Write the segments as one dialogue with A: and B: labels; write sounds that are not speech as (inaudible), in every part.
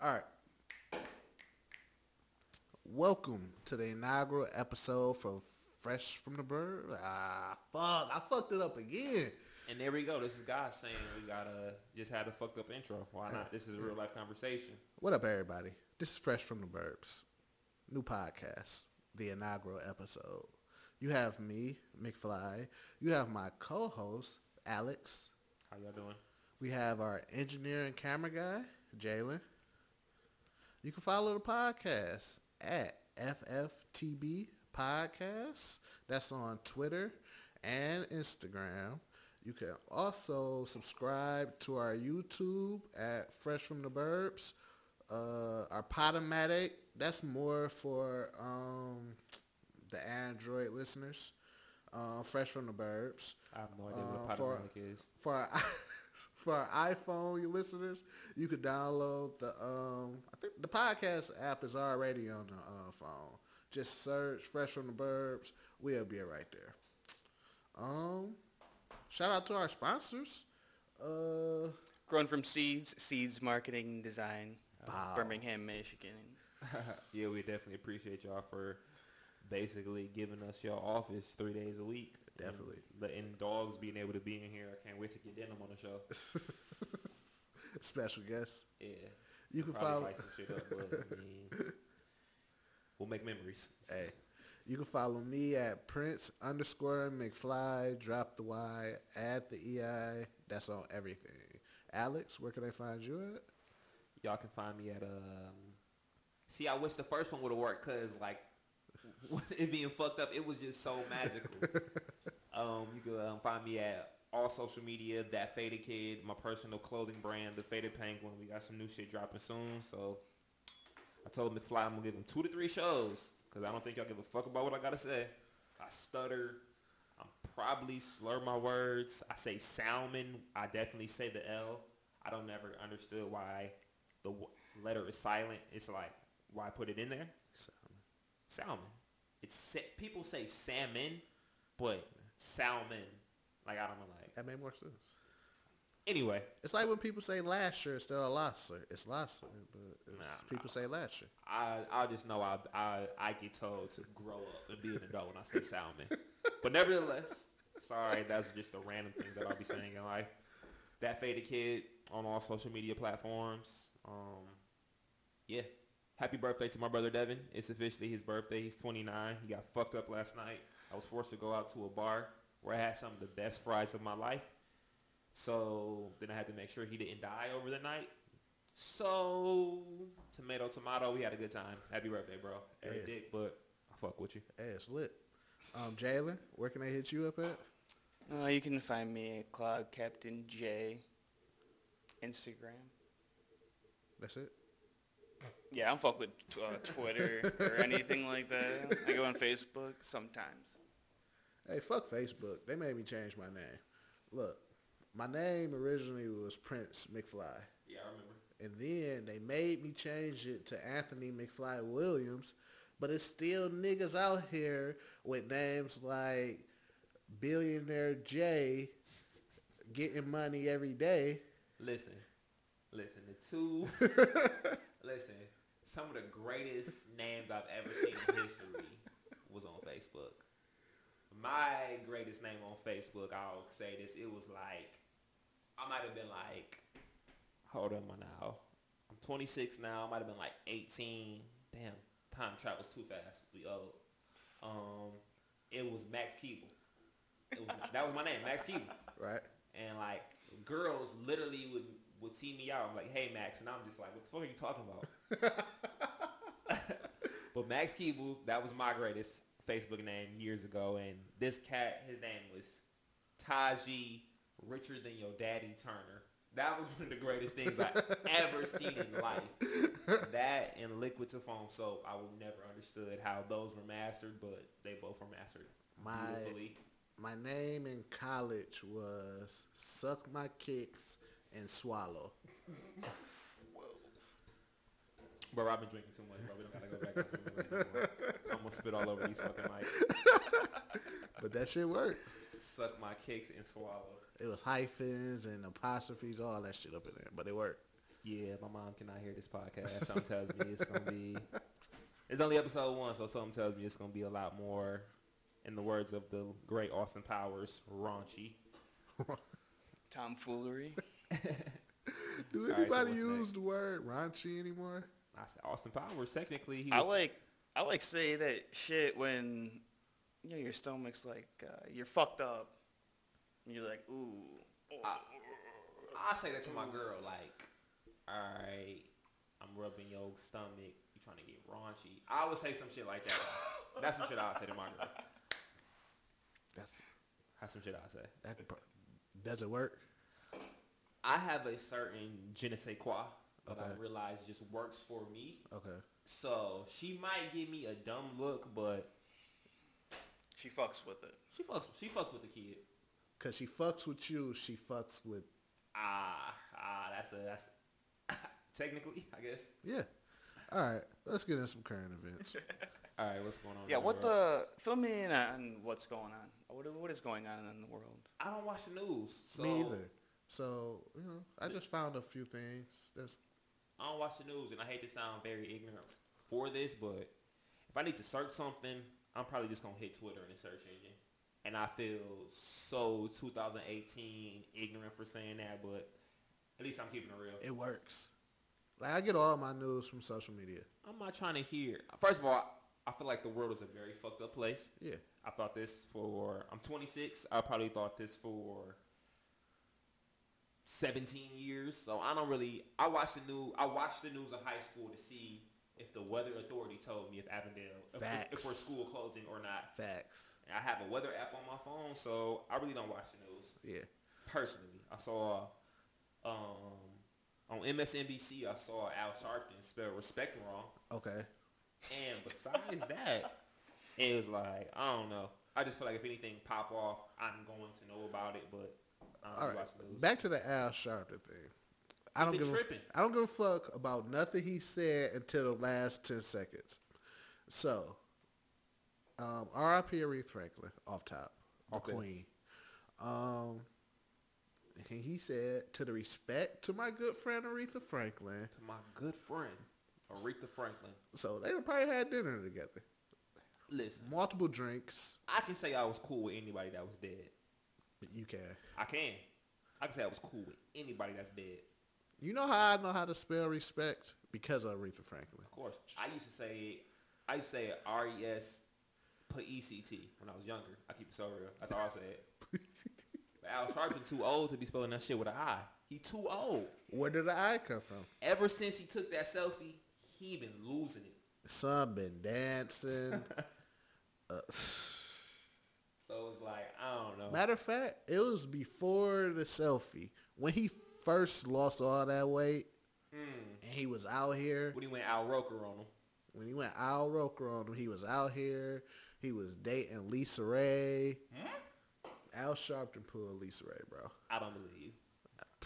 A: All right. Welcome to the inaugural episode from Fresh from the Bird. Ah, fuck. I fucked it up again.
B: And there we go. This is God saying we gotta just had a fucked up intro. Why not? This is a real life conversation.
A: What up, everybody? This is Fresh from the Burbs, new podcast, the inaugural episode. You have me, McFly. You have my co-host, Alex.
B: How y'all doing?
A: We have our engineer and camera guy, Jalen. You can follow the podcast at FFTB Podcast. That's on Twitter and Instagram. You can also subscribe to our YouTube at Fresh from the Burbs. Uh, our Podomatic, that's more for um, the Android listeners. Uh, Fresh from the Burbs
B: I have no idea
A: Uh,
B: what a
A: for- (laughs)
B: podemic is.
A: for our, for our iPhone you listeners, you could download the um I think the podcast app is already on the uh, phone. Just search Fresh from the Burbs. We'll be right there. Um, shout out to our sponsors. Uh, (laughs)
C: Grown from seeds, seeds marketing design, uh,
A: Wow.
C: Birmingham, Michigan.
B: yeah, we definitely appreciate y'all for basically giving us your office three days a week. and
A: Definitely.
B: letting dogs being able to be in here. I can't wait to get Denim on the show.
A: special guest.
B: Yeah.
A: You can
B: Probably
A: follow.
B: write some shit up, but I mean, we'll make memories.
A: Hey, you can follow me at Prince underscore McFly. Drop the Y. Add the EI. That's on everything. Alex, where can I find you at?
B: Y'all can find me at um. See, I wish the first one would have worked because like (laughs) it being fucked up, it was just so magical.
A: (laughs)
B: um, you can um, find me at all social media. That faded kid, my personal clothing brand, the faded penguin. We got some new shit dropping soon, so I told McFly I'm gonna give him two to three shows because I don't think y'all give a fuck about what I gotta say. I stutter. I'm probably slur my words. I say salmon. I definitely say the L. I don't never understood why the w- letter is silent. It's like why put it in there? Salmon. It's sa- people say salmon, but salmon. Like I don't know. Like
A: That made more sense.
B: anyway,
A: It's like when people say lasher instead of lobster. It's lobster, but it's,
B: Nah,
A: people say lasher.
B: I I just know I I I get told to grow up and be an adult when I say salmon. but nevertheless, sorry, that's just the random things that I'll be saying in life. That faded kid on all social media platforms. Um, yeah. Happy birthday to my brother Devin. It's officially his birthday. He's 29. He got fucked up last night. I was forced to go out to a bar where I had some of the best fries of my life. So then I had to make sure he didn't die over the night. So tomato, tomato. We had a good time. Happy birthday, bro. You're
A: Yeah.
B: a dick, but I fuck with you.
A: Hey, it's lit. Um, Jalen, where can I hit you up at?
C: Uh, you can find me at Cloud Captain J, Instagram.
A: That's it.
C: Yeah, I don't fuck with t- uh, Twitter or anything like that. I go on Facebook sometimes.
A: Hey, fuck Facebook. They made me change my name. Look, my name originally was Prince McFly,
B: Yeah, I remember.
A: and then they made me change it to Anthony McFly Williams. But it's still niggas out here with names like Billionaire Jay, getting money every day. (laughs)
B: Listen, listen. The two. listen. Some of the greatest names I've ever seen in history was on Facebook. My greatest name on Facebook, I'll say this. It was like I might have been like, hold on now. I'm 26 now. I might have been like 18. Damn, time travels too fast. We old. Um, it was Max Keeble. It was, that was my name, Max Keeble
A: Right.
B: and like girls literally would would see me out. I'm like, hey Max, and I'm just like, what the fuck are you talking about? but Max Keeble, that was my greatest Facebook name years ago, and this cat, his name was Taji Richer Than Your Daddy Turner. That was (laughs) one of the greatest
A: (laughs)
B: things I ever seen in life. That and liquid to foam soap, I would never understood how those were mastered, but they both were mastered
A: My-
B: beautifully.
A: My name in college was Suck My Kicks and Swallow.
B: Bro, I've been drinking too much, bro. We don't gotta go back. to the beginning anymore. I'm gonna spit all over these fucking mics.
A: But that shit worked.
B: Suck my kicks and swallow.
A: It was hyphens and apostrophes, all that shit up in there. But it worked.
B: Yeah, my mom cannot hear this podcast. Something tells me it's gonna be. It's only episode one, so something tells me it's gonna be a lot more. In the words of the great Austin Powers, raunchy.
C: Tomfoolery.
A: Do
B: Alright, so
A: anybody
B: what's
A: use
B: next?
A: the word raunchy anymore?
B: I said Austin Powers. Technically, he
C: I
B: was
C: like I like say that shit when you know your stomach's like uh, you're fucked up. And you're like, ooh. oh."
B: I say that to my girl, like, all right, I'm rubbing your stomach. You trying to get raunchy? I would say some shit like that. That's some shit I would say to my girl.
A: That's,
B: That's some shit I would say.
A: that could, pro- does it work?
B: I have a certain je ne sais quoi that
A: Okay.
B: I realize just works for me.
A: Okay.
B: So she might give me a dumb look, but
C: She fucks with it.
B: she fucks. She fucks with the kid.
A: Cause she fucks with you, she fucks with
B: Ah, ah, that's a that's (laughs) technically, I guess.
A: yeah. All right, let's get into some current (laughs) events.
B: All right, what's going on?
C: Yeah,
B: in
C: what
B: world?
C: the fill me in on what's going on. What what is going on in the world?
B: I don't watch the news. So
A: Me either. So you know, I just found a few things. That's
B: I don't watch the news, and I hate to sound very ignorant for this, but if I need to search something, I'm probably just gonna hit Twitter in the search engine. And I feel so 2018 ignorant for saying that, but at least I'm keeping it real.
A: it works. Like I get all my news from social media.
B: I'm not trying to hear. First of all, I feel like the world is a very fucked up place.
A: Yeah.
B: I thought this for I'm 26. I probably thought this for 17 years. So I don't really. I watched the news. I watched the news in high school to see if the weather authority told me if Avondale if, if,
A: Facts.
B: we're school closing or not.
A: Facts.
B: And I have a weather app on my phone, so I really don't watch the news
A: Yeah.
B: personally. I saw um, on MSNBC. I saw Al Sharpton spell respect wrong.
A: Okay.
B: And besides that, it was like I don't know. I just feel like if anything pop off, I'm going to know about it. But um, I
A: All
B: don't
A: right.
B: watch news.
A: Back to the Al Sharpton thing. I don't
B: been
A: give
B: tripping.
A: a, I don't give a fuck about nothing he said until the last ten seconds. So, um, R.I.P. Aretha Franklin, off top, the
B: Okay.
A: queen. Um, and he said, "To the respect to my good friend Aretha Franklin."
B: to my good friend Aretha Franklin.
A: So they probably had dinner together,
B: Listen,
A: multiple drinks.
B: I can say I was cool with anybody that was dead.
A: You can.
B: I can. I can say I was cool with anybody that's dead.
A: You know how I know how to spell respect because of Aretha Franklin.
B: Of course, I used to say I used to say R E S put E C T when I was younger. I keep it so real. That's all
A: (laughs)
B: I said. But Al Sharpton too old to be spelling that shit with an I. He too old.
A: Where did the I come from?
B: ever since he took that selfie, he been losing it.
A: Some been dancing. uh,
B: So it's like I don't know.
A: matter of fact, it was before the selfie when he first lost all that weight,
B: Mm.
A: and he was out here.
B: When he went Al Roker on him,
A: When he went Al Roker on him, he was out here. He was dating Lisa Ray.
B: Hmm?
A: Al Sharpton pulled Lisa Ray, bro.
B: I don't believe you.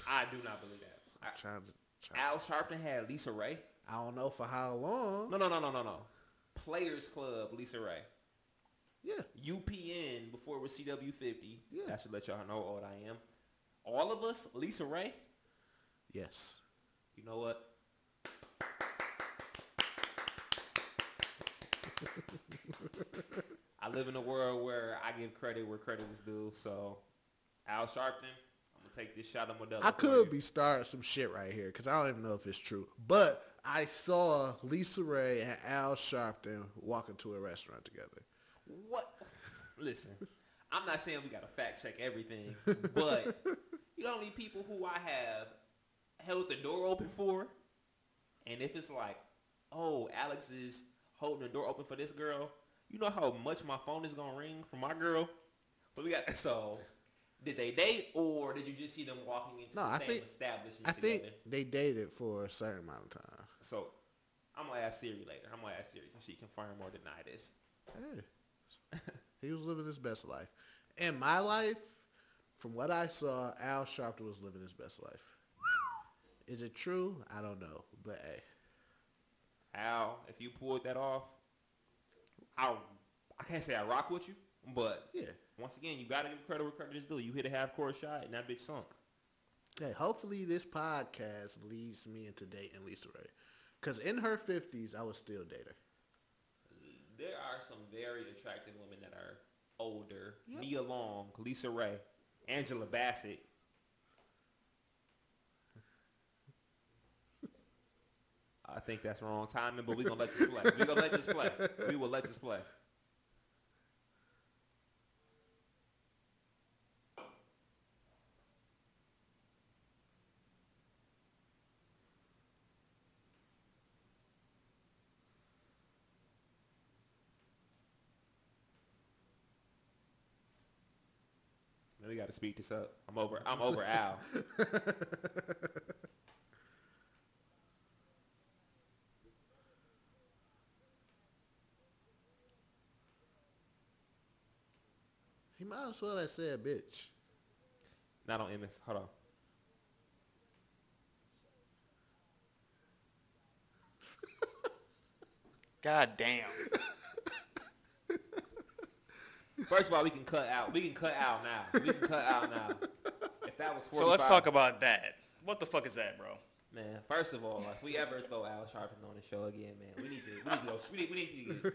B: I do not believe that. I,
A: Trying to, trying
B: Al Sharpton had Lisa Ray.
A: I don't know for how long.
B: No, no, no, no, no, no. Players Club Lisa Ray.
A: Yeah,
B: UPN before it was CW fifty.
A: Yeah.
B: That should let y'all know how old I am. All of us, Lisa Ray.
A: yes.
B: You know what? I live in a world where I give credit where credit is due. So, Al Sharpton, I'm gonna take this shot of Modelo.
A: I
B: for
A: could
B: you.
A: be starting some shit right here because I don't even know if it's true. But I saw Lisa Ray and Al Sharpton walking to a restaurant together.
B: What? Listen, I'm not saying we gotta fact check everything, but (laughs) you know how many people who I have held the door open for, and if it's like, oh, Alex is holding the door open for this girl, you know how much my phone is gonna ring for my girl. But we got (laughs) so. Did they date, or did you just see them walking into
A: No,
B: the
A: I
B: same
A: think-
B: establishment
A: I
B: together?
A: think they dated for a certain amount of time.
B: So, I'm gonna ask Siri later. I'm gonna ask Siri. Can she confirm or deny this?
A: Hey, (laughs) he was living his best life. In my life, from what I saw, Al Sharpton was living his best life. Is it true? I don't know, but hey,
B: Al, if you pulled that off, I I can't say I rock with you, but
A: yeah.
B: once again, you gotta give credit where credit is due. You hit a half court shot and that bitch sunk.
A: Hey, hopefully this podcast leads me into dating Lisa Ray. Because in her 50s, I would still date her.
B: There are some very attractive women that are older. Nia Long, Lisa Ray, Angela Bassett. I think that's wrong timing, but we're gonna let this play. We're gonna let this play. We will let this play. Man, We gotta speed this up. I'm over. I'm over Al.
A: He might as well have said bitch.
B: Not on MS. Hold on.
C: God damn.
B: First of all, we can cut out. We can cut out now. We can cut out now. If that was 45,
C: So let's talk about that. What the fuck is that, bro?
B: man. First of all, if we ever throw Al Sharpton on the show again, man, we need to we need to go we need, we need to get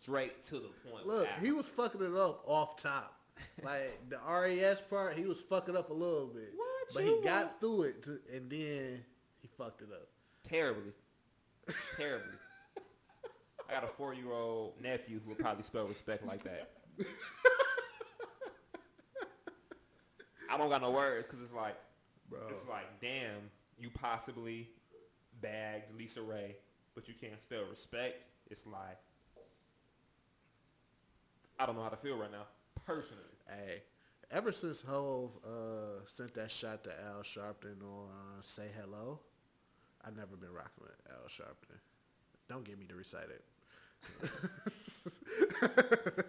B: straight to the point. with
A: Look,
B: Al.
A: he was fucking it up off
B: (laughs)
A: top. Like the RES part, he was fucking up a little bit.
B: What
A: But
B: you
A: he got through it to, and then he fucked it up.
B: terribly, terribly. I got a four year old nephew who would probably spell respect like that. I don't got no words because it's like
A: Bro.
B: It's like, damn, you possibly bagged Lisa Ray, but you can't spell respect. It's like, I don't know how to feel right now,
A: (laughs)
B: personally.
A: Hey, ever since Hove uh, sent that shot to Al Sharpton on uh, Say Hello, I've never been rocking with Al Sharpton. Don't get me to recite it. (laughs)
B: all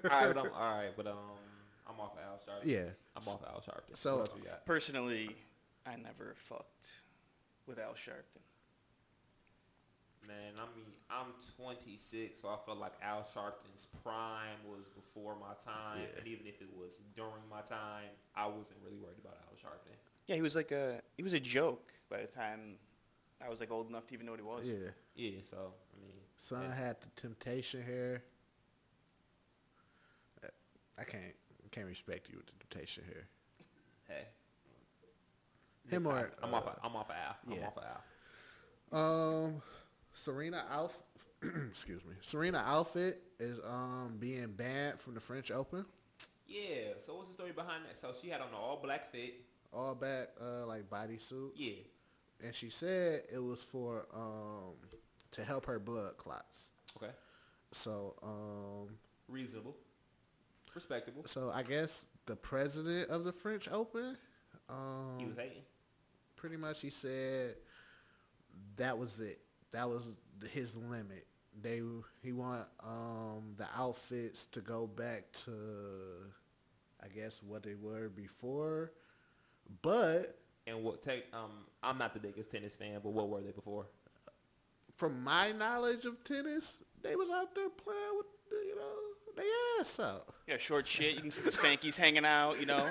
B: right, but I'm all right, but um, I'm off Al Sharpton.
A: Yeah.
B: I'm off Al
A: So-
B: Sharpton. So what else we got?
C: Personally, I never fucked with Al Sharpton.
B: Man, I mean, I'm 26, so I feel like Al Sharpton's prime was before my time,
A: Yeah.
B: and even if it was during my time, I wasn't really worried about Al Sharpton.
C: Yeah, he was like a he was a joke by the time I was like old enough to even know what he was.
A: Yeah.
B: Yeah, so I mean,
A: Son
B: yeah.
A: had the temptation hair. Uh, I can't can't respect you with the temptation hair.
B: Hey.
A: Him or,
B: I'm
A: uh,
B: off. I'm off of Al. I'm
A: yeah.
B: off of Al.
A: Um, Serena Alf, (clears throat) excuse me, Serena Outfit is um being banned from the French Open.
B: Yeah. So what's the story behind that? So she had on an all black fit.
A: All back, uh, like bodysuit.
B: Yeah.
A: and she said it was for um to help her blood clots.
B: Okay.
A: So um
B: Reasonable. Respectable.
A: so I guess the president of the French Open um
B: He was hating.
A: pretty much he said that was it. That was th- his limit. They he want um the outfits to go back to I guess what they were before. But
B: And what take? Um, I'm not the biggest tennis fan, but what were they before?
A: from my knowledge of tennis, they was out there playing with the, you know, they ass out.
C: Yeah, short shit. You can see the spankies hanging out.
A: (laughs)
B: (laughs)
C: You know,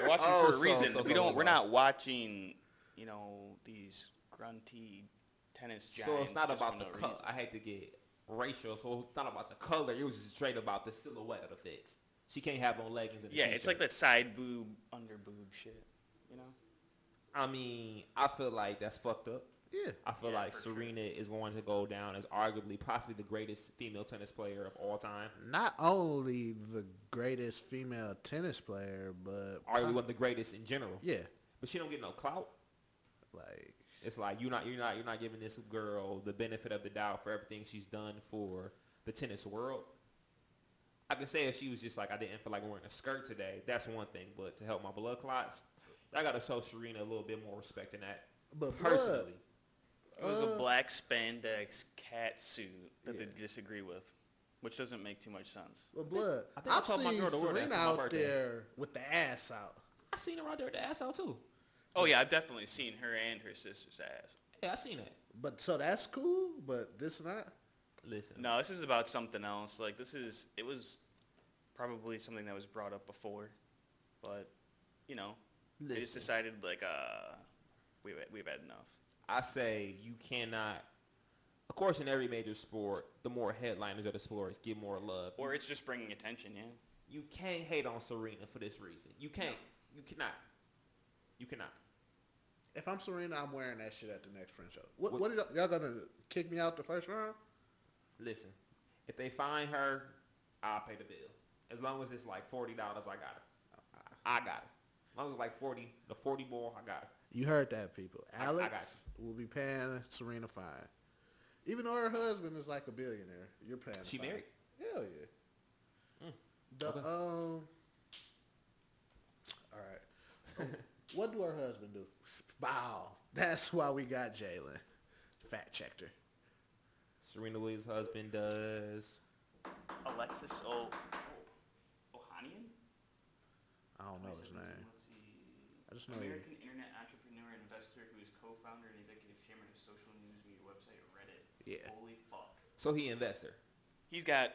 C: we're watching
B: Oh,
C: for a
B: so-
C: reason.
B: so-
C: we
B: so-
C: don't. We're
B: so.
C: not watching. You know these grunty tennis giants.
B: so it's not
C: just for
B: about the
C: no
B: color.
C: reason.
B: I hate to get racial. So it's not about the color. It was just straight about the silhouette of the fits. She can't have on leggings and a
C: Yeah, it's like
B: t-shirt.
C: that side boob, under boob shit. You know.
B: I mean, I feel like that's fucked up.
A: Yeah.
B: I feel
C: Yeah,
B: like
C: for sure.
B: Serena is going to go down as arguably possibly the greatest female tennis player of all time.
A: Not only the greatest female tennis player, but
C: Uh-huh.
B: Arguably one of the greatest in general.
A: yeah,
B: But she don't get no clout.
A: like
B: It's like you're not you're not you're not giving this girl the benefit of the doubt for everything she's done for the tennis world. I can say if she was just like I didn't feel like wearing a skirt today, that's one thing. But to help my blood clots, I gotta show Serena a little bit more respect than that.
A: but
B: Personally.
C: It was a black spandex cat suit that
A: Yeah.
C: they disagree with, which doesn't make too much sense.
A: Blood, but blood.
B: I think I
A: I've
B: told my
A: seen
B: girl to wear that
A: Serena
B: for my
A: out
B: birthday.
A: there with the ass out.
B: I seen her out there with the ass out too.
C: Oh yeah, I've definitely seen her and her sister's ass.
B: Yeah, I seen that.
A: But so that's cool, but this not.
B: Listen.
C: No, this is about something else. Like this is it was probably something that was brought up before, but you know, They just
B: Listen,
C: decided like uh, we've we've had enough.
B: I say you cannot. Of course, in every major sport, the more headliners of the sports get more love.
C: Or it's just bringing attention, yeah.
B: You can't hate on Serena for this reason. You can't. You cannot. You cannot.
A: If I'm Serena, I'm wearing that shit at the next French show. What, what, are y'all gonna kick me out the first round?
B: Listen, if they find her, I'll pay the bill. As long as it's like forty dollars, I got it. I got it. As long as it's like forty, the forty more, I got it.
A: You heard that, people.
B: I
A: Alex
B: got
A: will be paying Serena fine, even though her husband is like a billionaire. You're paying. the
B: She
A: fine.
B: married? Hmm.
A: Hell yeah. The
B: okay.
A: um. All right.
B: (laughs)
A: So, what do her husband do? Bow. That's why we got Jalen. Fact checked her.
B: Serena Williams' husband does.
C: Alexis O. Ohanian.
A: I don't know his name. I just know he-
C: American internet entrepreneur and investor who is co-founder and executive chairman of social news media website Reddit.
A: Yeah.
C: Holy fuck.
B: So he invests her.
C: He's got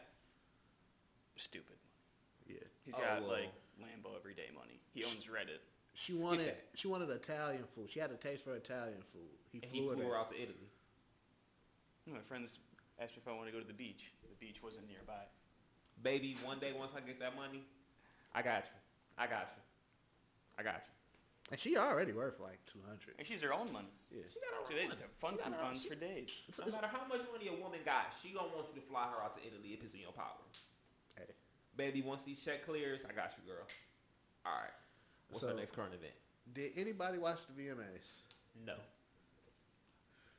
C: stupid.
A: Yeah.
C: He's
B: Oh,
C: got
B: well.
C: like Lambo everyday money. He owns Reddit.
A: She wanted
B: that.
A: she wanted Italian food. She had a taste for Italian food. He
B: And
A: flew,
B: he flew
A: her
B: her
A: out.
B: out to Italy.
C: My friends asked me if I want to go to the beach. The beach wasn't nearby.
B: Baby, one day once I get that money, I got you. I got you. I got you.
A: and she already worth like two hundred.
C: And she's her own money.
A: Yeah.
B: She got her own
C: Dude, they
B: money.
C: just have fun
B: She got her own-
C: coupons
B: she-
C: for days.
A: It's-
B: No
A: it's-
B: matter how much money a woman got, she gonna want you to fly her out to Italy if it's in your power.
A: hey.
B: Baby, once these check clears, I got you, girl. All right. What's
A: So-
B: our next current event?
A: Did anybody watch the VMAs?
B: No.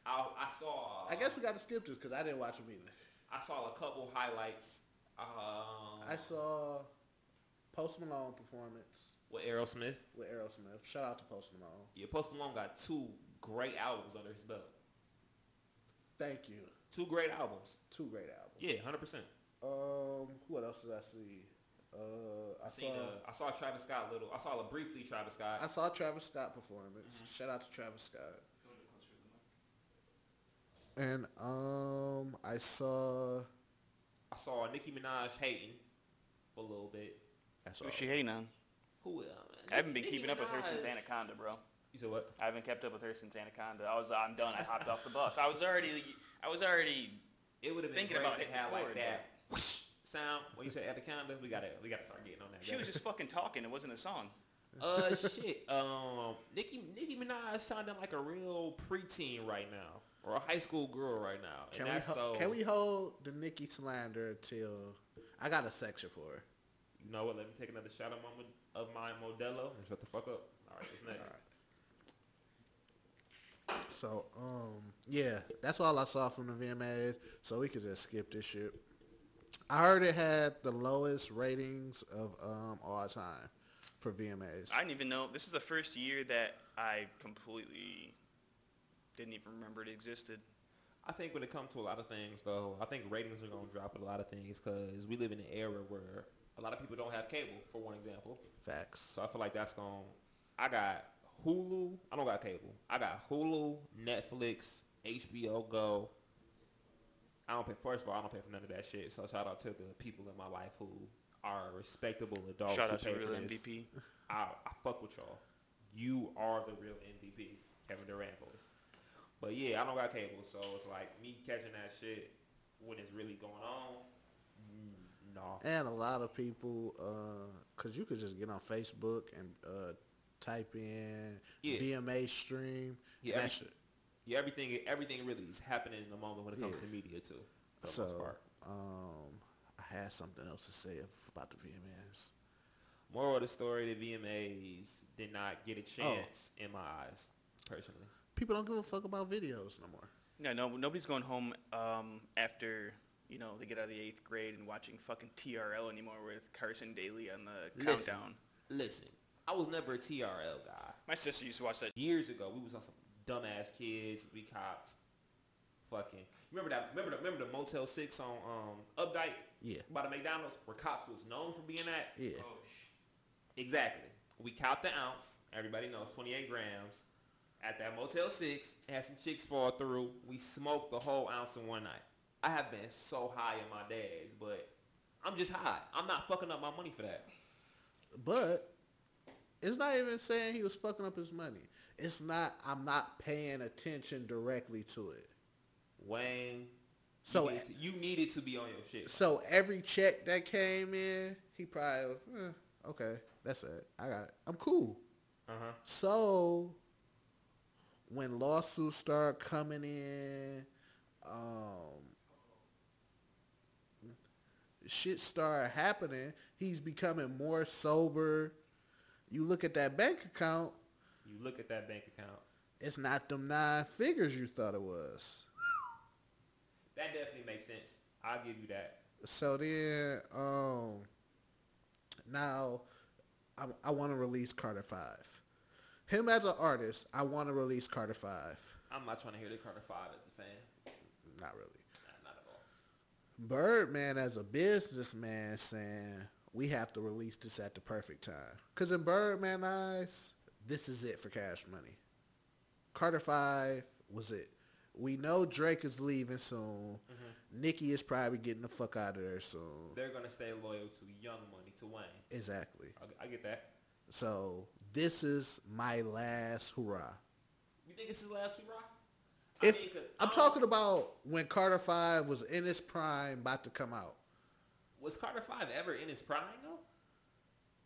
B: I, I saw.
A: I guess we got to skip this because I didn't watch them either.
B: I saw a couple highlights. Um,
A: I saw Post Malone performance
B: with Aerosmith.
A: with Aerosmith. Shout out to Post Malone.
B: Yeah, Post Malone got two great albums under his belt.
A: Thank you.
B: Two great albums.
A: Two great albums.
B: Yeah, hundred percent.
A: Um, what else did I see? Uh, I
B: I seen.
A: saw
B: uh, I saw Travis Scott little. I saw a briefly Travis Scott.
A: I saw Travis Scott performance.
B: Mm-hmm.
A: Shout out to Travis Scott. And um, I saw.
B: I saw Nicki Minaj hating for a little bit.
A: That's
C: Who's
A: all.
C: she hating on?
B: Who? Uh,
C: I haven't been
B: Nicki
C: keeping up with her since
B: Minaj-
C: Anaconda, bro.
B: You said what?
C: I haven't kept up with her since Anaconda. I was, I'm done. I hopped off the bus. I was already, I was already.
B: It would have been
C: Thinking
B: great
C: about
B: to
C: it
B: have like
C: before,
B: that whoosh sound when you say Anaconda. We gotta we gotta start getting on that.
C: She was just fucking talking. It wasn't a song.
B: uh shit. Um, Nicki Nicki Minaj sounding like a real preteen right now or a high school girl right now.
A: Can we
B: and that's
A: ho-
B: so,
A: can we hold the Nikki slander till I got a section for her?
B: You know what? Let me take another shot of my Mod- of my Modelo and shut the fuck up. All right, what's next?
A: So um yeah, that's all I saw from the VMAs. So we could just skip this shit. I heard it had the lowest ratings of um all time for VMAs.
C: I didn't even know. This is the first year that I completely didn't even remember it existed.
B: I think when it comes to a lot of things, though, I think ratings are gonna drop at a lot of things because we live in an era where a lot of people don't have cable, for one example.
A: Facts.
B: So I feel like that's going. I got Hulu. I don't got cable. I got Hulu, Netflix, HBO Go. I don't pay. First of all, I don't pay for none of that shit. So shout out to the people in my life who are respectable adults
C: Shout
B: who
C: out to
B: pay Oh, for
C: Real
B: this.
C: MVP.
B: I, I fuck with y'all. You are the real MVP, Kevin Durant boys. But yeah, I don't got cable, so it's like me catching that shit when it's really going on. mm, Nah.
A: And a lot of people, uh, cause you could just get on Facebook and uh, type in
B: Yeah.
A: VMA stream.
B: Yeah,
A: and
B: every-
A: that shit.
B: Yeah, everything everything really is happening in the moment when it comes
A: Yeah.
B: to media too. For the most
A: So
B: part.
A: um, I had something else to say about the VMAs.
B: Moral of the story, the VMAs did not get a chance in my eyes, personally.
A: People don't give a fuck about videos no more.
C: Yeah, no, nobody's going home um, after you know they get out of the eighth grade and watching fucking TRL anymore with Carson Daly on the
B: Listen.
C: countdown.
B: Listen, I was never a TRL guy.
C: My sister used to watch that.
B: Years ago, we was on some dumbass kids. We copped, fucking. Remember that? Remember the, remember the Motel Six on um, Updike
A: Yeah,
B: by the McDonald's, where cops was known for being at.
A: yeah.
B: Exactly. We copped the ounce. Everybody knows 28 grams. At that Motel 6, had some chicks fall through. We smoked the whole ounce in one night. I have been so high in my days, but I'm just high. I'm not fucking up my money for that.
A: But It's not even saying he was fucking up his money. It's not. I'm not paying attention directly to it.
B: Wayne.
A: So-
B: you needed, to, you needed to be on your shit.
A: So every check that came in, he probably was, eh, okay. That's it. I got it. I'm cool.
B: Uh huh.
A: So when lawsuits start coming in, um, shit started happening. He's becoming more sober. You look at that bank account,
B: You look at that bank account.
A: it's not them nine figures you thought it was.
B: That definitely makes sense. I'll give you that.
A: So then, um, now I, I want to release Carter Five. Him as an artist, I want to release Carter Five.
B: I'm not trying to hear the Carter Five as a fan.
A: Not really.
B: Nah, not at all.
A: Birdman as a businessman saying we have to release this at the perfect time. Cause in Birdman eyes, this is it for Cash Money. Carter Five was it. We know Drake is leaving soon.
B: Mm-hmm.
A: Nicki is probably getting the fuck out of there soon.
B: They're gonna stay loyal to Young Money to Wayne.
A: Exactly.
B: I, I get that.
A: So this is my last hoorah.
B: You think it's his last hurrah? I
A: If
B: mean, 'cause um,
A: I'm
B: I don't-
A: talking about when Carter Five was in his prime, about to come out.
B: Was Carter Five ever in his prime though?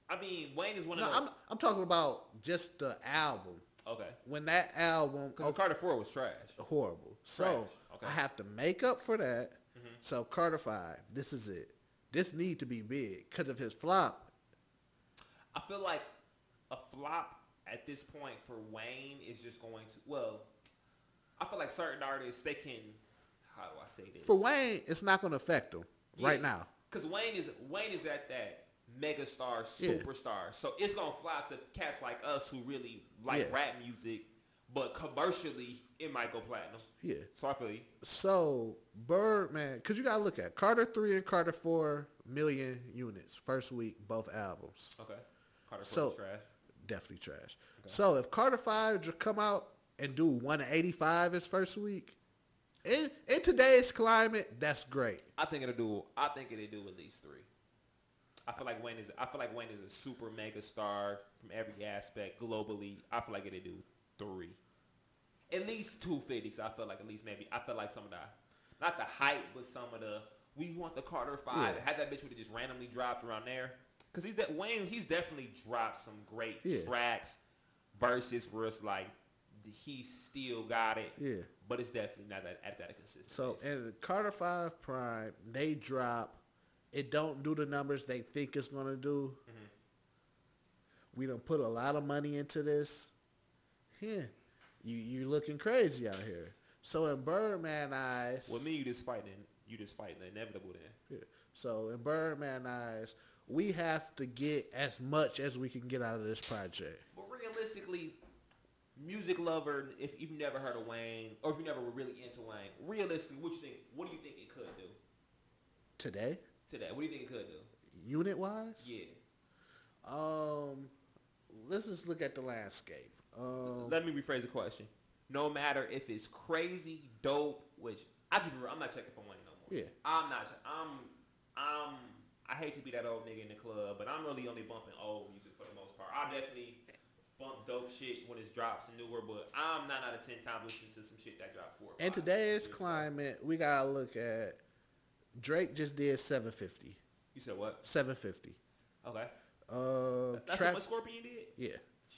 B: I mean, Wayne is one
A: No,
B: of
A: I'm
B: those.
A: I'm talking about just the album.
B: okay.
A: When that album
B: Because Carter Four was trash.
A: horrible, so
B: Trash. Okay.
A: I have to make up for that. So Carter Five, this is it. This need to be big because of his flop.
B: I feel like a flop at this point for Wayne is just going to. Well, I feel like certain artists they can. How do I say this?
A: For Wayne, it's not going to affect him right now.
B: Because Wayne is Wayne is at that megastar
A: Yeah.
B: superstar, so it's gonna fly to cats like us who really like
A: Yeah.
B: rap music, but commercially it might go platinum.
A: Yeah.
B: So I feel you.
A: So Birdman, because you gotta look at Carter three and Carter four million units first week, both albums,
B: Okay. Carter
A: So-
B: so, trash.
A: definitely trash. So if Carter five just come out and do one eighty five his first week, in in today's climate, that's great.
B: I think it'll do. I think it'll do at least three. I feel like Wayne is. I feel like Wayne is a super mega star from every aspect globally. I feel like it'll do three, at least two fifties. I feel like at least maybe. I feel like some of the, not the hype, but some of the we want the Carter Five.
A: Yeah.
B: Had that bitch would have just randomly dropped around there. Cause he's that Wayne. He's definitely dropped some great
A: Yeah.
B: tracks versus where it's like he still got it.
A: Yeah.
B: But it's definitely not that at that consistent.
A: So
B: basis.
A: in Carter five prime, they drop. It don't do the numbers they think it's gonna do.
B: Mm-hmm.
A: We done put a lot of money into this. Yeah, you you looking crazy out here. So in Birdman eyes,
B: Well, me, you just fighting, you just fighting the inevitable. Then
A: Yeah. So in Birdman eyes, we have to get as much as we can get out of this project.
B: But realistically, music lover, if you've never heard of Wayne, or if you never were really into Wayne, realistically, what you think? What do you think it could do
A: Today,
B: today? What do you think it could do?
A: unit wise,
B: Yeah.
A: um, let's just look at the landscape. Um,
B: Let me rephrase the question. No matter if it's crazy, dope, which I keep it real, I'm not checking for Wayne no more.
A: Yeah.
B: I'm not. I'm. I'm. I hate to be that old nigga in the club, but I'm really only bumping old music for the most part. I definitely bump dope shit when it drops and newer, but I'm nine out of ten times listening to some shit that dropped four. or
A: in
B: five years
A: today's
B: ago.
A: climate, we gotta look at Drake just did 750.
B: you said what?
A: 750.
B: Okay,
A: Uh,
B: that's
A: Tra-
B: what Scorpion did.
A: yeah,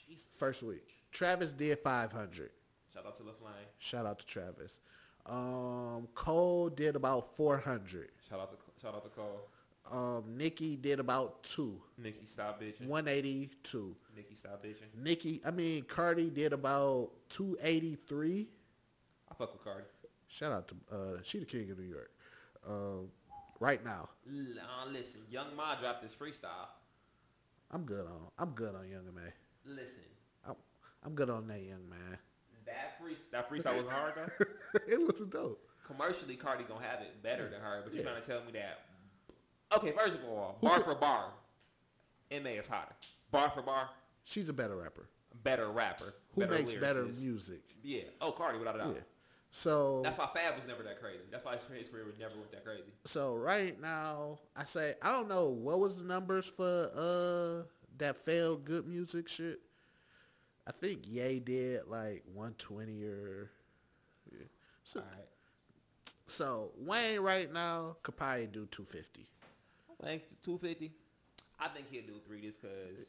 B: Jesus.
A: first week. Travis did 500.
B: Shout out to La Flame.
A: Shout out to Travis. Um, Cole did about 400.
B: Shout out to shout out to Cole.
A: Um, Nikki did about two.
B: Nikki, stop bitching.
A: 182.
B: Nikki, stop bitching.
A: Nikki, I mean, Cardi did about 283.
B: I fuck with Cardi.
A: Shout out to, uh, she the king of New York. Um, right now.
B: L- uh, listen, Young Ma dropped his freestyle.
A: I'm good on, I'm good on Young Man.
B: Listen,
A: I'm, I'm good on that young man.
B: that free that freestyle was hard though.
A: (laughs) it looks dope.
B: Commercially, Cardi gonna have it better than her, but you're
A: Yeah.
B: trying to tell me that? Okay, first of all,
A: Who
B: bar
A: could-
B: for bar, Ma is hotter. Bar for bar,
A: She's a better rapper.
B: better rapper.
A: Who makes better
B: lyricist.
A: music?
B: Yeah. Oh, Cardi, without a doubt.
A: Yeah. So
B: That's why Fab was never that crazy. That's why his his career was never went that crazy.
A: so right now I say I don't know what was the numbers for uh that failed good music shit. I think Ye did like 120 or yeah. so,
B: All right.
A: so Wayne right now could probably do 250.
B: Thanks to 250. I think he'll do three this because,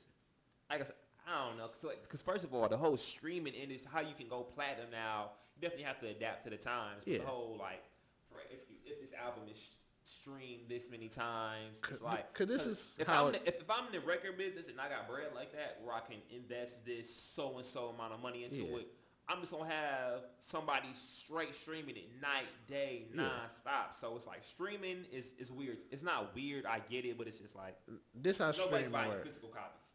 B: like I said, I don't know. Because first of all, the whole streaming industry, how you can go platinum now, you definitely have to adapt to the times. But
A: Yeah.
B: The whole like, for if you, if this album is sh- streamed this many times,
A: Could-
B: it's like
A: could this is
B: if
A: how
B: I'm
A: it-
B: in the, if, if I'm in the record business and I got bread like that, where I can invest this so and so amount of money into
A: Yeah.
B: it. I'm just gonna have somebody straight streaming it night, day,
A: Yeah.
B: non-stop. So it's like streaming is, is weird. It's not weird, I get it, but it's just like
A: This how
B: nobody's
A: streaming
B: buying
A: works.
B: physical copies.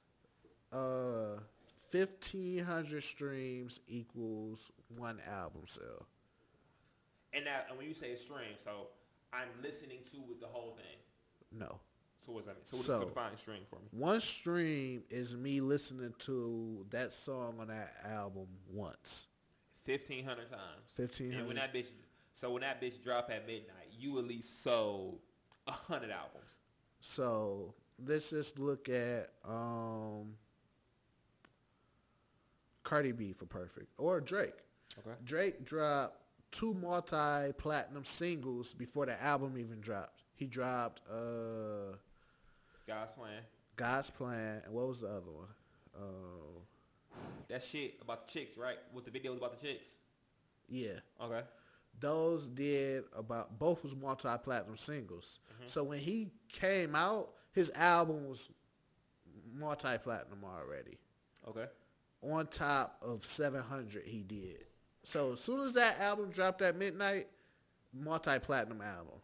A: Uh, 1500 streams equals one album sale.
B: And that and when you say stream, so I'm listening to with the whole thing.
A: No.
B: So what does that mean? So what's
A: So-
B: so, define stream for me?
A: One stream is me listening to that song on that album once.
B: Fifteen hundred times. And
A: 1500.
B: when that bitch so when that bitch drop at midnight, you at least sold a hundred albums.
A: So let's just look at um, Cardi B for Perfect or Drake.
B: Okay.
A: Drake dropped two multi-platinum singles before the album even dropped. He dropped uh,
B: God's plan.
A: God's Plan. and What was the other one? Uh,
B: That shit about the chicks, right? What the video was about the chicks.
A: yeah.
B: Okay.
A: those did about both was multi-platinum singles. So when he came out, his album was multi-platinum already.
B: Okay.
A: On top of 700 he did. So as soon as that album dropped at midnight, multi-platinum album.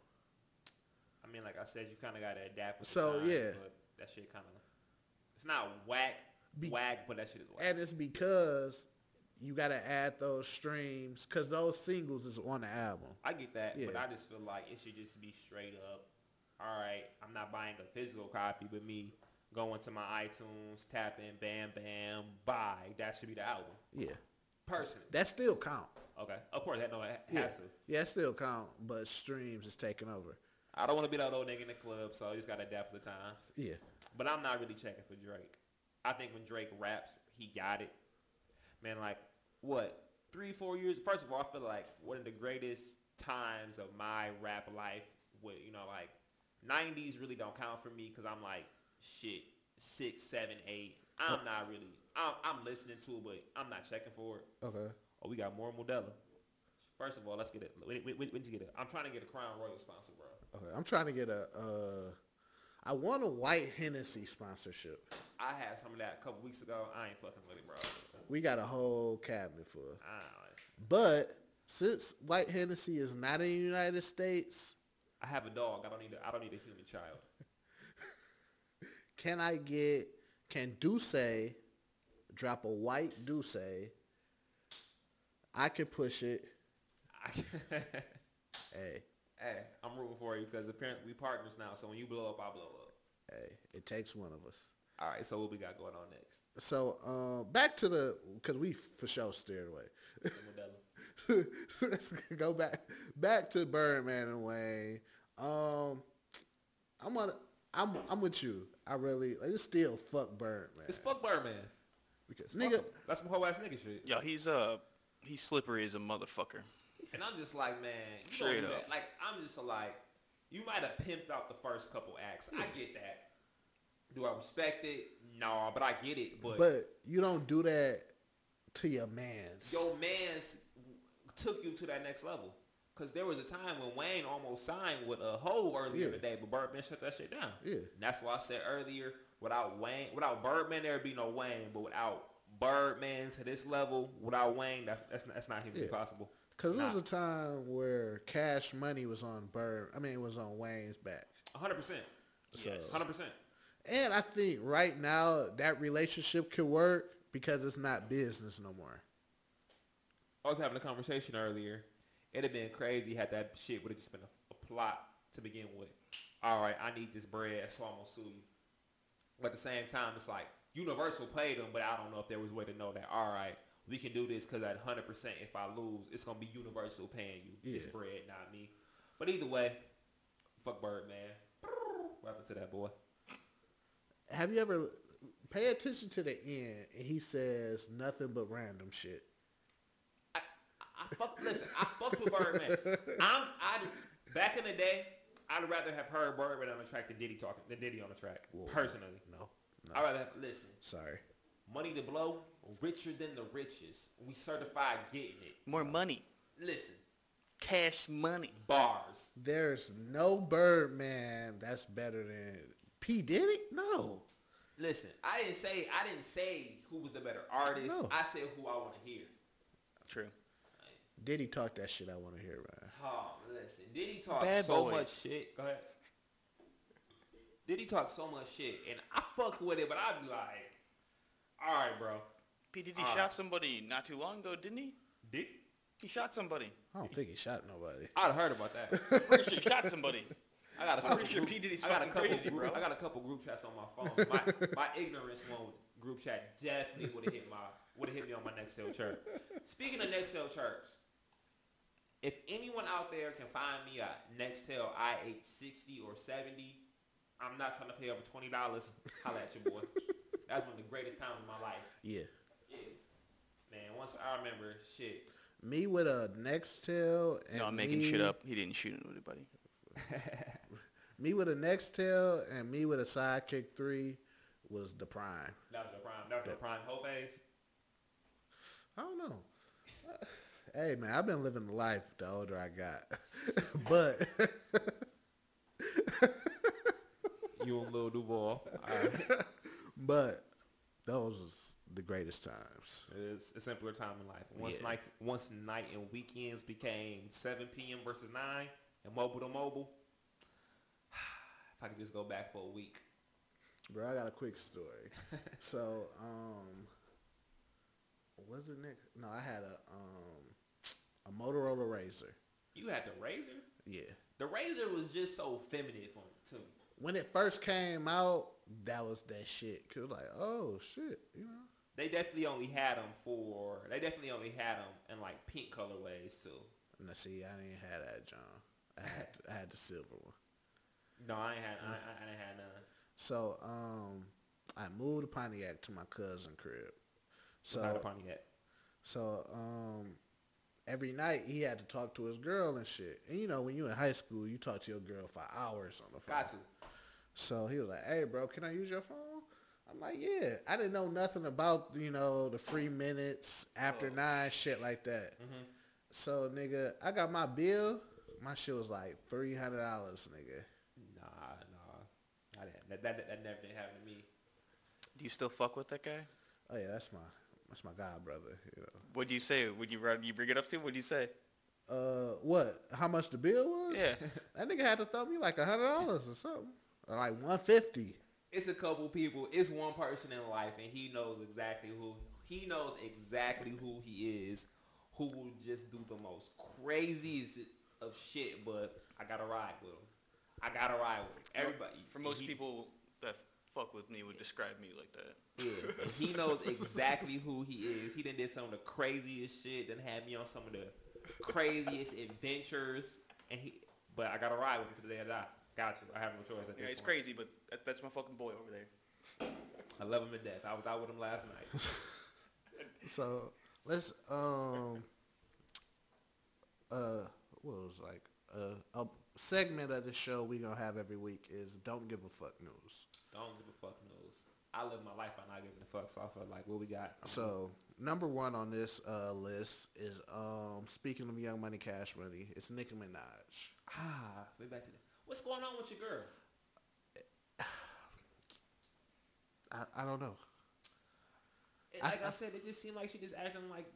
B: I mean, like I said, you kind of got to adapt. With the
A: So,
B: times,
A: yeah.
B: but that shit kind of it's not whack,
A: Be- Eh,
B: whack, but that shit is whack.
A: And it's because you got to add those streams cuz those singles is on the album.
B: I get that, but
A: Yeah.
B: I just feel like it should just be straight up. All right, I'm not buying a physical copy, but me going to my iTunes, tapping, bam, bam, buy. That should be the album,
A: Yeah.
B: personally.
A: That still count.
B: Okay, of course that no it has
A: Yeah.
B: to.
A: Yeah, it still count, but streams is taking over.
B: I don't want to be that old nigga in the club, so I just gotta adapt to the times.
A: Yeah.
B: But I'm not really checking for Drake. I think when Drake raps, he got it. Man, like what three, four years? First of all, I feel like one of the greatest times of my rap life. With you know, like '90s really don't count for me because I'm like shit six, seven, eight. I'm not really. I'm, I'm listening to it, but I'm not checking for it.
A: Okay.
B: Oh, we got more Modella. First of all, let's get it. When, when, when to get it? I'm trying to get a Crown Royal sponsor, bro.
A: Okay, I'm trying to get a. Uh, I want a white Hennessy sponsorship.
B: I had some of that a couple weeks ago. I ain't fucking with it, bro.
A: We got a whole cabinet for. it.
B: I don't,
A: But since white Hennessy is not in the United States,
B: I have a dog. I don't need. A, I don't need a human child. (laughs)
A: can I get can Duce drop a white Duce? I could push it.
B: I,
A: Hey,
B: hey, I'm rooting for you because apparently we partners now. So when you blow up, I blow up.
A: hey, it takes one of us.
B: All right. So what we got going on
C: (laughs)
B: next?
A: So uh, back to the because we for sure steered away.
B: The Modelo.
A: let's (laughs) go back back to Birdman and Wayne. Um, I'm on. I'm I'm with you. I really like, it's still fuck Birdman
B: It's fuck Birdman.
A: because
B: Fuck
A: nigga,
B: him. that's some whole ass nigga shit.
C: Yo, he's uh, he's slippery as a motherfucker.
B: And I'm just like, man, you
C: Straight
B: don't do
C: up.
B: that. Like I'm just like, you might have pimped out the first couple acts. I get that. Do I respect it? No, but I get it.
A: but you don't do that to your man's.
B: your man's took you to that next level. Cause there was a time when Wayne almost signed with a hoe earlier
A: Yeah.
B: today, but Birdman shut that shit down.
A: Yeah.
B: And that's why I said earlier, without Wayne, without Birdman, there'd be no Wayne. But without Birdman to this level, without Wayne, that's that's not, that's not even
A: Yeah.
B: possible.
A: Cause there was
B: Nah.
A: a time where Cash Money was on Bird. I mean, it was on Wayne's back.
B: A hundred percent.
A: So-
B: Yes, hundred percent.
A: And I think right now that relationship could work because it's not business no more.
B: I was having a conversation earlier. It'd have been crazy had that shit would have just been a, a plot to begin with. All right, I need this bread, so I'm gonna sue you. But at the same time, it's like Universal paid them, but I don't know if there was a way to know that. All right, we can do this because at 100, percent if I lose, it's gonna be Universal paying you. It's
A: Yeah.
B: bread, not me. But either way, fuck Birdman. What happened to that boy?
A: Have you ever pay attention to the end, and he says nothing but random shit.
B: I, I fuck. Listen, I fucked with
A: (laughs)
B: Birdman. I'm. I back in the day, I'd rather have heard Birdman on the track than Diddy talking than Diddy on the track.
A: Whoa.
B: Personally,
A: No,
B: I'd
A: no,
B: rather have, listen.
A: sorry.
B: Money to blow, richer than the richest. We certified getting it.
C: More money.
B: Listen,
C: Cash money.
B: bars.
A: There's no Birdman that's better than P. Diddy. No,
B: Listen, I didn't say I didn't say who was the better artist.
A: No.
B: I said who I want to hear.
C: True.
A: Diddy talk that shit. I want to hear, Ryan.
B: Oh, listen, Diddy talk
C: Bad
B: so
C: boy.
B: much shit. Go ahead. Diddy talk so much shit, and I fuck with it, but I'd be like, all right, bro.
C: P. Diddy
B: All right.
C: shot somebody not too long ago, didn't he?
B: Did
C: He shot somebody.
A: I don't think he shot nobody.
B: I'd heard about that.
C: (laughs) Pretty sure he shot somebody.
B: I got a
C: I'm
B: couple.
C: pretty sure
B: group-
C: P. Diddy's
B: I got a
C: fucking
B: couple.
C: crazy,
B: group,
C: bro.
B: I got a couple group chats on my phone. My, (laughs) my ignorance one group chat definitely would have hit my would have hit me on my next hill church. Speaking of next hill church, if anyone out there can find me a next hill I eight sixty or seventy, I'm not trying to pay over twenty dollars. Holla at your boy. That's one of the greatest times of my life.
A: Yeah,
B: Yeah. Man, once I remember, shit.
A: me with a Nextel. And
C: No, I'm making
A: me-
C: shit up. He didn't shoot anybody.
A: Me with a Nextel and me with a Sidekick Three was the prime.
B: That was your prime. That was your prime whole phase.
A: I don't know. (laughs) hey man, I've been living the life the older I got. (laughs) but (laughs)
B: You and Lil Duval. All right.
A: but those was the greatest times.
B: It's a simpler time in life. Once
A: Yeah.
B: night, once night and weekends became 7 p.m. versus 9 and mobile to mobile. (sighs) If I could just go back for a week.
A: Bro, I got a quick
B: (laughs)
A: story. so, um was it next no, I had a um a Motorola razor.
B: You had the razor.
A: Yeah.
B: The razor was just so feminine for to me.
A: When it first came out, that was that shit. Cause like, oh shit, you know.
B: They definitely only had them for. They definitely only had them in like pink colorways too.
A: And I see I didn't have that John. I had I had the silver one.
B: No, I ain't had. I, I, I didn't have none.
A: So um, I moved to Pontiac to my cousin crib.
B: So not a
A: So
B: Pontiac.
A: so um, every night he had to talk to his girl and shit. And you know when you in high school, you talk to your girl for hours on the phone.
B: Got to.
A: So he was like, "Hey, bro, can I use your phone?" I'm like, "Yeah." I didn't know nothing about you know the free minutes after
C: Oh,
A: nine shit like that. So nigga, I got my bill. My shit was like three hundred dollars, nigga.
B: Nah, nah. I didn't, that, that that never did happen to me.
C: Do you still fuck with that guy?
A: Oh yeah, that's my that's my god brother. You know.
C: What'd you say? Would you run- you bring it up to? him? What'd you say?
A: uh what how much the bill was
C: Yeah.
A: that nigga had to throw me like a hundred dollars or something or like 150
B: it's a couple people. It's one person in life, and he knows exactly who he knows exactly who he is, who will just do the most craziest of shit. But I gotta ride with him. I gotta ride with him. everybody.
C: For most
B: He-
C: people that fuck with me would describe me like that.
B: yeah, and he knows exactly who he is. He done did some of the craziest shit. Then had me on some of the craziest adventures, and he. But I gotta ride with him to the day I die. Got you. I have no choice at
C: Yeah,
B: this
C: he's
B: point.
C: crazy, but that, that's my fucking boy over there.
B: I love him to death. I was out with him last night.
A: so let's um uh what was like uh, a segment of the show we gonna have every week is don't give a fuck news
B: Don't give a fuck news. I live my life by not giving a fuck, so I feel like what we got.
A: so number one on this uh list is um speaking of young money cash money it's nicki minaj
B: ah, so we back to that. What's going on with your girl?
A: i, I don't know
B: It-
A: I-
B: like I, said, it just seemed like she just acting like.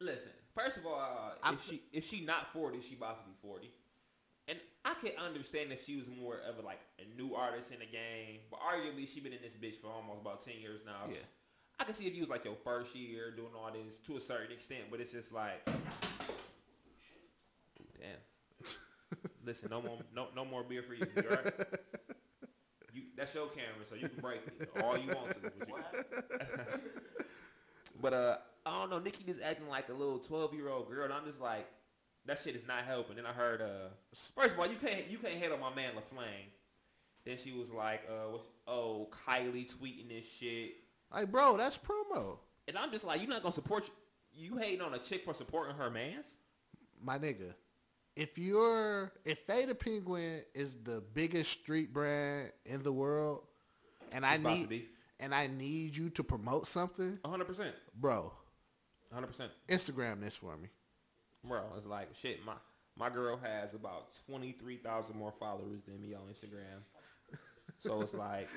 B: Listen, first of all, uh,
A: I'm-
B: if she if she not forty, she about to be forty, and I could understand if she was more of a, like a new artist in the game, but arguably she been in this bitch for almost about ten years now.
A: Yeah.
B: I can see if you was like your first year doing all this to a certain extent, but it's just like, (laughs) damn. Listen, no more, no, no more beer for you. You, all right? you that's your camera, so you can break it all you want to. But, you- (laughs) But, uh, I don't know. Nikki just acting like a little twelve-year-old girl, and I'm just like, that shit is not helping. Then I heard, uh, first of all, you can't you can't hate on my man LaFlame. Then she was like, uh, what's, oh, Kylie tweeting this shit.
A: (laughs) Like, bro, that's promo.
B: And I'm just like, you're not going to support, you hating on a chick for supporting her mans?
A: My nigga, if you're, if Fade the Penguin is the biggest street brand in the world, and I
B: It's about to
A: need,
B: be.
A: and I need you to promote something,
B: 100%.
A: bro,
B: 100%.
A: Instagram this for me.
B: Bro, it's like, shit, my, my girl has about 23,000 more followers than me on Instagram. so it's like,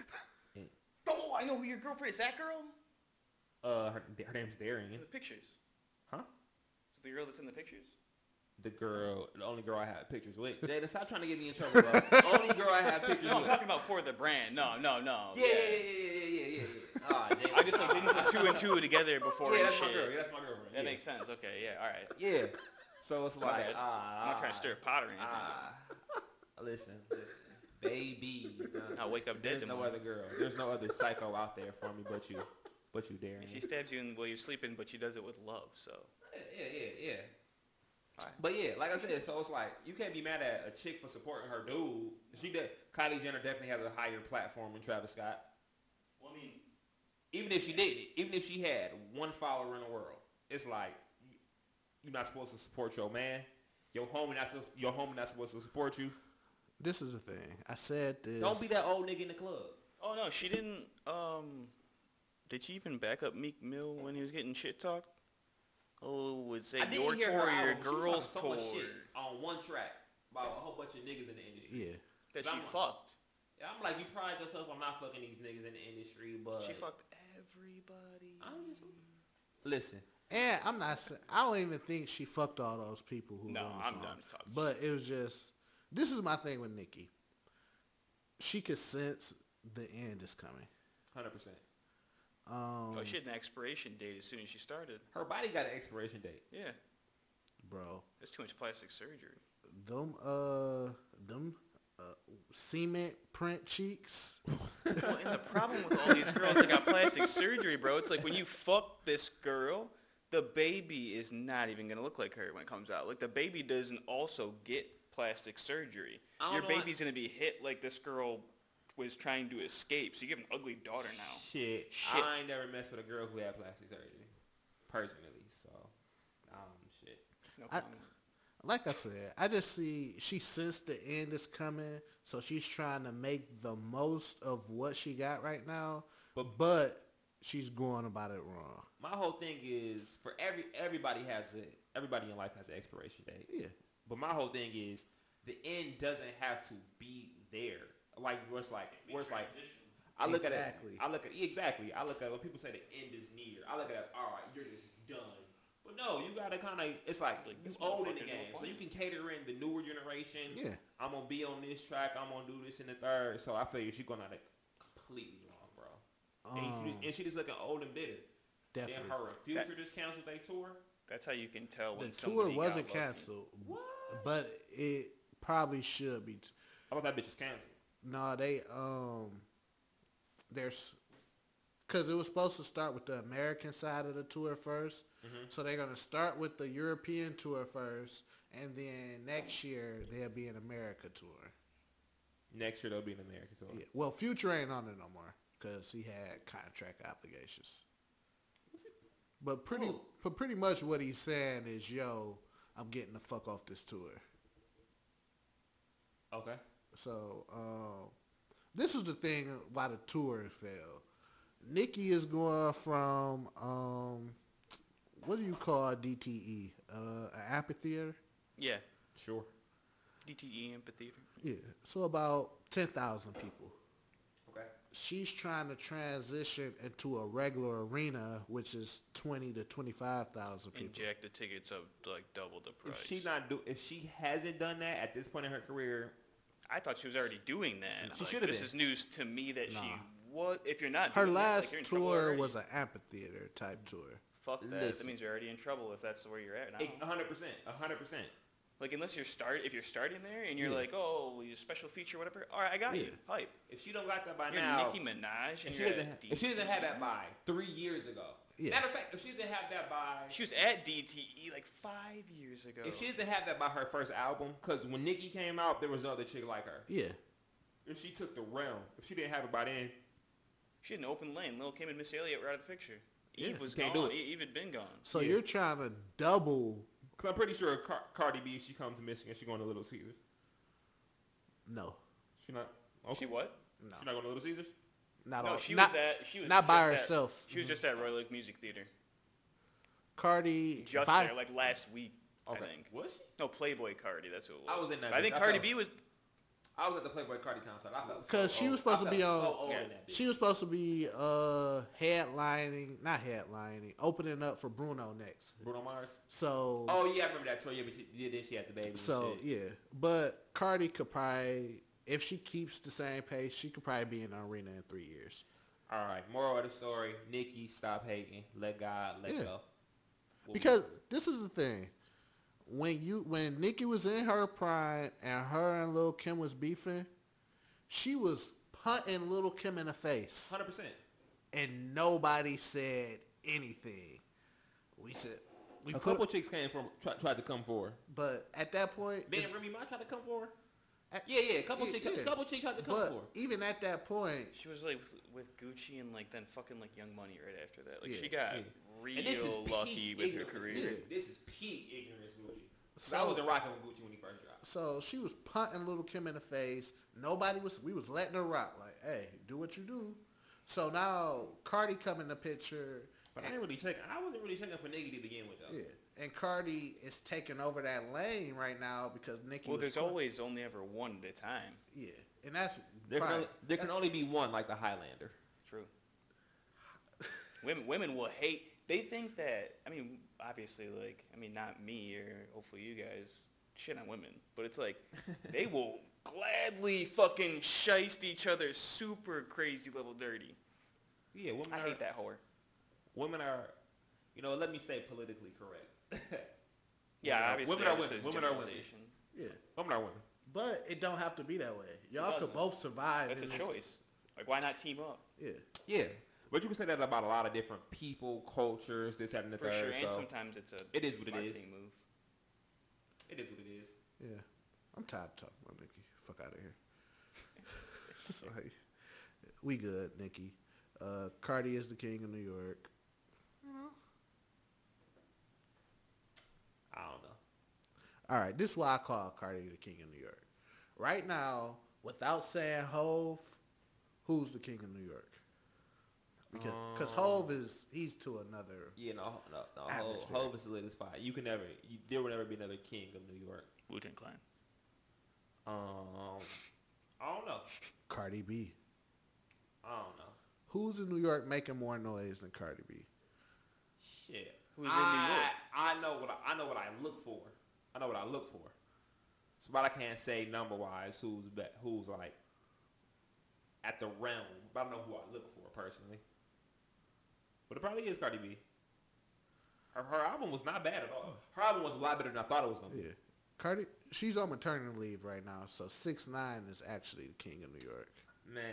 C: Oh, I know who your girlfriend is. That girl?
B: uh, her, her name's Darian.
C: The pictures.
B: Huh?
C: Is the girl that's in the pictures?
B: The girl, the only girl I have pictures with. Jada, stop trying to get me in trouble, bro. (laughs) the only girl I have pictures
C: (laughs) No, I'm
B: with. Oh,
C: talking about for the brand. No, no, no.
B: Yeah, yeah, yeah, yeah, yeah, yeah, yeah, yeah. Ah, Jada.
C: I just like didn't put two
B: (laughs)
C: and two together before
B: yeah,
C: and
B: that's my
C: shit.
B: girl. Yeah, that's my girl. bro.
C: That
B: yeah.
C: makes sense. Okay, yeah, all right.
B: Yeah. So it's
C: My
B: like,
C: bad.
B: ah,
C: I'm not trying to
B: ah,
C: stir pottery.
B: Ah, (laughs) listen, listen, baby. nah,
C: I'll wake up dead
B: There's no
C: tomorrow.
B: other girl. There's no other psycho out there for me but you, but you, Darren.
C: She stabs you in- while you're sleeping, but she does it with love. So
B: Yeah, yeah, yeah.
C: Alright.
B: But yeah, like I said, so it's like you can't be mad at a chick for supporting her dude. She did. Kylie Jenner definitely has a higher platform than Travis Scott.
C: well, I mean,
B: Even if she didn't, even if she had one follower in the world, it's like you're not supposed to support your man. Your homie not sup- your homie not supposed to support you.
A: This is the thing. I said this.
B: Don't be that old nigga in the club.
C: oh no, she didn't. Um, did she even back up Meek Mill when he was getting shit talked? Oh, it's
B: I
C: a
B: didn't
C: your
B: hear
C: tour,
B: her
C: your
B: album. She was talking
C: girls
B: so
C: tour
B: much shit on one track about a whole bunch of niggas in the industry.
A: Yeah.
B: That
C: that she
B: one.
C: fucked.
B: And I'm like, you pride yourself on not fucking these niggas in the industry, but
C: She fucked everybody.
B: I'm just listen.
A: And I'm not. sa- I don't even think she fucked all those people who.
C: No,
A: were on the
C: I'm
A: song.
C: done talking.
A: But it was just. This is my thing with Nikki. She could sense the end is coming.
B: Hundred percent.
A: Um,
C: Oh, she had an expiration date as soon as she started.
B: Her body got an expiration date.
C: Yeah,
A: bro,
C: that's too much plastic surgery.
A: them uh, them uh, cement print
C: (laughs)
A: cheeks.
C: Well, and the problem with all these girls that got plastic surgery, bro, it's like when you fuck this girl, the baby is not even gonna look like her when it comes out. Like the baby doesn't also get plastic surgery.
B: I don't
C: Your
B: know why-
C: baby's gonna be hit like this girl was trying to escape. So you have an ugly daughter now.
B: Shit.
C: Shit.
B: I ain't never messed with a girl who had plastic surgery, personally. So, um, shit.
C: No
A: I-
C: comment.
A: Like I said, I just see she sensed the end is coming, so she's trying to make the most of what she got right now.
B: But-
A: but she's going about it wrong.
B: My whole thing is for every everybody has a everybody in life has an expiration date.
A: Yeah.
B: But my whole thing is the end doesn't have to be there. Like where it's like where it's like I look
A: Exactly.
B: at it. I look at exactly. I look at when people say the end is near. I look at it. All right, you're just done. But no, you gotta kind of. It's like,
C: Like,
B: you
C: this
B: old in the
C: motherfucker no
B: game, so
C: fun.
B: you can cater in the newer generation.
A: Yeah.
B: I'm gonna be on this track. I'm gonna do this in the third. So I feel you. She's going out it completely wrong, bro. and, she,
A: Um,
B: and she just looking old and bitter.
A: Definitely.
B: Then her future just canceled they tour.
C: That's how you can tell when
A: the tour
C: somebody got
A: wasn't
C: lucky.
A: canceled,
B: What?
A: but it probably should be.
B: How about that bitch is canceled?
A: No, they um, there's because it was supposed to start with the American side of the tour 1st so they're gonna start with the European tour first, and then next year they'll be an America tour.
B: Next year they'll be in America tour.
A: Yeah. Well, Future ain't on it no more because he had contract obligations. But pretty,
B: Cool.
A: but pretty much what he's saying is, yo, I'm getting the fuck off this tour.
B: Okay.
A: So um, this is the thing why the tour failed. Nikki is going from um, what do you call DTE? Uh, an amphitheater.
C: Yeah.
B: Sure.
C: DTE amphitheater.
A: Yeah. So about ten thousand people.
B: Okay.
A: She's trying to transition into a regular arena, which is twenty to twenty five thousand people.
C: And jack the tickets up to, like double the price.
B: If she not do, if she hasn't done that at this point in her career,
C: I thought she was already doing that.
B: She
C: Like,
B: should've
C: This
B: been.
C: is news to me that she
A: Nah.
C: was. If you're not,
A: Her
C: doing that, like,
A: last
C: you're in trouble
A: tour
C: already.
A: was an amphitheater type tour.
C: Fuck that.
B: Listen.
C: That means you're already in trouble if that's where you're at now.
B: a hundred percent, a hundred percent.
C: Like unless you're start if you're starting there and you're
A: Yeah.
C: like, oh, well, you special feature, whatever. All right, I got you.
A: Yeah.
C: Hype.
B: If she don't got that by
C: You're
B: now,
C: Nicki Minaj and
B: if she
C: you're
B: doesn't,
C: at
B: ha- if she doesn't have that
C: DTE.
B: by three years ago,
A: Yeah.
B: matter of fact, if she doesn't have that by,
C: E. She was at DTE like five years ago.
B: if she doesn't have that by her first album, because when Nicki came out, there was no other chick like her.
A: Yeah.
B: If she took the realm, if she didn't have it by then,
C: She had an open lane. Lil Kim and Miss Elliott were out of the picture. Eve
B: Yeah,
C: was
B: can't do
C: gone.
B: it.
C: E- Eve had been gone.
A: So
B: Yeah.
A: you're trying to double?
B: because I'm pretty sure Car- Cardi B, if she comes to Michigan, she going to Little Caesars.
A: No,
B: She not. Okay.
C: She what?
A: no,
B: She not going to Little Caesars.
A: not
C: No,
A: all.
C: she
A: not,
C: was at. She was
A: not by
C: just at-
A: herself.
C: she was
B: Mm-hmm.
C: just at Royal Oak Music Theater.
A: Cardi.
C: Just
A: by-
C: there, like last week,
B: Okay.
C: I think.
B: Was she?
C: No, Playboy Cardi. That's who it was.
B: I was in that
C: I think
B: bitch. I
C: Cardi
B: felt-
C: B was.
B: I was at the Playboy Cardi concert. I felt so
A: 'Cause she
B: old.
A: was supposed
B: I
A: to be
B: felt
A: on-
B: So old
C: Yeah.
B: in that bitch.
A: She was supposed to be uh headlining, not headlining, opening up for Bruno next.
B: Bruno Mars.
A: So
B: Oh yeah, I remember that tour. Yeah, but she did this. She had the baby. and
A: so
B: shit.
A: yeah, but Cardi could probably, if she keeps the same pace, she could probably be in the arena in three years.
B: All right. Moral of the story: Nikki, stop hating. Let God let
A: Yeah.
B: go. We'll be-
A: Because this is the thing. When you when Nikki was in her prime and her and Lil Kim was beefing, she was punting Lil Kim in the face.
B: 100%.
A: And nobody said anything. We said we
B: A
A: put
B: couple chicks came from try, tried to come forward.
A: but at that point
B: Man,
A: it's-
B: Remy Ma tried to come forward.
A: at-
B: Yeah, yeah. A couple
A: Yeah,
B: chicks,
A: yeah.
B: a couple chicks tried to come
A: but
B: forward.
A: even at that point
C: She was like with, with Gucci and like then fucking like Young Money right after that. Like
A: Yeah.
C: she got
B: Yeah.
C: real
B: And this is peak
C: lucky with her
B: ignorance,
C: career.
B: Gucci. This is peak ignorance, Gucci. 'Cause I
A: So-
B: wasn't rocking with Gucci when he first dropped.
A: so she was punting Lil Kim in the face. Nobody was we was letting her rock, like, hey, do what you do. So now Cardi come in the picture
B: But I didn't really check. I wasn't really checking for Nikki to begin with, though.
A: Yeah, and Cardi is taking over that lane right now because Nicki.
C: Well,
A: was
C: there's
A: quit-
C: always only ever one at a time.
A: yeah, and that's
B: There can,
A: fine.
B: only, there can only be one, like the (laughs) Highlander.
C: True. (laughs) women women will hate. They think that I mean obviously like I mean not me or hopefully you guys shit on women, but it's like they will gladly fucking shiest each other super crazy level dirty.
B: Yeah, women
C: I
B: are,
C: hate that whore.
B: Women are, you know, let me say politically correct. (laughs)
C: Yeah,
B: Women are- women are
C: obviously. I was
B: women.
C: a
B: Women are women.
C: generalization.
A: yeah,
B: women are women.
A: but it don't have to be that way.
B: It
A: Y'all
B: doesn't.
A: could both survive.
C: That's
A: and
C: a
A: it's-
C: choice. Like why not team up?
A: Yeah,
B: Yeah, but you can say that about a lot of different people, cultures, this, that, and the
C: For sure.
B: third.
C: And
B: so
C: sometimes it's a
B: It is what it is.
C: marketing move.
B: it is what it is.
A: yeah. I'm tired of talking about Nicki. Fuck out of here. (laughs) It's like, we good, Nicki. Uh, Cardi is the king of New York.
B: I don't know.
A: All right, this is why I call Cardi the king of New York. Right now, without saying Hove, who's the king of New York? Because cause Hove is he's to another.
B: Yeah, no, no, no. Hove,
A: Atmosphere.
B: Hove is solidified. You can never, you, there will never be another king of New York.
C: Wu Tang Clan.
B: Um, I don't know.
A: Cardi B.
B: I don't know.
A: Who's in New York making more noise than Cardi B?
B: Shit.
C: Who's in New
B: I,
C: York?
B: I know what I, I know what I look for. I know what I look for. So, but I can't say number wise who's be, who's like at the realm. But I don't know who I look for personally. But it probably is Cardi B. Her, her album was not bad at all. Her album was a lot better than I thought it was gonna be.
A: Yeah, Cardi. She's on maternity leave right now, so six nine is actually the king of New York.
B: Man,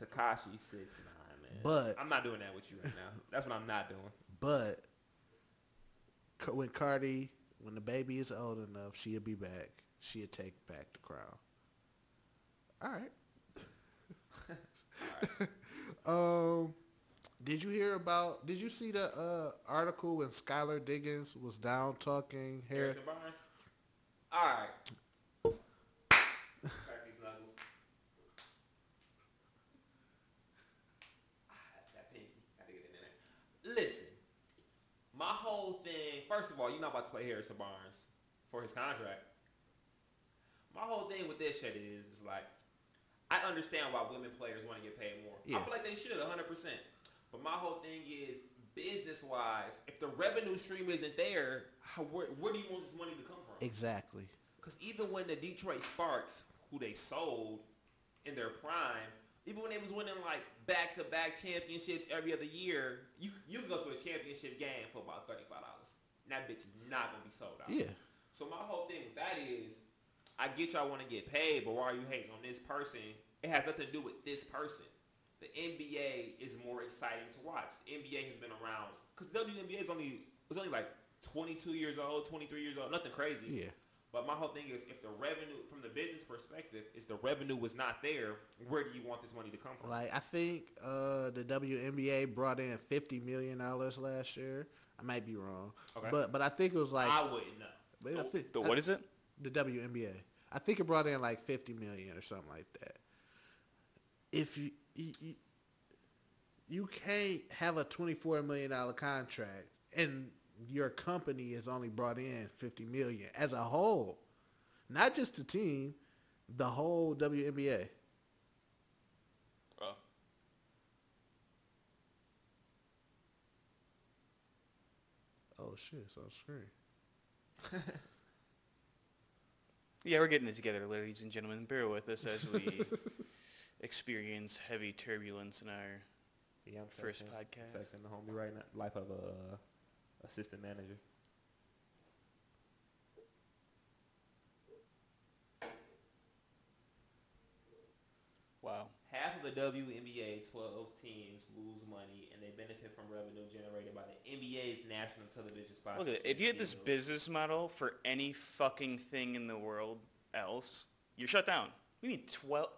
B: Takashi six nine man.
A: But-
B: I'm not doing that with you right now. That's what I'm not doing.
A: But Ca- when Cardi, when the baby is old enough, she'll be back. She'll take back the crown. All right. (laughs) um, did you hear about? Did you see the uh, article when Skylar Diggins was down talking hair?
B: Harrison Barnes. All right. Crack these knuckles. Ah, that pinky. Gotta get it in there. Listen, my whole thing. First of all, you're not about to play Harrison Barnes for his contract. My whole thing with this shit is, is like, I understand why women players want to get paid more. I
A: Yeah.
B: feel like they should, 100. percent But my whole thing is business wise. If the revenue stream isn't there, how, where, where do you want this money to come from?
A: Exactly.
B: Because even when the Detroit Sparks, who they sold in their prime, even when they was winning like back-to-back championships every other year, you you can go to a championship game for about thirty-five dollars. That bitch is not gonna be sold out.
A: Yeah.
B: So my whole thing with that is, I get y'all want to get paid, but why are you hating on this person? It has nothing to do with this person. The NBA is more exciting to watch. The NBA has been around because WNBA is only it's only like 22 years old, 23 years old, nothing crazy.
A: Yeah.
B: But my whole thing is, if the revenue from the business perspective is the revenue was not there, where do you want this money to come from?
A: Like I think uh, the WNBA brought in fifty million dollars last year. I might be wrong,
B: Okay.
A: but but I think it was like
B: I wouldn't know.
A: but I thi-
C: The
A: I-
C: what is it?
A: the WNBA. I think it brought in like fifty million or something like that. If you you, you- you can't have a twenty four million dollar contract and your company has only brought in fifty million as a whole, not just the team, the whole WNBA.
C: Oh.
A: Oh shit! It's on screen.
C: (laughs) Yeah, we're getting it together, ladies and gentlemen. Bear with us as
B: (laughs)
C: we experience heavy turbulence in our
B: Yeah, I'm
C: first
B: texting-
C: podcast.
B: texting the homie right now. Life of a assistant manager.
C: Wow.
B: Half of the WNBA 12 teams lose money, and they benefit from revenue generated by the NBA's national television spot.
C: Look at it. If you had this business model for any fucking thing in the world else, you're shut down. We need 12.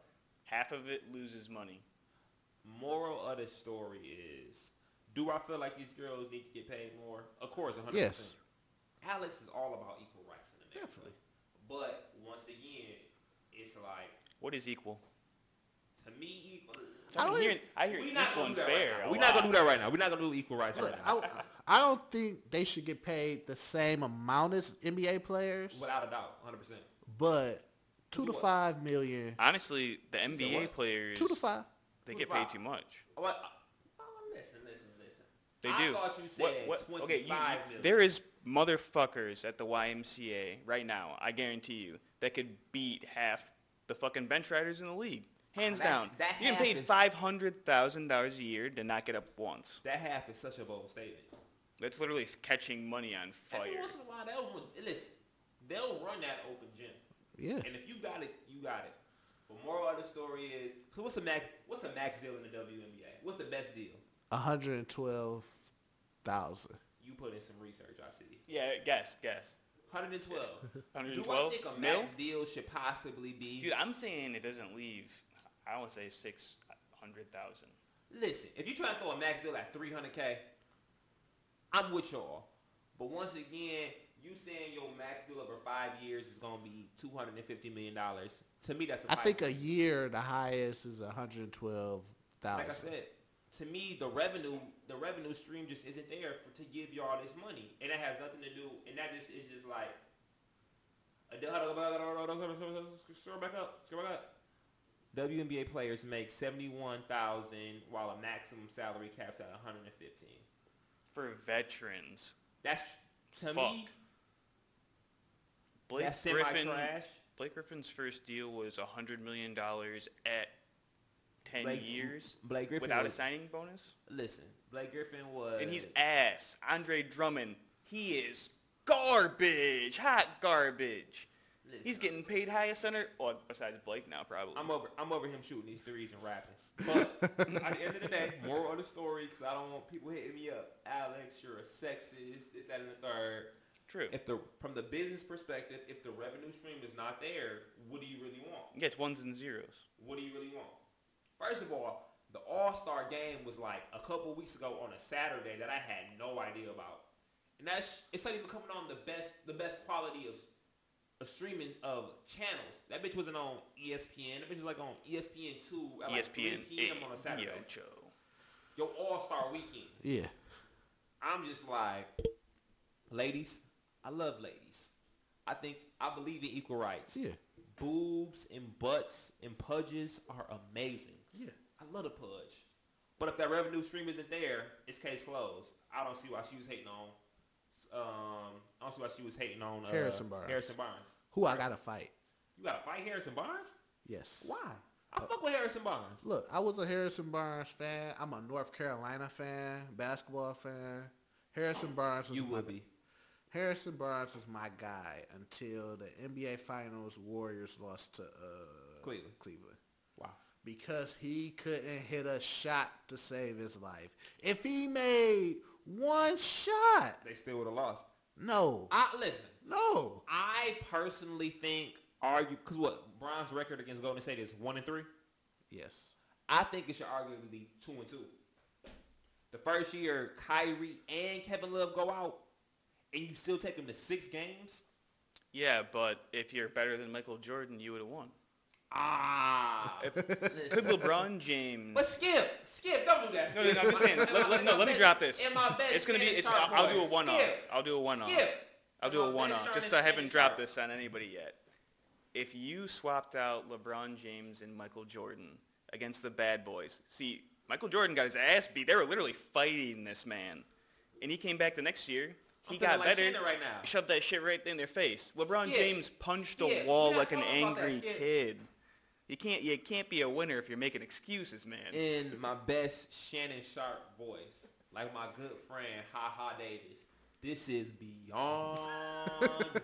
C: Half of it loses money.
B: Moral of the story is, do I feel like these girls need to get paid more? Of course, 100%.
A: Yes.
B: Alex is all about equal rights in America.
A: Definitely.
B: But once again, it's like,
C: What is equal?
B: to me, equal.
A: I
C: I,
A: don't
C: hear,
A: even-
C: I hear
B: We're
C: equal
B: not gonna
C: and
B: do that
C: fair.
B: right
C: a
B: now. We're not gonna
C: lot.
B: do that right now. We're not gonna do equal rights
A: Look,
B: right now.
A: I, I don't think they should get paid the same amount as NBA players,
B: Without a doubt, 100. percent
A: but two
B: Do
A: to
B: what?
A: five million,
C: Honestly, the NBA
B: what?
C: players,
A: two to five.
C: they
B: Two
C: get
B: to
C: paid
B: five.
C: too much.
B: Oh, I, oh, listen, listen, listen.
C: They
B: I
C: do.
B: thought you said
C: what, what, okay, you-
B: 25
C: you-
B: million.
C: There is motherfuckers at the YMCA right now, I guarantee you, that could beat half the fucking bench riders in the league. Hands
B: That-
C: down.
B: that
C: You're getting paid
B: half
C: $500,000 a year to not get up once.
B: That half is such a bold statement.
C: That's literally catching money on
B: Every
C: fire.
B: once in a while, they'll run, listen. They'll run that open gym,
A: Yeah,
B: and if you got it, you got it. But moral of the story is, so what's the max? What's the max deal in the WNBA? What's the best deal?
A: one hundred and twelve thousand.
B: You put in some research, I see.
C: Yeah, guess, guess.
B: 112.
C: (laughs)
B: Do I
C: 112
B: think a
C: mil?
B: max deal should possibly be?
C: Dude, I'm saying it doesn't leave, I would say 600,000.
B: Listen, if you try to throw a max deal at 300K, I'm with y'all. But once again, you saying your max deal over five years is going to be $250 million. To me, that's a
A: I
B: five-
A: think a year the highest is one hundred twelve
B: Like I
A: thousand.
B: said, to me, the revenue the revenue stream just isn't there for, to give y'all this money. And that has nothing to do, and that just is just like, scroll back up, scroll back up. WNBA players make 71000 while a maximum salary caps at 115
C: For veterans.
B: That's to me.
C: Blake
B: that's semi
C: Griffin,
B: trash.
C: Blake Griffin's first deal was $100 million at 10
B: Blake-
C: years
B: Blake Griffin
C: without a
B: was, Uh,
C: signing bonus.
B: Listen, Blake Griffin was.
C: and he's ass. Andre Drummond, he is garbage. Hot garbage.
B: listen,
C: He's getting paid highest under, well, besides Blake now probably.
B: I'm over. I'm over him shooting these threes and rapping. But at the end of the day, moral of the story, because I don't want people hitting me up. Alex, you're a sexist. This, that, and the third.
C: True.
B: If the from the business perspective, if the revenue stream is not there, what do you really want?
C: Yeah, it's ones and zeros.
B: What do you really want? First of all, the All Star game was like a couple weeks ago on a Saturday that I had no idea about, and that's it's not even coming on the best the best quality of of streaming of channels. That bitch wasn't on E ESPN. That bitch was like on E ESPN two at like 3
C: ESPN.
B: p.m. on a Saturday.
C: Yo, eh, Joe.
B: Your All Star weekend.
A: Yeah,
B: I'm just like, ladies, I love ladies. I think I believe in equal rights.
A: yeah,
B: Boobs and butts and pudges are amazing.
A: yeah.
B: I love the pudge. But if that revenue stream isn't there, it's case closed. I don't see why she was hating on. Um, I don't see why she was hating on uh,
A: Harrison Barnes.
B: Harrison Barnes.
A: Who I gotta fight?
B: You gotta fight Harrison Barnes?
A: Yes.
B: Why? I
A: Uh,
B: fuck with Harrison Barnes.
A: Look, I was a Harrison Barnes fan. I'm a North Carolina fan, basketball fan. Harrison Barnes was
B: You
A: my
B: would be.
A: Harrison Barnes was my guy until the NBA Finals Warriors lost to uh,
B: Cleveland.
A: Cleveland
B: Wow.
A: because he couldn't hit a shot to save his life. If he made one shot,
B: They still would have lost.
A: No.
B: I listen.
A: No.
B: I personally think argue because what Bron's record against Golden State is one and three.
A: Yes.
B: I think it should arguably two and two. The first year Kyrie and Kevin Love go out, and you still take them to six games.
C: Yeah, but if you're better than Michael Jordan, you would have won. (laughs)
B: Ah,
C: Could LeBron James?
B: (laughs) but skip, skip, don't do that.
C: No, no, no, I'm just saying.
B: In my-
C: Let, let- no,
B: in my
C: let me
B: best-
C: drop this.
B: in my best
C: It's gonna be.
B: Shannon
C: It's.
B: Sharp
C: I'll, I'll do a
B: voice.
C: one off.
B: Skip.
C: I'll do a one off.
B: Skip.
C: I'll do
B: My
C: a
B: best
C: one off.
B: Shannon
C: Just so I haven't
B: Sharp.
C: dropped this on anybody yet. If you swapped out LeBron James and Michael Jordan against the Bad Boys, see, Michael Jordan got his ass beat. They were literally fighting this man, and he came back the next year. He
B: I'm feeling
C: got
B: like
C: better.
B: Shannon right now.
C: Shoved that shit right in their face. LeBron
B: Skip.
C: James punched
B: Skip.
C: a wall
B: Yes,
C: like an
B: I'm about that.
C: angry
B: Skip.
C: kid. You can't. You can't be a winner if you're making excuses, man.
B: in my best Shannon Sharp voice, like my good friend Ha Ha Davis. This is
C: (laughs)
B: beyond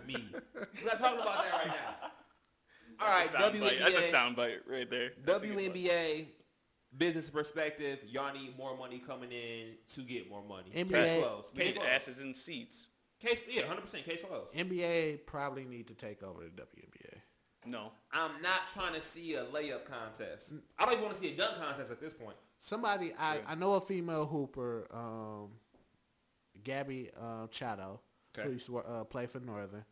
B: me. We're not talking about that right now. All right,
C: That's a soundbite. That's a
B: WNBA,
C: soundbite right there. That's a good one.
B: WNBA business perspective. Y'all need more money coming in to get more money.
A: NBA
B: Case closed. Case
C: Get
B: closed.
C: asses in seats.
B: Case, yeah, 100%. Case closed.
A: NBA probably need to take over the WNBA.
C: No.
B: I'm not trying to see a layup contest. I don't even want to see a dunk contest at this point.
A: Somebody I,
C: Yeah.
A: I know a female hooper, um, Gabby uh, Chato,
B: Okay.
A: who used to wor- uh, play for Northern,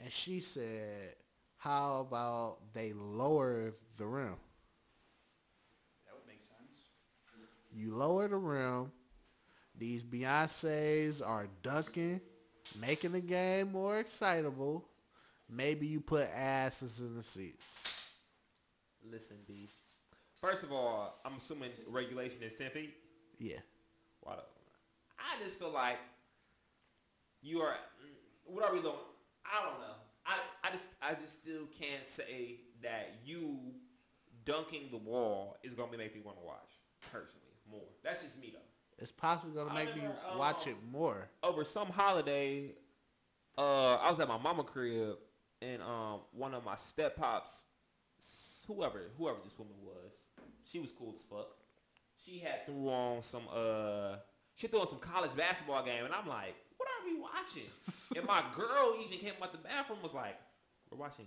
A: and she said, "How about they lower the rim?
C: That would make sense.
A: You lower the rim. These Beyonces are dunking, making the game more excitable. Maybe you put asses in the seats.
B: Listen, B. First of all, I'm assuming regulation is 10 feet.
A: Yeah,
B: Why don't- I just feel like you are. mm, What are we doing? I don't know. I, I just I just still can't say that you dunking the wall is gonna make me want to watch personally more. That's just me though.
A: it's possibly gonna
B: I
A: make me
B: remember, um,
A: watch it more.
B: Over some holiday, uh, I was at my mama crib and um one of my step pops, s- whoever whoever this woman was, she was cool as fuck. She had threw on some uh she threw on some college basketball game and I'm like, what are we watching? and my girl even came out the bathroom was like, we're watching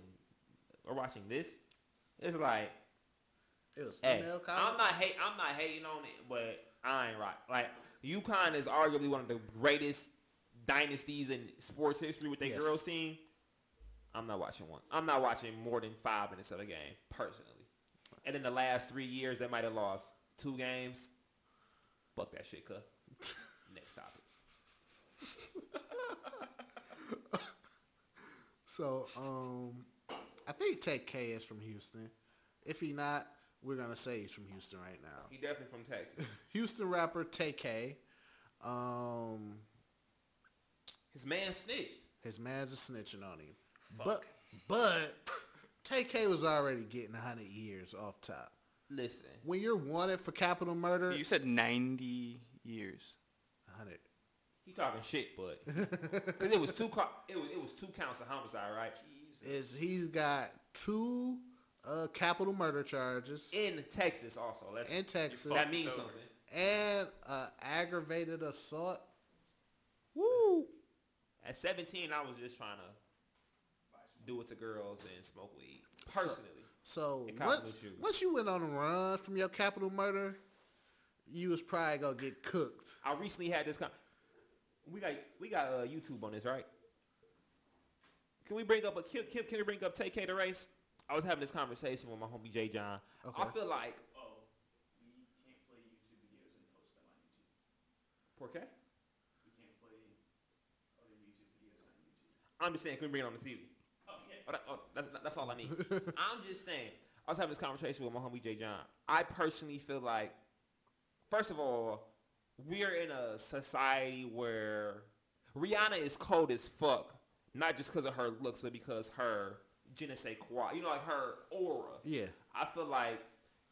B: we're watching this. It's like,
A: It was
B: hey,
A: female
B: I'm
A: college.
B: not hate I'm not hating on it, but I ain't right. Like UConn is arguably one of the greatest dynasties in sports history with their
A: Yes.
B: girls team. I'm not watching one. I'm not watching more than five minutes of a game personally. And in the last three years, they might have lost two games. Fuck that shit,
A: (laughs)
B: cuz. Next topic.
A: So, um, I think Tech K is from Houston. If he not, we're gonna say he's from Houston right now.
B: He definitely from Texas.
A: Houston rapper Tay K. Um,
B: His man snitched.
A: his man's are snitching on him, but but Tay K was already getting hundred years off top.
B: Listen,
A: When you're wanted for capital murder,
C: You said 90 years.
A: hundred.
B: he talking
A: (laughs)
B: shit, but because it was two co- it was it was two counts of homicide, right?
A: Is he's got two uh, capital murder charges
B: In Texas, also. That's,
A: in Texas
B: that means
C: It's over.
B: something.
A: and uh, aggravated assault.
B: Woo! At 17, I was just trying to do it to girls and smoke weed personally.
A: So
B: It
A: once
B: compliments you.
A: once you went on a run from your capital murder, you was probably gonna get cooked.
B: I recently had this. Con- we got we got uh, YouTube on this, right? Can we bring up a can, can, can we bring up Take K the race? I was having this conversation with my homie Jay John. I
A: Okay.
B: feel like Por qué? I'm just saying, can we bring it on the TV? Oh, that- oh, that- that's all I need. I'm just saying. I was having this conversation with my homie Jay John. I personally feel like, first of all, we're in a society where Rihanna is cold as fuck, not just because of her looks, but because her je ne sais quoi, you know, like her aura.
A: Yeah.
B: I feel like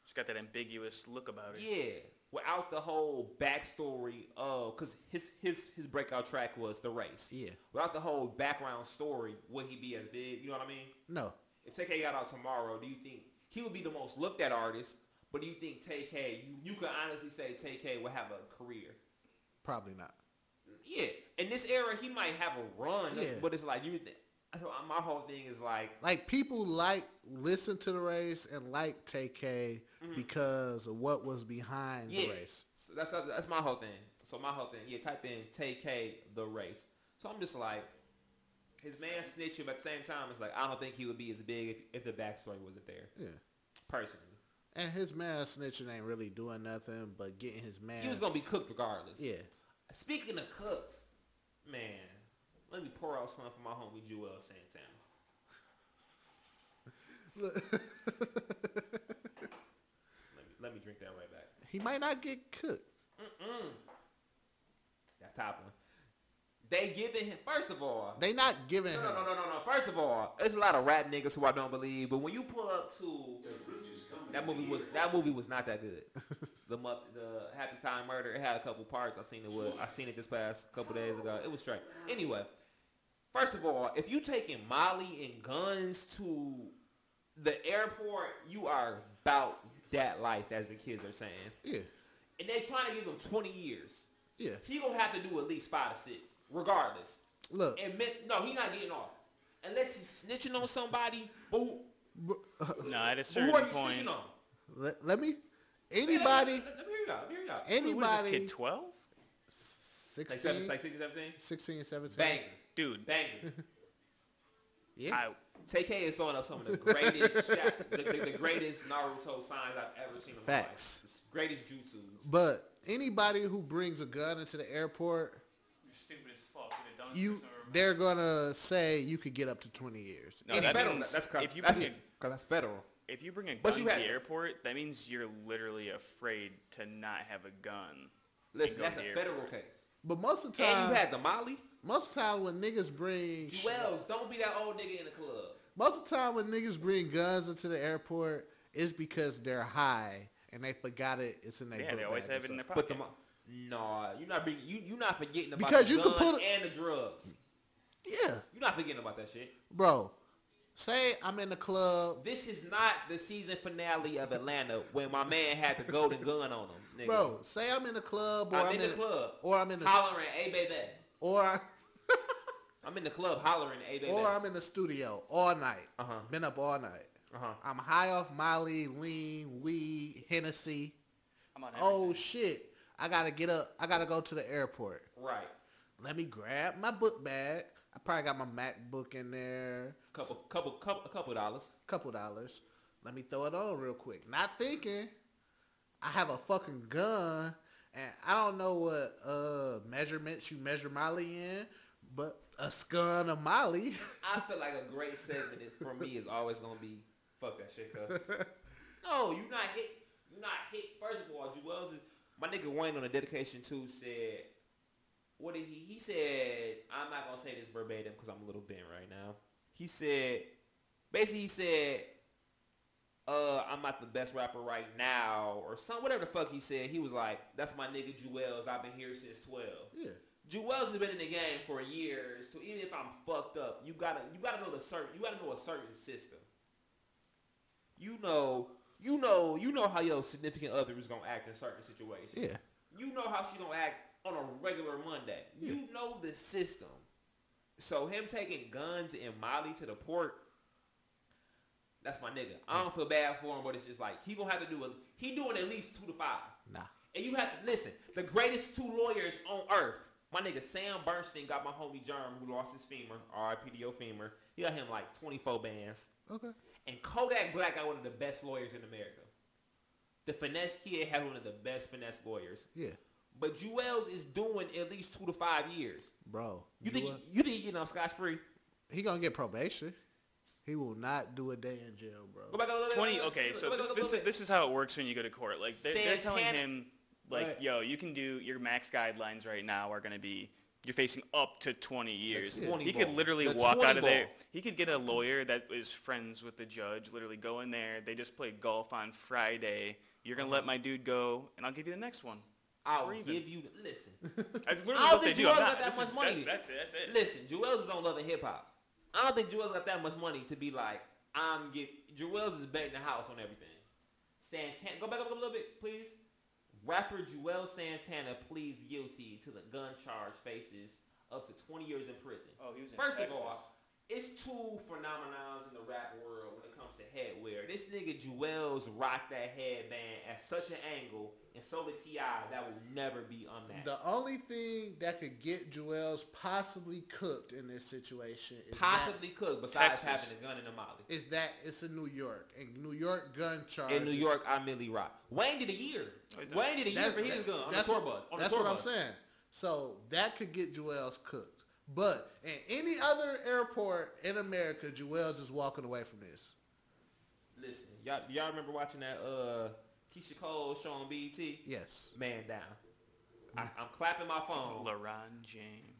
C: She's got that ambiguous look about her.
B: yeah, without the whole backstory of because his his his breakout track was the race.
A: Yeah.
B: Without the whole background story, would he be as big? You know what I mean?
A: No.
B: If Tay K got out tomorrow, do you think he would be the most looked at artist? But do you think Tay K, you you could honestly say Tay K would have a career?
A: Probably not.
B: Yeah, in this era, he might have a run,
A: Yeah.
B: but it's like you. Th- I don't- my whole thing is like,
A: Like people like listen to the race and like TK because of what was behind
B: Mm-hmm. yeah,
A: the race.
B: So that's that's my whole thing. So my whole thing, yeah. Type in TK the race. So I'm just like, his man snitching, but at the same time, it's like I don't think he would be as big if, if the backstory wasn't there.
A: Yeah.
B: Personally,
A: And his man snitching ain't really doing nothing but getting his man.
B: he was gonna be cooked regardless.
A: Yeah. (laughs)
B: Speaking of cooks, man, let me pour out some for my homie Joel Santana. let me let me drink that right back.
A: He might not get cooked.
B: That top one. They giving him first of all.
A: They not giving
B: No,
A: him.
B: no, no, no, no, no. First of all, there's a lot of rap niggas who I don't believe, but when you pull up to that movie was that movie was not that good. the mu- the Happy Time Murder it had a couple parts. I seen it was I seen it this past couple days ago. It was straight. Anyway, first of all, if you taking Molly and guns to the airport, you are about that life as the kids are saying,
A: Yeah.
B: and they trying to give him 20 years.
A: Yeah.
B: He gonna have to do at least five to six, regardless.
A: Look.
B: Admit, no, he not getting off unless he's snitching on somebody. But who,
C: Nah, at a
B: but
C: certain
B: who are you
C: point.
B: snitching on?
A: (laughs) Let, let me. Anybody.
B: Let, let, let me hear you out. Let me hear you out.
C: Dude, what is this
A: Anybody.
C: kid? Twelve?
B: Like
A: 16,
B: seven, like six, seventeen.
A: 16 and 17.
B: Banger,
C: Dude,
B: banger.
A: Yeah.
C: I,
B: TK is throwing up some of the greatest, (laughs) sha- the, the, the greatest Naruto signs I've ever seen in my life.
A: Facts.
B: The s- greatest jutsus.
A: But anybody who brings a gun into the airport,
C: You're stupid as fuck.
A: you they're gonna say you could get up to 20 years.
C: No,
B: It's
C: that
B: federal.
C: means
B: that's cause,
C: if you
B: that's,
C: bring
B: it, 'cause that's federal.
C: If you bring a
B: But
C: gun to
B: you
C: the
B: had-
C: airport, that means you're literally afraid to not have a gun.
B: Listen,
C: go
B: that's
C: to the
B: a
C: airport.
B: federal case.
A: But most of the
B: And
A: time,
B: you had the Molly.
A: most of the time when niggas bring,
B: Wells, don't be that old nigga in the club.
A: most of the time when niggas bring guns into the airport, it's because they're high and they forgot it. It's in their
C: Yeah,
A: book
C: they always
A: bag or
C: have it in their
A: something.
B: But
C: pocket.
B: the mo- nah, you're not being, you you not forgetting about
A: Because
B: the
A: you
B: gun
A: can put a-
B: and the drugs.
A: Yeah,
B: You're not forgetting about that shit.
A: bro. Say I'm in the club,
B: This is not the season finale of Atlanta when my man had the golden gun on him, nigga.
A: bro. Say I'm in the club or
B: I'm
A: I'm,
B: in the club.
A: or I'm in the
B: hollering, "Hey baby,"
A: or I-
B: I'm in the club hollering, "Hey baby."
A: or I'm in the studio all night.
B: Uh-huh.
A: Been up all night.
B: Uh-huh.
A: I'm high off Molly, lean, weed, Hennessy.
C: I'm on
A: Oh
C: everything.
A: shit! I gotta get up. I gotta go to the airport.
B: Right.
A: Let me grab my book bag. I probably got my MacBook in there.
B: Couple, couple, couple, a couple dollars.
A: couple dollars. Let me throw it on real quick. Not thinking I have a fucking gun and I don't know what uh measurements you measure Molly in, but a scun of Molly. (laughs)
B: (laughs) I feel like a great segment is, for me is always gonna be fuck that shit. Cause no, you not hit. You not hit. First of all, Jewels is my nigga Wayne on the dedication too said. What did he? He said I'm not gonna say this verbatim because I'm a little bent right now. He said basically he said. Uh, I'm not the best rapper right now, or some whatever the fuck he said. He was like, "That's my nigga Jewels. I've been here since 12."
A: yeah.
B: Jewels has been in the game for years, so even if I'm fucked up, you gotta you gotta know the certain you gotta know a certain system. You know you know you know how your significant other is gonna act in certain situations.
A: Yeah.
B: You know how she gonna act on a regular Monday. You know the system. So him taking guns and Molly to the port, that's my nigga. I don't feel bad for him, but it's just like he gonna have to do a, he doing at least two to five.
A: Nah.
B: And you have to listen. The greatest two lawyers on earth. My nigga Sam Bernstein got my homie Germ who lost his femur, R.I.P. to your femur. He got him like 24 bands.
A: Okay.
B: And Kodak Black got one of the best lawyers in America. The finesse kid had one of the best finesse lawyers.
A: Yeah.
B: But Jewels is doing at least two to five years.
A: Bro.
B: You think
A: are-
B: you think he getting off scotch free?
A: he gonna get probation. He will not do a day in jail,
B: Go
A: bro.
B: back a little bit.
C: Twenty.
B: go back a
C: Okay,
B: little
C: so
B: bit,
C: this
B: go back a
C: this
B: little
C: is, this is how it works when you go to court. Like they're, they're telling
B: Santana-
C: him, like,
B: Right.
C: yo, you can do your max guidelines right now are going to be you're facing up to 20 years.
B: 20
C: he
B: ball.
C: could literally
B: The
C: walk
B: 20
C: out of there.
B: ball.
C: He could get a lawyer that is friends with the judge. Literally go in there. They just played golf on Friday. You're going to
B: Uh-huh.
C: let my dude go, and I'll give you the next
B: (laughs)
C: one.
B: I'll
C: or even.
B: give you listen.
C: That's literally
B: I don't
C: what they
B: think
C: do. I'm
B: Jewels
C: not.
B: got that
C: this
B: much
C: is-
B: money.
C: That's, that's it. That's it.
B: Listen, Jewels is on Love and Hip Hop. I don't think Jewels got that much money to be like, I'm get Jewels is betting the house on everything. Santana, go back up a little bit, please. Rapper Jewel Santana pleads guilty to the gun charge faces up to 20 years in prison.
C: Oh, he was in
B: First of
C: Texas.
B: all, it's two phenomenons in the rap world when it comes to headwear. This nigga Jewels rocked that headband at such an angle, and so did T.I. That will never be unmatched.
A: The only thing that could get Joel's possibly cooked in this situation is
B: Possibly cooked, besides
C: Texas.
B: having a gun in the molly.
A: that, is that it's in New York and New York gun charges.
B: In New York, I merely rock. Wayne did a year.
C: Oh, he done.
B: Wayne did a year
A: That's-
B: for his
A: that-
B: gun on the
A: that's
B: tour
A: what-
B: bus. On
A: that's
B: the tour
A: what
B: bus.
A: I'm saying. So that could get Joel's cooked. But in any other airport in America, Joel's is walking away from this.
B: Listen, y'all, y'all remember watching that uh, Keisha Cole show on BET?
A: Yes. (laughs)
B: Man down. I, I'm clapping my phone.
C: LaRon James.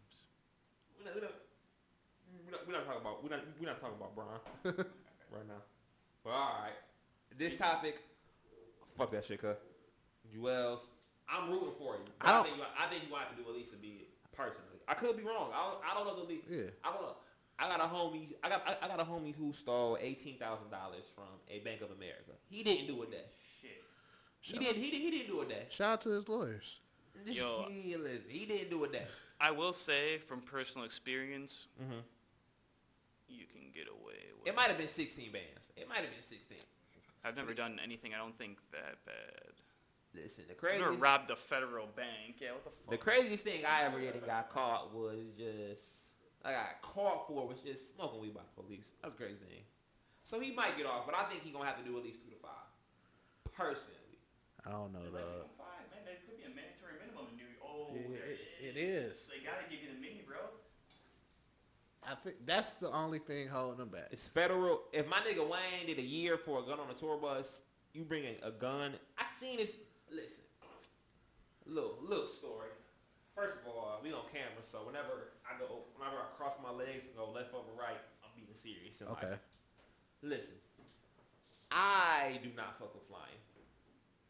B: We're not, we're not, we're not, we're not talking about we're not, we're not talking about Bron right now. But all right, this topic, fuck that shit, cuz. Jewels, I'm rooting for you. but
A: I
B: I,
A: don't-
B: think you. I think you gonna have to do at least a bid personally. I could be wrong. I don't, I don't know the league.
A: Yeah.
B: I don't know. I got a homie. I got I, I got a homie who stole eighteen thousand dollars from a Bank of America. He didn't do it that.
C: Shit.
B: He didn't. He, didn't- he didn't do it that.
A: Shout out to his lawyers.
C: Yo.
B: (laughs) he, listen, he didn't do it that.
C: I will say from personal experience,
B: Mm-hmm.
C: you can get away with
B: It might have been sixteen bands. It might have been sixteen.
C: I've never done anything I don't think that bad.
B: Listen, the
C: I've never
B: craziest
C: robbed a federal bank. Yeah, what the fuck?
B: The craziest thing I ever did and got caught was just I got caught for was just smoking weed by the police. That's the craziest thing. So he might get off, but I think he gonna have to do at least two to five. Personally,
A: I don't know
C: It might
A: though.
C: be five, man. That could be a mandatory minimum in New York. Oh,
A: It-
C: there
A: it- it is.
C: They gotta give you the mini, bro.
A: I think that's the only thing holding him back.
B: it's federal. If my nigga Wayne did a year for a gun on a tour bus, you bring a, a gun. I seen this. Listen, little little story. First of all, we on camera, so whenever I go, whenever I cross my legs and go left over right, I'm being serious. in life.
A: Okay.
B: Listen, I do not fuck with flying.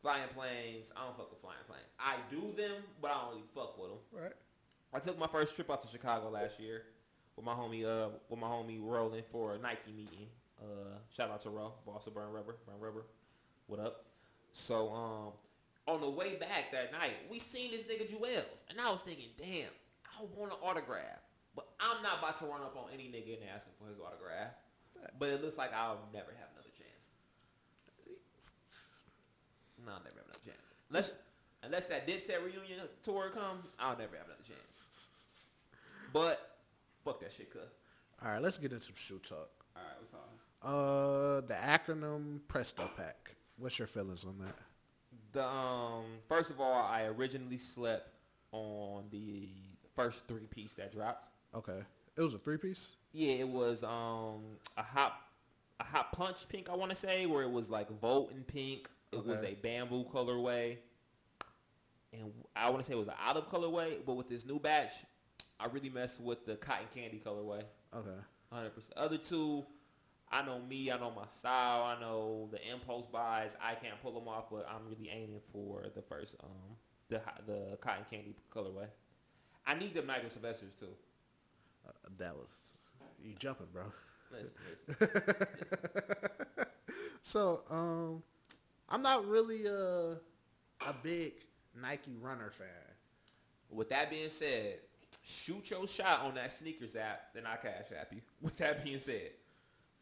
B: Flying planes, I don't fuck with flying planes. I do them, but I don't really fuck with them.
A: Right.
B: I took my first trip out to Chicago last year with my homie, uh, with my homie Roland for a Nike meeting. Uh, shout out to Ro, but also Burn Rubber, Burn Rubber. What up? So, um, on the way back that night, we seen this nigga Jewels, and I was thinking, damn, I want an autograph, but I'm not about to run up on any nigga and ask him for his autograph. But it looks like I'll never have another chance. No, I'll never have another chance. Unless, unless that Dipset reunion tour comes, I'll never have another chance. But fuck that shit, cuz.
A: All right. Let's get into some shoe talk.
B: All right, what's up?
A: Uh, the acronym Presto Pack. What's your feelings on that?
B: The um, first of all, I originally slept on the first three piece that dropped.
A: Okay. It was a three piece.
B: Yeah, it was um a hot a hot punch pink, I want to say, where it was like Volt and pink. It was
A: Okay.
B: a bamboo colorway, and I want to say it was an olive colorway. But with this new batch, I really messed with the cotton candy colorway,
A: Okay.
B: 100. percent Other two, I know me, I know my style, I know the impulse buys. I can't pull them off, but I'm really aiming for the first um the hi- the cotton candy colorway. I need the Michael Sylvester's too.
A: Uh, that was you jumping, bro.
B: Listen, listen.
A: (laughs) So, um, I'm not really a a big Nike runner fan.
B: With that being said, shoot your shot on that sneakers app, then I cash app you. (laughs) With that being said,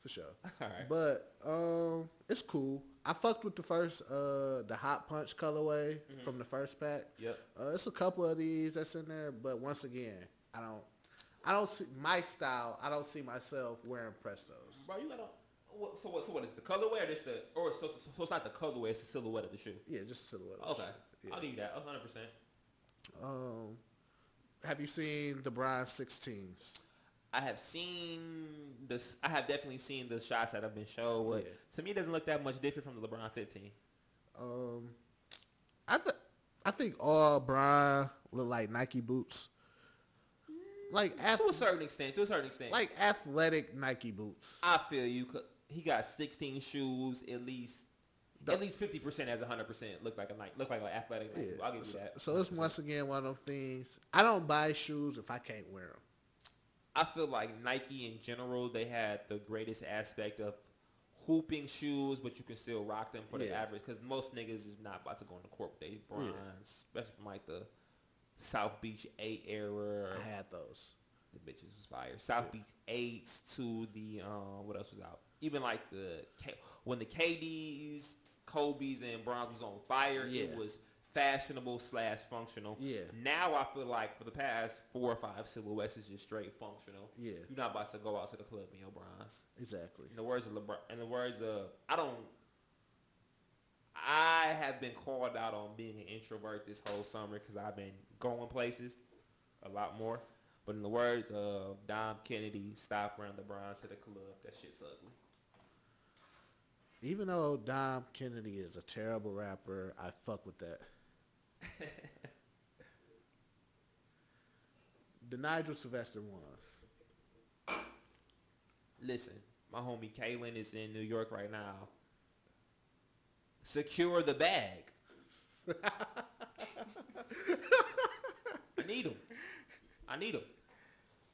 A: For sure.
B: all right.
A: But um, it's cool. I fucked with the first, uh, the hot punch colorway from the first pack.
B: Yep.
A: Uh, it's a couple of these that's in there, but once again, I don't, I don't see my style. I don't see myself wearing Prestos.
B: Bro, you got a what, so what? So what is the colorway or just the or so, so, so it's not the colorway, it's the silhouette of the shoe.
A: Yeah, just silhouette.
B: Oh, Okay,
A: Yeah.
B: I'll give you that. hundred percent.
A: Um, have you seen the Bronze 16s?
B: I have seen this. I have definitely seen the shots that have been shown. but
A: Yeah.
B: To me, it doesn't look that much different from the LeBron 15.
A: Um, I th- I think all Bron look like Nike boots, like ath-
B: To a certain extent. To a certain extent.
A: like athletic Nike boots.
B: I feel you. 'cause He got 16 shoes at least.
A: The-
B: at least 50 percent as 100 percent look like a night look like an athletic.
A: Yeah.
B: Nike. I'll give you
A: so,
B: that.
A: so it's
B: 100%.
A: once again one of them things. I don't buy shoes if I can't wear them.
B: I feel like Nike in general they had the greatest aspect of hooping shoes, but you can still rock them for the
A: Yeah.
B: average because most niggas is not about to go on the court with they bronze, especially from like the South Beach 8 era.
A: I had those.
B: The bitches was fire. South Beach 8 to the, um, what else was out? Even like the, K- when the KDs, Kobe's, and Bronze was on fire,
A: Yeah.
B: it was fashionable slash functional.
A: Yeah.
B: Now I feel like for the past four or five silhouettes is just straight functional.
A: Yeah,
B: You're not about to go out to the club in your bronze.
A: exactly.
B: In the words of LeBron, in the words of, I don't, I have been called out on being an introvert this whole summer because I've been going places a lot more. But in the words of Dom Kennedy, stop running LeBron to the club. That shit's ugly.
A: Even though Dom Kennedy is a terrible rapper, I fuck with that. (laughs) the Nigel Sylvester ones.
B: Listen, my homie Kalen is in New York right now. Secure the bag. I need him. I need him.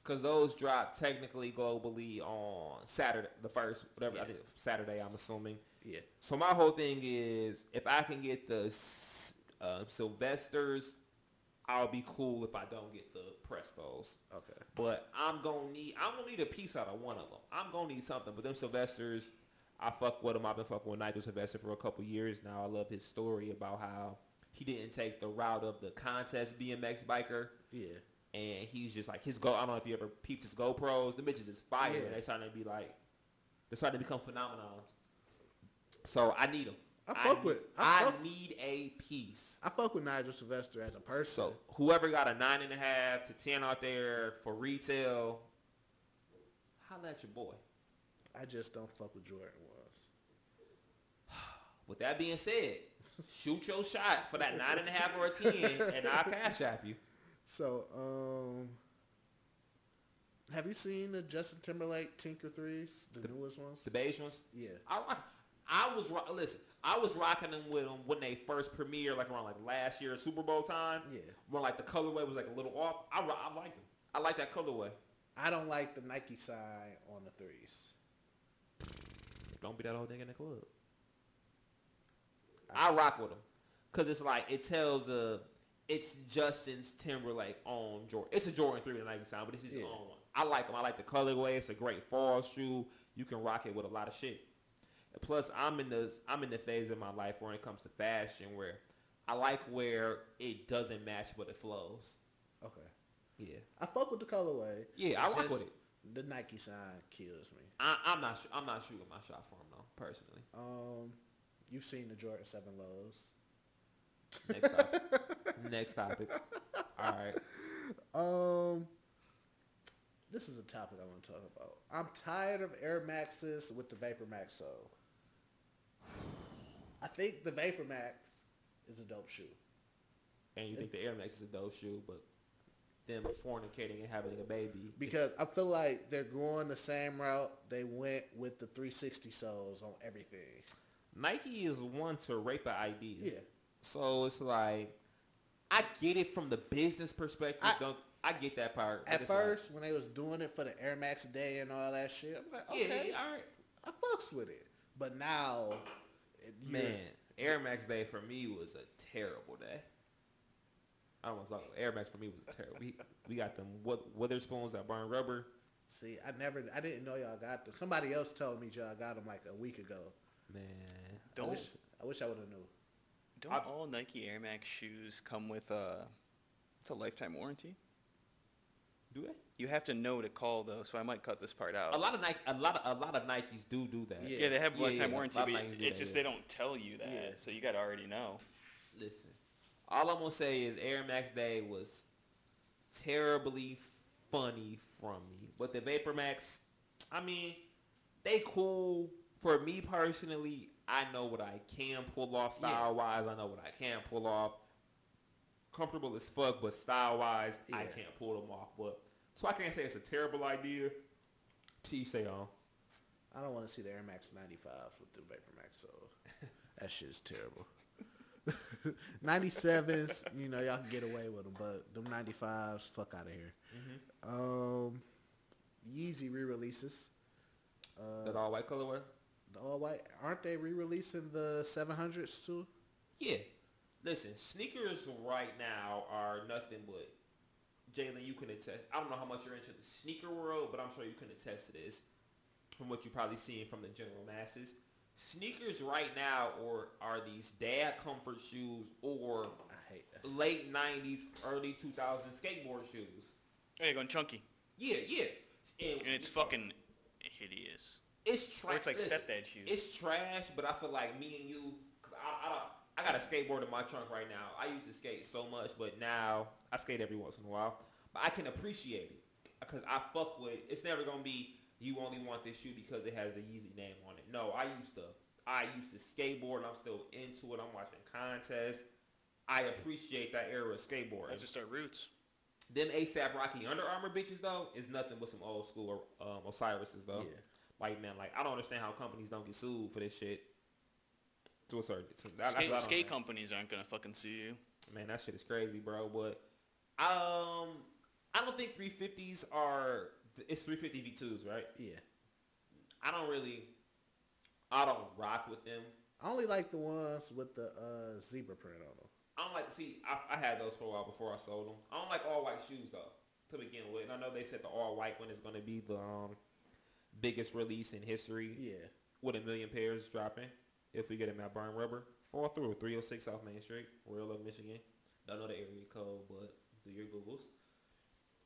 B: Cause those drop technically globally on Saturday, the first, whatever I think Saturday. I'm assuming.
A: Yeah.
B: So my whole thing is, if I can get the S- uh, Sylvester's, I'll be cool. If I don't get the Prestos,
A: Okay.
B: but I'm gonna need I'm gonna need a piece out of one of them. I'm gonna need something. But them Sylvester's, I fuck with him. I've been fucking with Nigel Sylvester for a couple years now. I love his story about how he didn't take the route of the contest BMX biker,
A: Yeah.
B: and he's just like his go. I don't know if you ever peeped his GoPros. The bitches is fire.
A: Yeah.
B: They trying to be like, they're starting to become phenomenons. So I need them.
A: I fuck with- I
B: I,
A: fuck-
B: need a piece.
A: I fuck with Nigel Sylvester as a person.
B: So whoever got a nine and a half to ten out there for retail, holla at your boy.
A: I just don't fuck with Jordan ones.
B: With that being said, shoot your shot for that nine and a half or a ten, and I'll cash app you.
A: So, um, have you seen the Justin Timberlake Tinker threes, the, newest ones?
B: The beige ones.
A: yeah,
B: I rock, I was rock, listen. I was rocking them with them when they first premiered, like around like last year Super Bowl time.
A: yeah.
B: When like the colorway was like a little off. I ro- I liked them. I like that colorway.
A: I don't like the Nike side on the threes.
B: Don't be that old nigga in the club. I rock with him because it's like it tells uh it's Justin's Timberlake on Jordan. It's a Jordan three with a Nike sign, but it's his
A: Yeah.
B: own one. I like him. I like the colorway. It's a great fall shoe. You can rock it with a lot of shit. Plus, I'm in this I'm in the phase of my life where it comes to fashion where I like where it doesn't match but it flows.
A: Okay,
B: Yeah,
A: I fuck with the colorway.
B: yeah, I
A: It's
B: rock with
A: just
B: it.
A: The Nike sign kills me.
B: I, I'm not sh- I'm not shooting my shot for him though personally.
A: Um, you've seen the Jordan Seven Lows.
B: Next topic. Next topic. All right.
A: Um, this is a topic I want to talk about. I'm tired of Air Maxes with the Vapor Max sole. I think the Vapor Max is a dope shoe.
B: and you think the Air Max is a dope shoe, but them fornicating and having a baby.
A: because I feel like they're going the same route they went with the 360 soles on everything.
B: Nike is one to rape an idea.
A: Yeah,
B: So it's like, I get it from the business perspective.
A: I-
B: don't I get that part? but
A: at
B: it's like,
A: first when they was doing it for the Air Max Day and all that shit, I'm like,
B: yeah,
A: okay,
B: yeah, all right,
A: I fucks with it. But now, it- you're-
B: man. Air Max Day for me was a terrible day. I don't want to talk. About Air Max for me was terrible. we, we got them what Witherspoons that burn rubber.
A: see, I never, I didn't know y'all got them. Somebody else told me y'all got them like a week ago.
B: Man,
A: I
C: Don't
A: wish, I wish I would have knew.
C: don't
B: I-
C: all Nike Air Max shoes come with a it's a lifetime warranty?
B: do it.
C: You have to know to call though, so I might cut this part out.
B: A lot of Nike, a lot of a lot of Nikes do do that.
A: Yeah.
C: yeah, they have
B: Yeah,
C: lifetime
B: yeah,
C: warranty,
B: a lot of
C: but
B: Nikes do
C: it's
B: that,
C: just
B: yeah.
C: they don't tell you that,
A: Yeah.
C: so you got to already know.
B: Listen, all I'm gonna say is Air Max Day was terribly funny from me, but the Vapor Max, I mean, they cool. For me personally, I know what I can pull off
A: Yeah.
B: style wise. I know what I can pull off. Comfortable as fuck, but style wise, I
A: Yeah.
B: can't pull them off. But so I can't say it's a terrible idea. T say on.
A: I don't want to see the Air Max 95s with the Vapor Max
B: (laughs)
A: sole. that shit is terrible. (laughs) 97s, you know, y'all can get away with them, but them 95s, fuck out of here.
B: Mm-hmm.
A: Um, Yeezy re-releases. Uh,
B: that all white colorway.
A: the all white, aren't they re-releasing the 700s too?
B: Yeah. Listen, sneakers right now are nothing but. Jalen, you can attest. I don't know how much you're into the sneaker world, but I'm sure you can attest to this from what you're probably seeing from the general masses. Sneakers right now or are these dad comfort shoes or
A: I hate that.
B: late 90s, early 2000s skateboard shoes.
C: Hey, going chunky,
B: Yeah, yeah. And,
C: and it's fucking hideous.
B: it's trash.
C: Or it's like
B: Listen,
C: stepdad shoes.
B: It's trash, but I feel like me and you, cause I, I, don't- I got a skateboard in my trunk right now. I used to skate so much, but now I skate every once in a while. But I can appreciate it, cause I fuck with. It's never gonna be you only want this shoe because it has the Yeezy name on it. No, I used to, I used to skateboard, and I'm still into it. I'm watching contests. I appreciate that era of skateboarding.
C: That's just our roots.
B: Them ASAP Rocky Under Armour bitches though is nothing but some old school um, Osiris's though.
A: Yeah.
B: Like man, like I don't understand how companies don't get sued for this shit. To a certain, to, that- that's what I
C: Skate,
B: don't
C: skate
B: understand.
C: companies aren't gonna fucking sue you.
B: Man, that shit is crazy, bro. But um, I don't think 350s are. It's 350 V2s, right?
A: Yeah.
B: I don't really. I don't rock with them.
A: I only like the ones with the uh, zebra print on them.
B: I don't like. See, I, I had those for a while before I sold them. I don't like all white shoes though to begin with, and I know they said the all white one is going to be the um, biggest release in history
A: Yeah.
B: with a million pairs dropping. If we get them at Burn Rubber, fall through 306 South Main Street, Royal Oak, Michigan. Don't know the area code, but do your googles.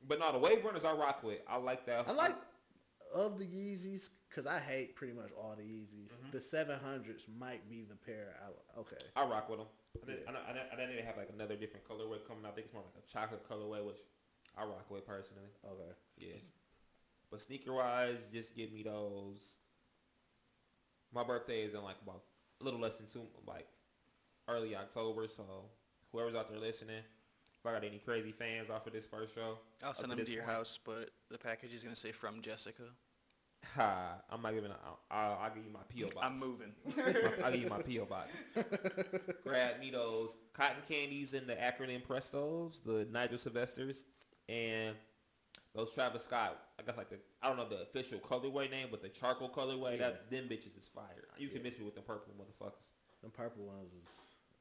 B: But no, the Wave Runners I rock with. I like that.
A: I like of the Yeezys because I hate pretty much all the Yeezys.
B: Mm-hmm.
A: The seven hundreds might be the pair. I, okay,
B: I rock with them. I think, I, know, I, know, I think they have like another different colorway coming out. I think it's more like a chocolate colorway, which I rock with personally.
A: okay.
B: Yeah. But sneaker wise, just give me those. My birthday is in like about a little less than two, like early October. So whoever's out there listening, if I got any crazy fans off of this first show, (laughs)
C: I'll
B: up
C: send them
B: this
C: to your
B: point-
C: house, but the package is gonna say from Jessica.
B: Ha! I'm not giving. a- I'll, I'll give you my PO box.
C: I'm moving.
B: (laughs) My- I'll give you my PO box.
A: (laughs)
B: Grab me those cotton candies and the acronym Prestos, the Nigel Sylvesters, and those Travis Scott. I guess like the I don't know the official colorway name, but the charcoal colorway. That them bitches is fire. You can miss me with the purple motherfuckers.
A: The purple ones is,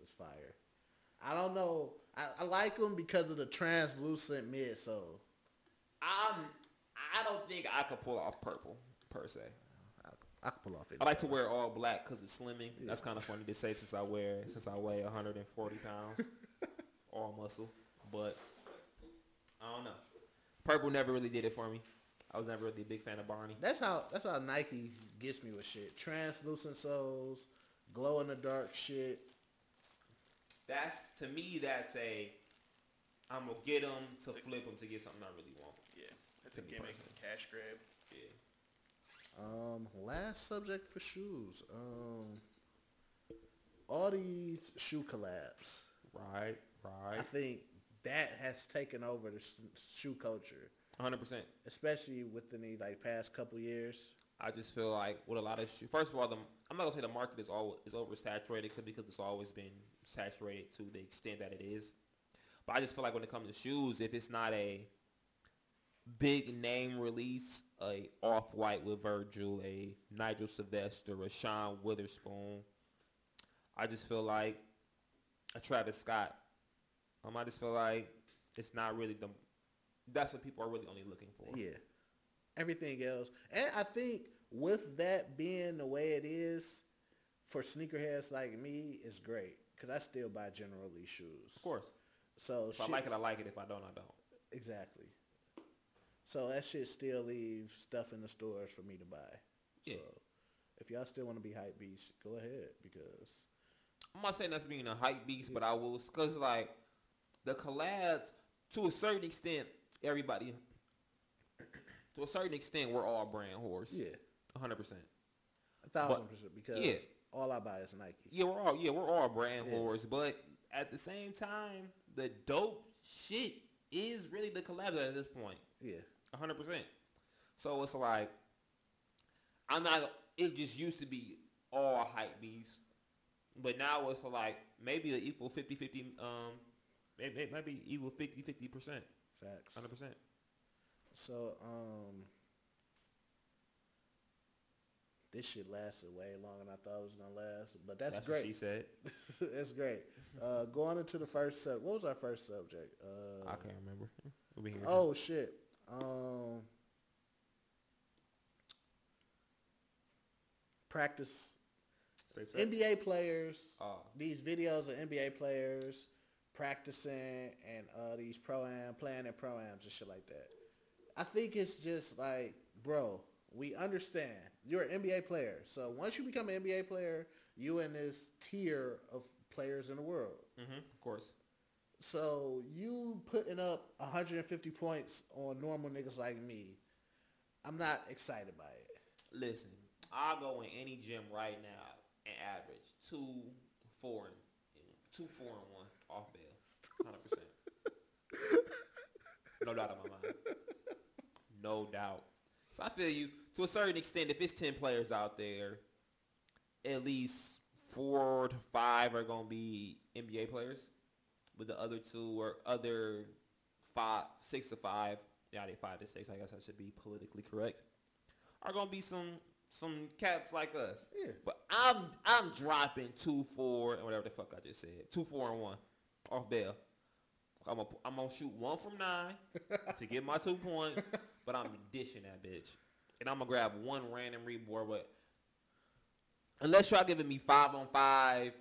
A: is fire. I don't know. I, I like them because of the translucent midsole.
B: I'm. I don't think I could pull off purple per se.
A: I, I can pull off it.
B: I like to wear all black because it's slimming. That's kind of funny to say since I wear since I weigh 140 (laughs) pounds, all muscle. But I don't know. Purple never really did it for me. I was never really a big fan of Barney.
A: That's how that's how Nike gets me with shit. Translucent soles, glow in the dark shit.
B: That's to me. That's a I'm gonna get them to flip them to get something I really want.
C: Yeah, that's
B: a gimmick,
C: cash grab.
B: Yeah.
A: Um, last subject for shoes. Um, all these shoe collabs.
B: Right.
A: I
B: Right.
A: think that has taken over the s- shoe culture,
B: 100. percent
A: especially within the like past couple years.
B: I just feel like with a lot of shoe. First of all, the, I'm not gonna say the market is all is oversaturated 'cause- because it's always been saturated to the extent that it is. But I just feel like when it comes to shoes, if it's not a big name release, a off white with Virgil, a Nigel Sylvester, a Sean Witherspoon, I just feel like a Travis Scott. Um, I just feel like it's not really the. That's what people are really only looking for.
A: Yeah, everything else, and I think with that being the way it is for sneakerheads like me, it's great because I still buy general release shoes.
B: Of course,
A: So
B: if I like it, I like it. If I don't, I don't.
A: exactly. So that shit still leaves stuff in the stores for me to buy.
B: Yeah.
A: So if y'all still want to be hype beast, go ahead because
B: I'm not saying that's being a hype beast, but I will, cause like the collabs to a certain extent, everybody to a certain extent, we're all brand horse.
A: yeah,
B: hundred percent.
A: a thousand percent because
B: yeah.
A: all I buy is Nike.
B: Yeah, we're all yeah, we're all brand
A: Yeah.
B: whores, but at the same time, the dope shit is really the collabs at this point.
A: Yeah.
B: A hundred percent. So it's like I'm not. It just used to be all hype beast, but now it's like maybe an equal 50-50, Um, it, it might be equal 50 percent,
A: Facts.
B: hundred percent.
A: So, um, This shit lasted way longer than I thought it was gonna last, but that's,
B: That's what she
A: great. (laughs)
B: said.
A: that's great. Uh, going into the first sub, what was our first subject? Uh,
B: I can't remember. (laughs) We'll be here.
A: Oh shit. Um, practice
B: Safe sex.
A: NBA players.
B: Oh,
A: These videos of NBA players practicing and uh, these pro am playing at pro ams and shit like that. I think it's just like, bro, we understand you're an NBA player. So once you become an NBA player, you in this tier of players in the world.
B: hmm of course.
A: So you putting up 150 points on normal niggas like me, I'm not excited by it.
B: Listen, I'll go in any gym right now and average two, four, and two, four, and one off bail. Hundred percent. No doubt in my mind. No doubt. So I feel you to a certain extent. If it's ten players out there, at least four to five are gonna be NBA players, with the other two or other five, six to five. Yeah, they five to six. I guess I should be politically correct. Are gonna be some some cats like us.
A: Yeah.
B: But I'm I'm dropping two four and whatever the fuck I just said. Two four and one off bail. I'm gonna I'm gonna shoot one from nine to get my two points, but I'm dishing that bitch, and I'm gonna grab one random reboard. But unless y'all giving me five on five,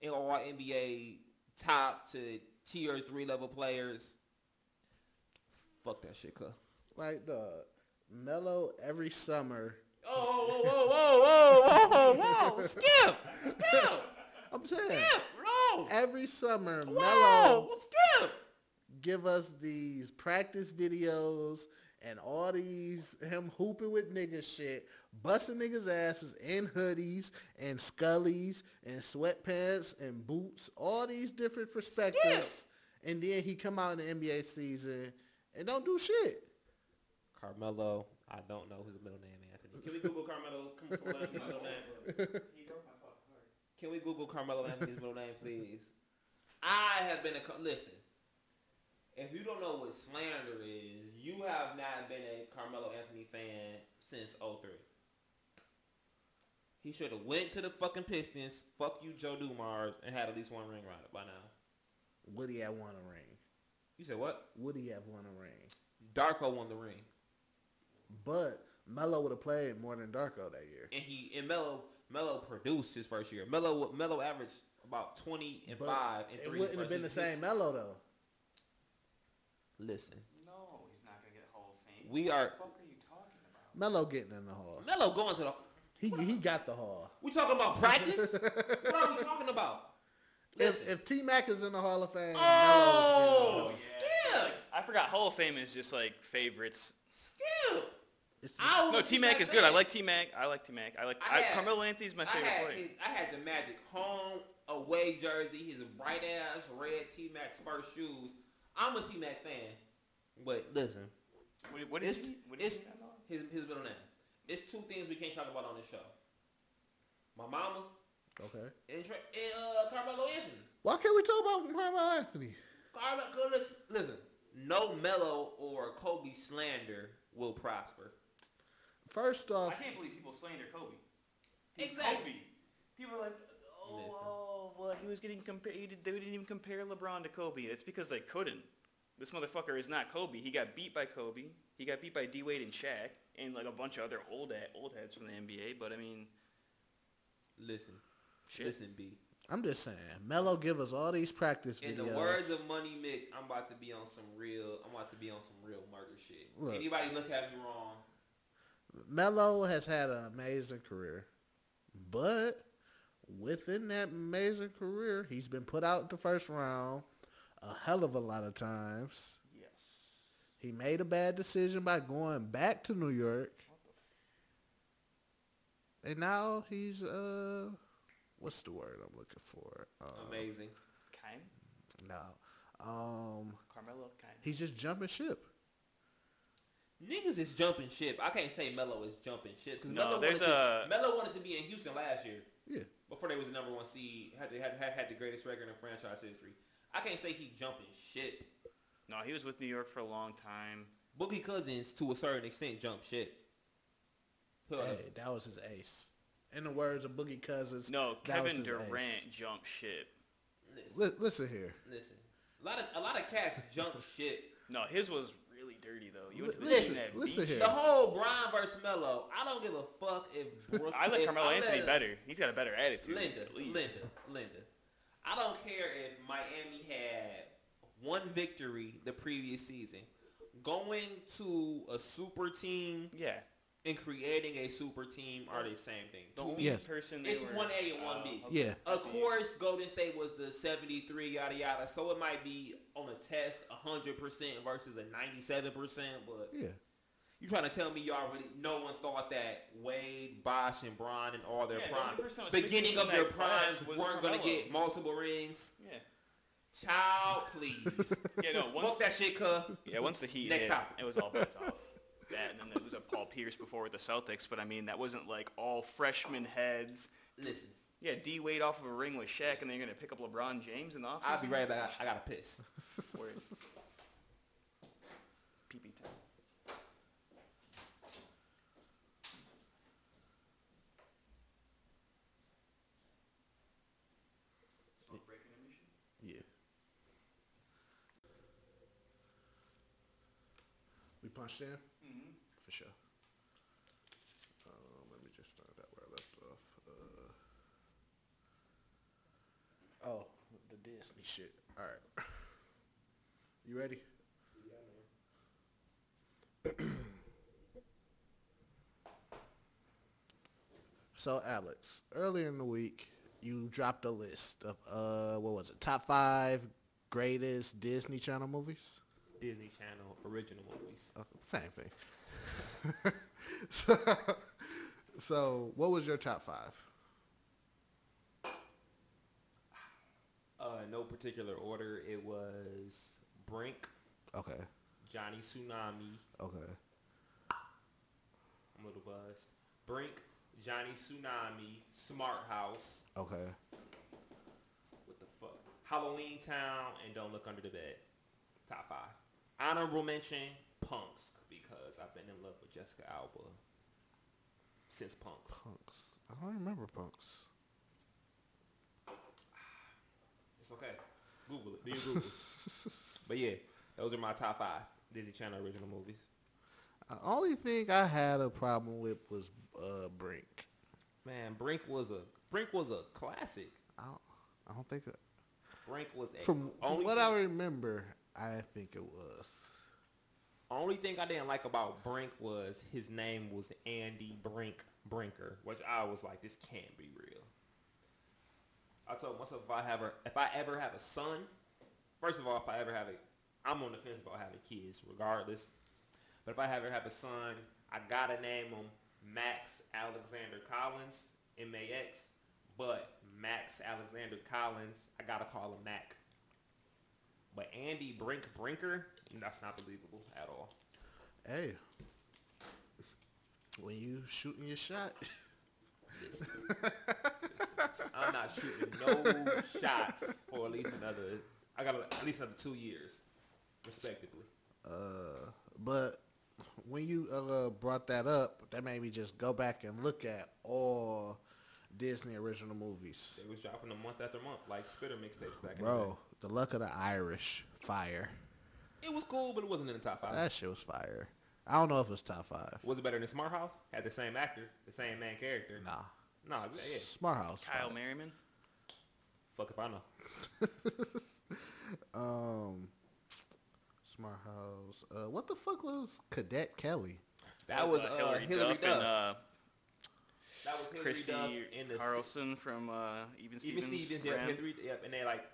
B: in all NBA top to tier three level players, fuck that shit, cuz.
A: Like, dog, Mello every summer.
B: Oh, whoa, whoa, whoa, whoa, whoa, whoa, skip, skip,
A: I'm saying
B: skip, no,
A: every summer, Mello
B: whoa, skip.
A: give us these practice videos and all these him hooping with niggas shit, busting niggas asses in hoodies and scullies and sweatpants and boots, all these different perspectives. And then he come out in the NBA season and don't do shit. (laughs)
B: Carmelo, I don't know his middle name, Anthony. Can we Google Carmelo? Come on, Carmelo Anthony's middle name. Can we Google Carmelo Anthony's middle name, please? I have been a Car- listen. If you don't know what slander is, you have not been a Carmelo Anthony fan since 03. He should have went to the fucking Pistons, fuck you Joe Dumars, and had at least one ring right by now.
A: Would he have won a ring?
B: You said what?
A: Would he have won a ring?
B: Darko won the ring.
A: But Melo would have played more than Darko that year.
B: and he and Melo Melo produced his first year. Melo Melo averaged about twenty and
A: But
B: five and
A: it
B: three.
A: wouldn't have
B: first
A: been the
B: years.
A: same Melo though.
B: Listen,
C: No, he's not gonna get Hall of Fame.
B: we are
C: fuck are you talking about?
A: Melo getting in the hall.
B: Melo going to the.
A: He he got the hall.
B: We talking about
A: (laughs)
B: practice? (laughs) what are we talking about? Listen,
A: If if T Mac is in the Hall of Fame, Melo's in the Hall
B: oh,
A: of Fame.
B: skip,
C: I forgot Hall of Fame is just like favorites.
B: skip.
A: It's just-
B: I was
C: No,
B: a
C: T Mac
B: T-Mac
C: is good. I
B: fan.
C: like T Mac. I like T Mac. I like
B: I
C: I
B: had-
C: Carmelo Anthony's my
B: I
C: favorite
B: had
C: player.
B: his, I had the Magic home away jersey, his bright ass red T Mac's first shoes. I'm a T Mac fan, but listen,
C: What, what
B: It's,
C: is he? What
B: it's
C: is he?
B: his, his middle name. It's two things we can't talk about on this show. My mama
A: Okay.
B: and, Tra- and uh, Carmelo Anthony.
A: Why can't we talk about Carmelo Anthony?
B: Carmelo, listen, listen, no Mello or Kobe slander will prosper.
A: First
C: I
A: off,
C: can't believe people slander Kobe.
B: He's Exactly.
C: People are like,
B: Listen.
C: oh, well, he was getting compared. They didn't even compare LeBron to Kobe. It's because they couldn't. This motherfucker is not Kobe. He got beat by Kobe. He got beat by D Wade and Shaq and like a bunch of other old he- old heads from the NBA. But I mean,
B: Listen,
C: shit.
B: listen, B.
A: I'm just saying, Melo give us all these practice
B: In
A: videos.
B: the words of Money Mitch, I'm about to be on some real. I'm about to be on some real murder shit.
A: Look.
B: Anybody look at me wrong?
A: Melo has had an amazing career, but within that amazing career, he's been put out in the first round a hell of a lot of times.
C: Yes.
A: He made a bad decision by going back to New York, and now he's uh, what's the word I'm looking for? Um,
B: Amazing.
C: Kind.
A: No, um,
C: Carmelo. Kind.
A: he's just jumping ship.
B: Niggas is jumping ship. I can't say Mello is jumping ship because
C: No,
B: Melo
C: there's
B: wanted to,
C: a-
B: Melo wanted to be in Houston last year.
A: Yeah,
B: before they was the number one seed, had had had, had the greatest record in franchise history. I can't say he jumping shit.
C: No, he was with New York for a long time.
B: Boogie Cousins, to a certain extent, jumped shit. Who else?
A: Hey, that was his ace. In the words of Boogie Cousins,
C: No,
A: that was
C: Kevin
A: his ace.
C: Durant jumped ship.
B: Listen,
A: Li- listen here.
B: listen. A lot of a lot of cats (laughs) jump shit.
C: No, his was really dirty though. You went to the
B: Listen,
C: internet
A: listen
C: beach.
A: here.
B: The whole Brian versus Melo. I don't give a fuck if Brooklyn.
C: I like
B: if-
C: Carmelo
B: I
C: Anthony
B: let-
C: better. He's got a better attitude.
B: Linda,
C: at least.
B: Linda, Linda. I don't care if Miami had one victory the previous season. Going to a super team
C: Yeah.
B: and creating a super team are the same thing.
C: The
B: To
C: only
B: me,
A: Yes.
C: person they
B: It's
C: were, Oh,
B: 1A and 1B.
C: okay.
A: Yeah.
B: Of course, Golden State was the 73, yada, yada. So it might be on a test 100% versus a 97%. But
A: Yeah.
B: you trying to tell me y'all really, no one thought that Wade, Bosh, and Bron and all their
C: Yeah, the
B: prime,
C: only person that was
B: beginning
C: missing
B: of
C: from
B: their
C: that class
B: primes
C: was
B: weren't going to
C: Carmelo.
B: get multiple rings?
C: Yeah.
B: (laughs) Child, please.
C: Yeah,
B: (laughs)
C: no, once
B: Fuck that shit, cuz.
C: Yeah, once the Heat
B: Next
C: hit,
B: topic.
C: it was all
B: (laughs)
C: bets off. That and then it was a Paul Pierce before with the Celtics, but I mean that wasn't like all freshman heads.
B: Listen,
C: Yeah, D Wade off of a ring with Shaq, and then you're gonna pick up LeBron James in the offseason.
B: I'll be right back. I got to piss.
C: Word. (laughs) PP time.
A: Yeah. We punched in? Mm-hmm. For sure. Um, let me just find out where I left off. Uh, oh, the Disney shit. All right. You ready? So Alex, earlier in the week, you dropped a list of uh, what was it? Top five greatest Disney Channel movies.
B: Disney Channel original movies.
A: Oh, same thing. (laughs) so, so what was your top five?
B: Uh, no particular order. It was Brink,
A: Okay.
B: Johnny Tsunami,
A: Okay.
B: I'm a little buzzed. Brink, Johnny Tsunami, Smart House.
A: Okay.
B: What the fuck? Halloween Town and Don't Look Under the Bed. Top five. Honorable mention, Punks, because I've been in love with Jessica Alba since Punks.
A: Punks. I don't remember punks. (laughs)
B: It's okay. Google it. Do your Google.
A: (laughs)
B: but yeah, those are my top five Disney Channel original movies.
A: The only thing I had a problem with was uh, Brink.
B: Man, Brink was a Brink was a classic.
A: I don't, I don't think
B: Brink was a
A: from, from
B: only
A: what
B: thing-
A: I remember, I think it was.
B: Only thing I didn't like about Brink was his name was Andy Brink Brinker, which I was like, this can't be real. I told myself if I have a, if I ever have a son, first of all, if I ever have a, I'm on the fence about having kids, regardless. But if I ever have a son, I gotta name him Max Alexander Collins, M A X. But Max Alexander Collins, I gotta call him Mac. But Andy Brink Brinker, that's not believable at all.
A: Hey, when you shooting your shot, (laughs)
B: Listen, listen, I'm not shooting no shots for at least another. I got at least another two years, respectively.
A: uh, but when you uh, brought that up, that made me just go back and look at all Disney original movies.
B: They was dropping them month after month, like Spitter mixtapes back in
A: Bro, The Luck of the Irish, fire.
B: the day. It was cool, but it wasn't in the top five.
A: That shit was fire. I don't know if it's top five.
B: was it better than Smart House? Had the same actor, the same main character.
A: Nah,
B: no, yeah, yeah.
A: Smart House.
C: Kyle
A: fire.
C: Merriman.
B: Fuck if I know.
A: Um, Smart House. Uh, what the fuck was Cadet Kelly?
B: That, was, uh, Hillary, Duff.
C: and uh,
B: that was Hillary
C: Chrissy
B: Duff in the
C: Carlson from uh, Even
B: Even
C: Stevens.
B: Stevens, yep,
C: ran.
B: Hillary, yep, and they like,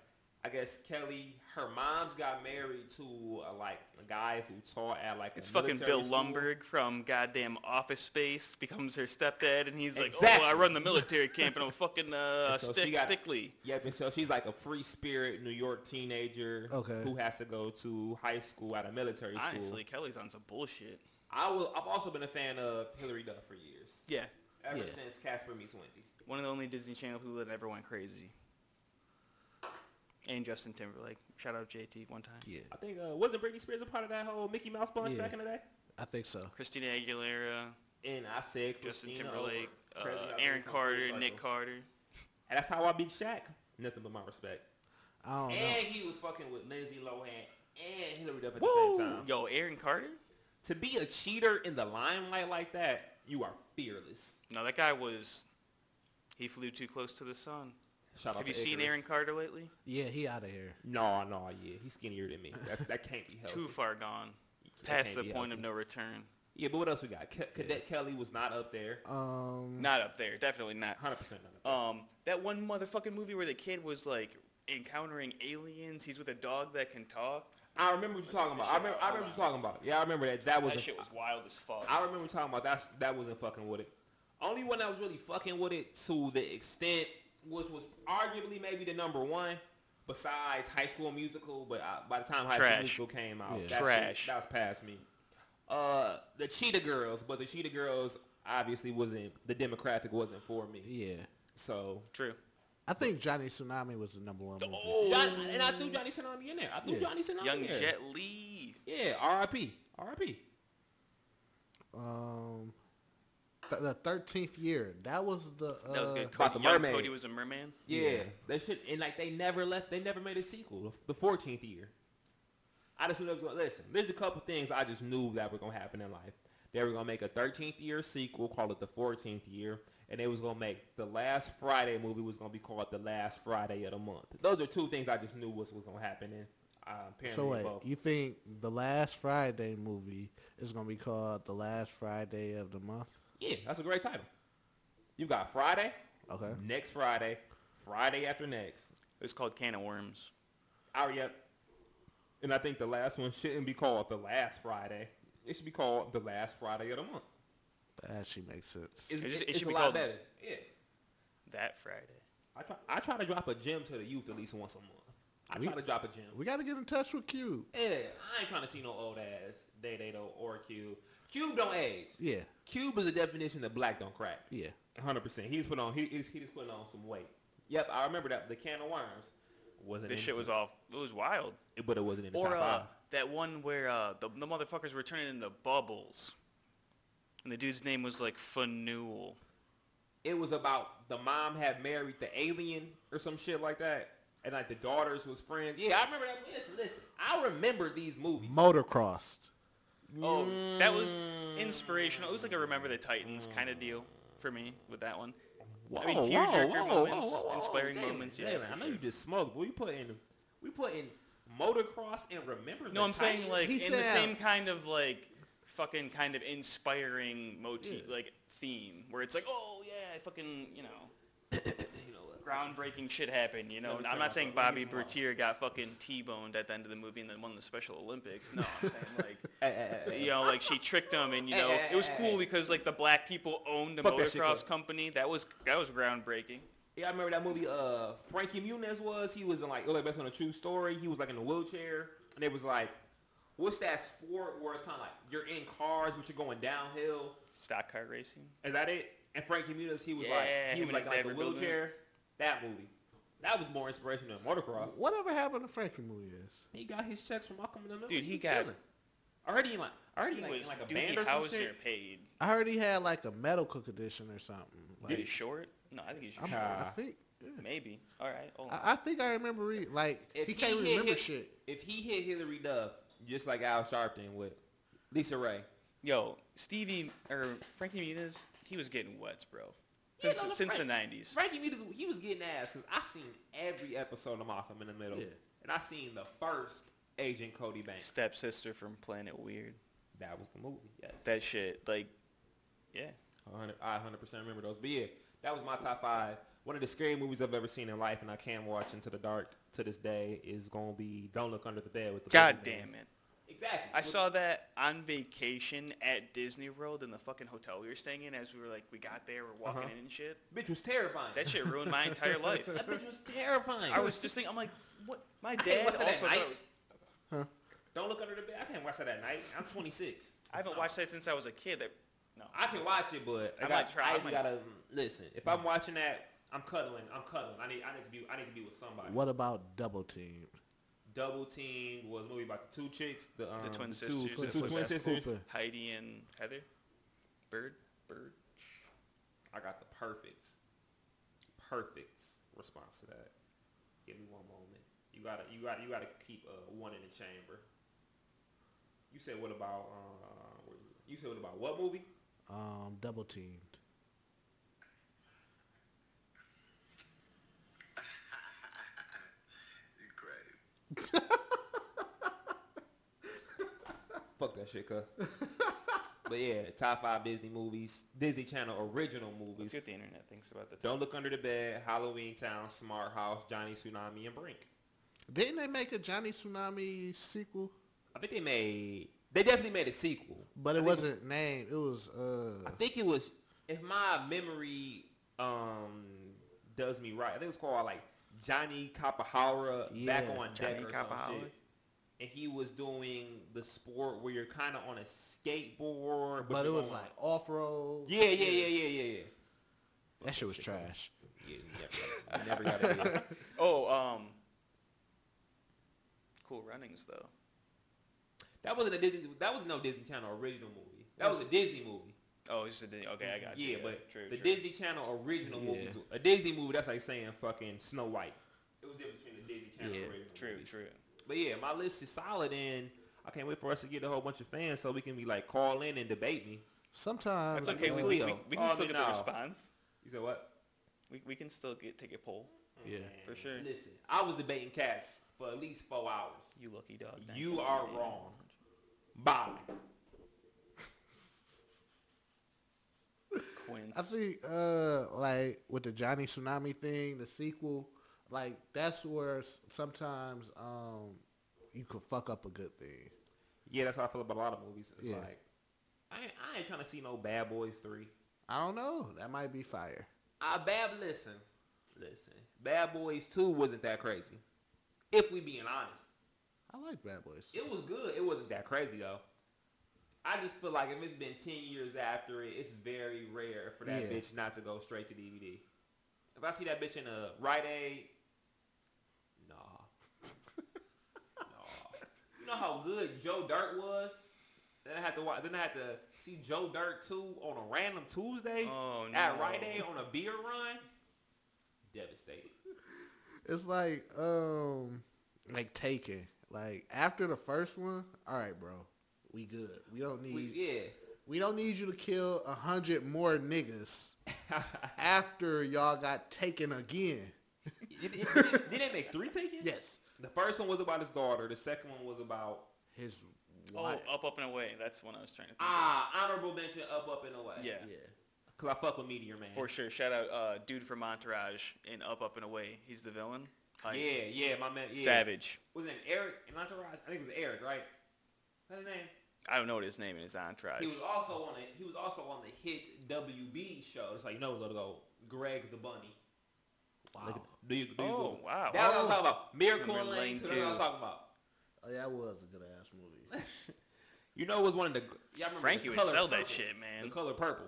B: I guess Kelly, her mom's got married to uh, like a guy who taught at like
C: It's
B: a
C: fucking
B: military
C: Bill
B: school.
C: Lumberg from goddamn Office Space becomes her stepdad, and he's like, "Oh, well, I
B: Exactly.
C: run the military
B: (laughs)
C: camp, and I'm fucking uh,
B: And so she
C: stick,
B: got-
C: stickly."
B: Yep, and so she's like a free spirit New York teenager
A: Okay.
B: who has to go to high school at a military school.
C: Honestly, Kelly's on some bullshit.
B: I will. I've also been a fan of Hillary Duff for years,
C: Yeah,
B: ever
A: Yeah.
B: since Casper meets Wendy's.
C: one of the only Disney Channel people that never went crazy. And Justin Timberlake. Shout out JT one time.
A: Yeah,
B: I think uh, wasn't Britney Spears a part of that whole Mickey Mouse bunch
A: Yeah.
B: back in the day?
A: I think so.
C: Christina Aguilera,
B: and I said
C: Justin
B: Christina
C: Timberlake,
B: over
C: uh,
B: Crazy how
C: Aaron
B: things come full
C: Carter,
B: circle.
C: Nick Carter.
B: And that's how I beat Shaq. Nothing but my respect.
A: I don't know.
B: and he was fucking with Lindsay Lohan and Hillary Duff at the same
C: Woo!
B: time.
C: Yo, Aaron Carter?
B: To be a cheater in the limelight like that, you are fearless.
C: No, that guy was. He flew too close to the sun.
B: Shout out
C: Have you
B: to
C: seen
B: Icarus.
C: Aaron Carter lately?
A: Yeah, he out of here.
B: No, no, yeah, he's skinnier than me. That, that can't
C: (laughs)
B: be healthy.
C: Too far gone.
B: That
C: Past
B: can't
C: the
B: be
C: point of
B: healthy.
C: no return.
B: Yeah, but what else we got? Ca- Cadet Kelly was not up there. Mm.
A: Um,
C: Not up there. Definitely not.
B: Hundred percent not up there.
C: Um, that one motherfucking movie where the kid was like encountering aliens. He's with a dog that can talk.
B: I remember what you're talking about. I remember. I remember you talking about. it. Yeah, I remember that. That was.
C: That
B: a-
C: shit was wild as fuck.
B: I remember talking about that. That wasn't fucking with it. Only one that was really fucking with it to the extent, which was arguably maybe the number one, besides High School Musical. But I, by the time High
C: Trash.
B: School Musical came out,
A: Yeah.
B: that shit-
C: Trash.
B: that was past me. Uh, the Cheetah Girls, but the Cheetah Girls obviously wasn't the demographic wasn't for me.
A: yeah.
B: So
C: True.
A: I think Johnny Tsunami was the number one. Movie.
B: John- and I threw Johnny Tsunami in there. I threw
A: Yeah.
B: Johnny Tsunami
C: Young
B: in there.
C: Jet Li.
B: Yeah, R.I.P. R.I.P.
A: Um, th- the thirteenth year. That was the. Uh,
C: That was good.
B: about
C: Cody,
B: the
C: young
B: mermaid.
C: Cody was a merman.
B: Yeah, they should and like they never left. They never made a sequel. The fourteenth year. I just knew that was gonna listen. There's a couple things I just knew that were gonna happen in life. They were gonna make a thirteenth year sequel, call it the fourteenth year, and they was gonna make the last Friday movie was gonna be called the last Friday of the month. Those are two things I just knew was was gonna happen. And uh, apparently,
A: So wait,
B: both.
A: you think the last Friday movie is gonna be called the last Friday of the month?
B: yeah, that's a great title. You got Friday,
A: Okay.
B: next Friday, Friday after next.
C: It was called Can of Worms.
B: out yet. And I think the last one shouldn't be called the last Friday. It should be called the last Friday of the month.
A: That actually makes sense.
B: It's,
C: It just- it
B: it's a
C: should be
B: lot
C: called-
B: better. Yeah.
C: That Friday.
B: I try, I try to drop a gem to the youth at least once a month. I
A: We-
B: try to drop a gem.
A: We gotta get in touch with Cube.
B: yeah, I ain't trying to see no old ass Day Day though or Cube. Cube don't age.
A: Yeah,
B: Cube is a definition that black don't crack.
A: yeah.
B: Hundred percent. He's put on. He he's, he just putting on some weight. Yep, I remember that. The can of worms wasn't.
C: This
B: in-
C: shit was off. It was wild.
B: but it wasn't in the
C: Or
B: top
C: uh,
B: five.
C: that one where uh, the, the motherfuckers were turning into bubbles. And the dude's name was like Faneuil.
B: it was about the mom had married the alien or some shit like that, and like the daughters was friends. Yeah, I remember that. Listen, listen, I remember these movies.
A: Motocrossed.
C: Oh, that was inspirational. It was like a Remember the Titans kind of deal for me with that one. I mean, tearjerker moments, inspiring
B: Jalen,
C: moments. Yeah,
B: Jalen,
C: for
B: I know
C: sure.
B: you just smoked, but we put in, we put in motocross and remember. the
C: No, I'm saying
B: Titans?
C: like
A: He
C: in the
A: said-
C: same kind of like fucking kind of inspiring motif,
A: Yeah.
C: like theme, where it's like, oh yeah, I fucking you know,
B: You know what?
C: groundbreaking shit happened. You know,
B: Let me
C: I'm
B: think
C: not
B: about
C: saying
B: that. Let me
C: Bobby
B: think about
C: Bertier got fucking t-boned at the end of the movie and then won the Special Olympics. No, I'm saying
B: (laughs) Hey, hey, hey,
C: like
B: hey.
C: you know, like she tricked him, and you
B: Hey,
C: know,
B: hey,
C: it was
B: hey, hey.
C: cool because like the black people owned a
B: Fuck that shit,
C: motocross
B: Cliff.
C: company. That was that was groundbreaking.
B: Yeah, I remember that movie. Uh, Frankie Muniz was. He was in like, oh, like based on a true story. He was like in a wheelchair, and it was like, what's that sport where it's kind of like you're in cars, but you're going downhill.
C: Stock car racing.
B: Is that it? And Frankie Muniz, he was
C: Yeah,
B: like, he was
C: him and his
B: like, like
C: dad
B: the
C: were building it.
B: wheelchair. That movie, that was more inspirational than motocross.
A: Whatever happened to Frankie Muniz?
B: He got his checks from Malcolm and them.
C: Dude, he
B: was
C: got-
B: chilling. already in like already
C: He
B: like, in
C: was
B: like a
C: Doogie
B: band or some
C: Howser
B: shit.
C: paid.
A: I heard he had like a medical condition or something.
C: Did he
A: Like,
C: short? No, I think he's
A: I'm,
C: short.
A: I
B: Ah.
A: think.
C: Maybe. All right. Hold on.
A: I, I think I remember reading. Like
B: If
A: he can't
B: hit
A: remember
B: Hil-
A: shit.
B: If he hit Hillary Duff, just like Al Sharpton with Lisa Ray,
C: Yo, Stevie or Frankie Muniz, he was getting wets, bro.
B: Yeah,
C: Since,
B: no, no,
C: since the
B: Frank-
C: nineties.
B: Frankie Muniz, he was getting ass because I seen every episode of Malcolm in the Middle,
A: Yeah.
B: and I seen the first Agent Cody Banks.
C: Stepsister from Planet Weird.
B: That was the movie. Yes.
C: That shit, like, yeah.
B: 100, I 100% remember those. But yeah, that was my top five. One of the scary movies I've ever seen in life, and I can't watch Into the Dark to this day, is going to be Don't Look Under the Bed with the
C: God
B: Boogeyman.
C: damn it.
B: Exactly.
C: I saw that on vacation at Disney World in the fucking hotel we were staying in. As we were like, we got there, we're walking
B: Uh-huh.
C: in and shit.
B: Bitch was terrifying.
C: That shit ruined my entire
B: (laughs)
C: life.
B: That bitch was terrifying. (laughs)
C: I was just thinking, I'm like, what? My
B: can't
C: dad
B: watch
C: also
B: that at
C: thought it
B: night.
C: was.
B: Don't Look Under the Bed. I can't watch that at night. I'm 26.
C: I haven't watched that since I was a kid. That no,
B: I can watch it, but I,
C: I
B: got,
C: might try- Hmm.
B: I,
C: I might-
B: gotta listen. If I'm watching that, I'm cuddling. I'm cuddling. I need. I need to be. I need to be with somebody.
A: What about Double Team?
B: Double Team was a movie about the two chicks, the, um,
C: twin
B: two-
C: sisters
B: the
C: that
B: two
C: was
B: twin
C: at
B: sisters.
A: Cooper.
C: Heidi and Heather, Bird.
B: Birch. I got the perfect, perfect response to that. Give me one moment. You gotta, you gotta, you gotta keep uh, one in the chamber. You said what about? Uh, what is it? You said what about what movie?
A: Um, double teamed.
D: You great.
B: Fuck that shit, cuz. (laughs) but yeah, top five Disney movies, Disney Channel original movies.
C: Let's see what the internet thinks about the top.
B: Don't look under the bed. Halloween Town, Smart House, Johnny Tsunami, and Brink.
A: Didn't they make a Johnny Tsunami sequel?
B: I think they made. They definitely made a sequel.
A: But it
B: I think
A: wasn't named. It was uh
B: I think it was, if my memory um does me right, I think it was called like Johnny Kapahara back
A: Yeah,
B: on
C: Johnny
B: deck or some
C: Kapahara.
B: shit. And he was doing the sport where you're kind of on a skateboard,
A: but it
B: you're
A: was
B: on-
A: like off road.
B: yeah, yeah, yeah, yeah, yeah, yeah.
A: That shit was
C: (laughs)
A: trash.
B: Yeah, you never, you never got it.
C: Oh, um, Cool Runnings though.
B: That wasn't a Disney. That was no Disney Channel original movie. That was a Disney movie.
C: Oh, it's just a Disney. Okay, I got you.
B: Yeah, but
C: true,
B: the
C: true.
B: Disney Channel original
A: Yeah.
B: movies. A Disney movie. That's like saying fucking Snow White. It was different between the Disney Channel
A: Yeah.
B: original
C: True,
B: movies.
C: true.
B: But yeah, my list is solid, and I can't wait for us to get a whole bunch of fans so we can be like call in and debate me.
A: Sometimes
C: That's okay.
A: uh,
C: We, we, we,
B: Leo.
C: we
B: Oh,
C: can still
B: no,
C: get the
B: no.
C: response.
B: You said what?
C: We, we can still get take a poll.
A: Yeah.
B: Man,
C: For sure.
B: Listen, I was debating cats for at least four hours.
C: You lucky dog. Thank
B: You are wrong. Bye.
C: Quince.
A: I think uh like with the Johnny Tsunami thing, the sequel, like that's where s- sometimes um you could fuck up a good thing.
B: Yeah, that's how I feel about a lot of movies. It's
A: Yeah.
B: like I ain't, I ain't trying to see no Bad Boys three.
A: I don't know. That might be fire.
B: I bad listen, listen. Bad Boys Two wasn't that crazy. If we being honest,
A: I like Bad Boys.
B: it was good. It wasn't that crazy though. I just feel like if it's been ten years after it, it's very rare for that
A: Yeah.
B: bitch not to go straight to DVD. If I see that bitch in a Rite Aid, nah, nah. You know how good Joe Dirt was. Then I had to watch. Then I had to see Joe Dirt two on a random Tuesday
C: Oh no.
B: at Rite Aid on a beer run. Devastated.
A: It's like um like taken. Like after the first one, all right, bro, we good. We don't need
B: We,
C: e-
A: we,
B: yeah. (laughs)
A: don't need you to kill a hundred more niggas after y'all got taken again.
B: did, did- did- did they make three takings?
A: Yes,
B: The first one was about his daughter. The second one was about
A: his
C: Oh,
A: wife.
C: up, up and away. That's one I was trying to think. of.
B: ah honorable mention up up and away.
C: Yeah,
A: yeah.
B: Cause I fuck with Meteor Man.
C: for sure. Shout out, uh, dude from Entourage in Up, Up and Away. He's the villain. Like,
B: yeah, yeah, my man. Yeah.
C: Savage.
B: Was it Eric in Entourage? I think it was Eric, right? What's his name?
C: I don't know what his name is. Entourage.
B: He was also on it. He was also on the hit WB show. It's like you know it's gonna go Greg the Bunny.
A: Wow.
B: Like, do you? Do you
C: oh
B: Google?
C: wow.
B: That's what
A: Oh.
B: I'm talking about. Miracle in
C: Remember
B: Lane.
C: Lane
B: Two. That's what I was
C: two.
B: talking about.
A: oh, yeah, that was a good ass movie.
B: (laughs) You know, it was one of the. Yeah, I remember
C: Frankie
B: the
C: would
B: color
C: sell that
B: purple.
C: shit,
B: The
C: man.
B: color purple.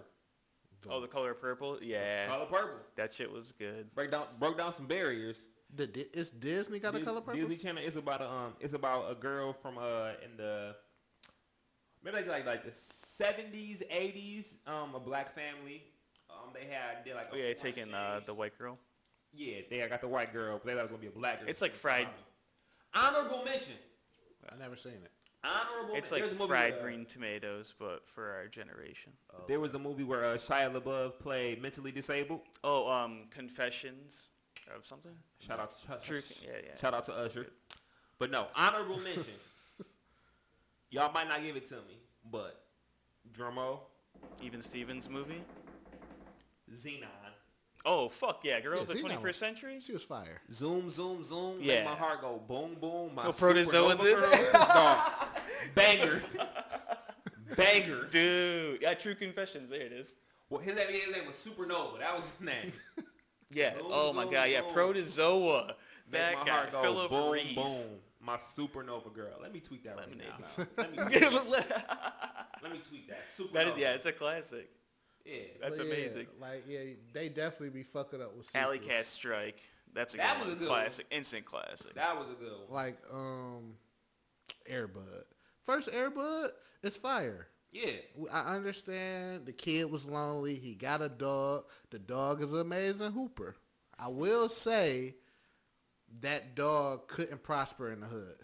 C: Oh, the color purple. Yeah,
B: Color purple.
C: that shit was good.
B: Break down, broke down some barriers.
A: The Di- it's Disney got a
B: Dis-
A: color purple.
B: Disney Channel is about a, um, it's about a girl from uh in the maybe like like, like the seventies, eighties. Um, a black family. Um, they had they like
C: Oh, yeah, it's taking uh, the white girl.
B: yeah they got the white girl, but they thought it was gonna be a black girl. Um,
C: It's like fried-
B: Honorable mention.
A: I never seen it.
B: Honorable.
C: It's
B: men-
C: like
B: there's a movie
C: fried
B: where, uh,
C: green tomatoes, but for our generation.
A: Oh,
B: There was a movie where uh, Shia LaBeouf played mentally disabled.
C: Oh, um, Confessions of something.
B: Shout out to Chuck.
C: True. Yeah, yeah.
B: Shout out to Usher. But no, honorable
C: (laughs)
B: mention. Y'all might not give it to me, but Drummo,
C: Even Stevens movie.
B: Xenon,
C: Oh fuck yeah, girl
A: Yeah,
C: of the
A: seen that one.
C: 21st century.
A: she was fire.
B: Zoom, Zoom, Zoom. Make
C: Yeah.
B: my heart go boom, boom. My
C: No protozoa
B: supernova
C: in this?
B: girl. Dog.
C: (laughs)
B: Banger. Banger.
C: Dude, yeah, True Confessions. There it is.
B: Well, his name, his name was Supernova. That was his name.
C: Yeah.
B: Those
C: oh my
B: are
C: god. Yeah,
B: those.
C: Protozoa.
B: (laughs) Make
C: That
B: my
C: guy,
B: heart go
C: Philip
B: boom,
C: Reeves.
B: boom. (laughs) My Supernova girl. Let me tweet that right
C: Lemonade.
B: now.
C: (laughs)
B: Let me, let me tweet that. Supernova.
C: (laughs) that is, yeah, it's a classic.
B: yeah.
C: That's
A: But yeah,
C: amazing.
A: Like yeah, they definitely be fucking up with
C: Alley
A: sequels.
C: Cat Strike. That's a
B: That
C: good
B: was a
C: one.
B: good
C: classic. Instant classic.
B: That was a good one.
A: like um Airbud. First Airbud, it's fire.
B: Yeah.
A: I understand the kid was lonely. He got a dog. The dog is an amazing hooper. I will say that dog couldn't prosper in the hood.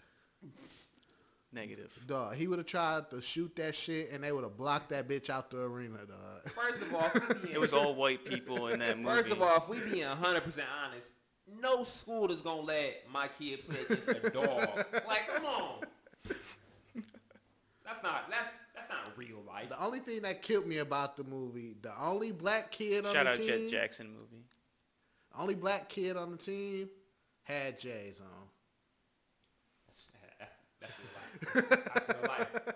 C: Negative.
A: Dog, he would have tried to shoot that shit, and they would have blocked that bitch out the arena, dog.
B: First of all,
C: (laughs)
B: if we being-
C: It was all white people in that movie.
B: (laughs) First of all, if we being 100 percent honest, no school is gonna let my kid play against a
C: (laughs)
B: dog. like, come on. That's not that's that's not real life.
A: The only thing that killed me about the movie, the only black kid on
C: shout
A: the
C: out
A: team,
C: Jet Jackson movie.
A: only black kid on the team had J's on.
B: (laughs)
A: (laughs)
B: That's real life. That's real life.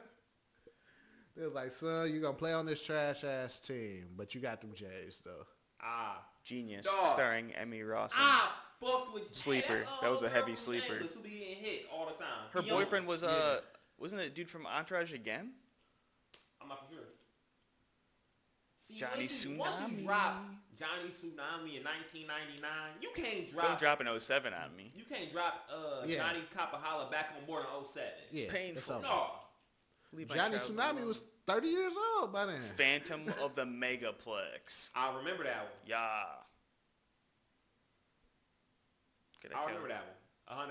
A: They was like, son, you gonna play on this trash ass team, but you got them J's though.
B: Ah,
C: Genius,
B: Dog. Ah,
C: starring Emmy Ross.
B: I fucked with
C: Sleeper.
B: that's, uh,
C: That was a
B: girl
C: heavy
B: from
C: sleeper.
B: Shameless Who be getting hit all the time.
C: Her
B: Young.
C: boyfriend was
B: Yeah.
C: uh, wasn't it a dude from Entourage again?
B: I'm not for sure. See,
C: Johnny
B: once you- Once
C: Tsunami.
B: you drop Johnny Tsunami in 1999, you can't drop.
C: Don't drop an 07 on me.
B: You can't drop uh,
A: Yeah.
B: Johnny Capahala back on board in 07.
A: Yeah, that's
C: Painful.
A: over.
B: No.
C: Levi
A: Johnny
C: Troutman.
A: Tsunami was 30 years old by then.
C: Phantom of the Megaplex.
B: I remember that one.
C: Yeah. Get a
B: I
C: kill.
B: remember that one. 100%.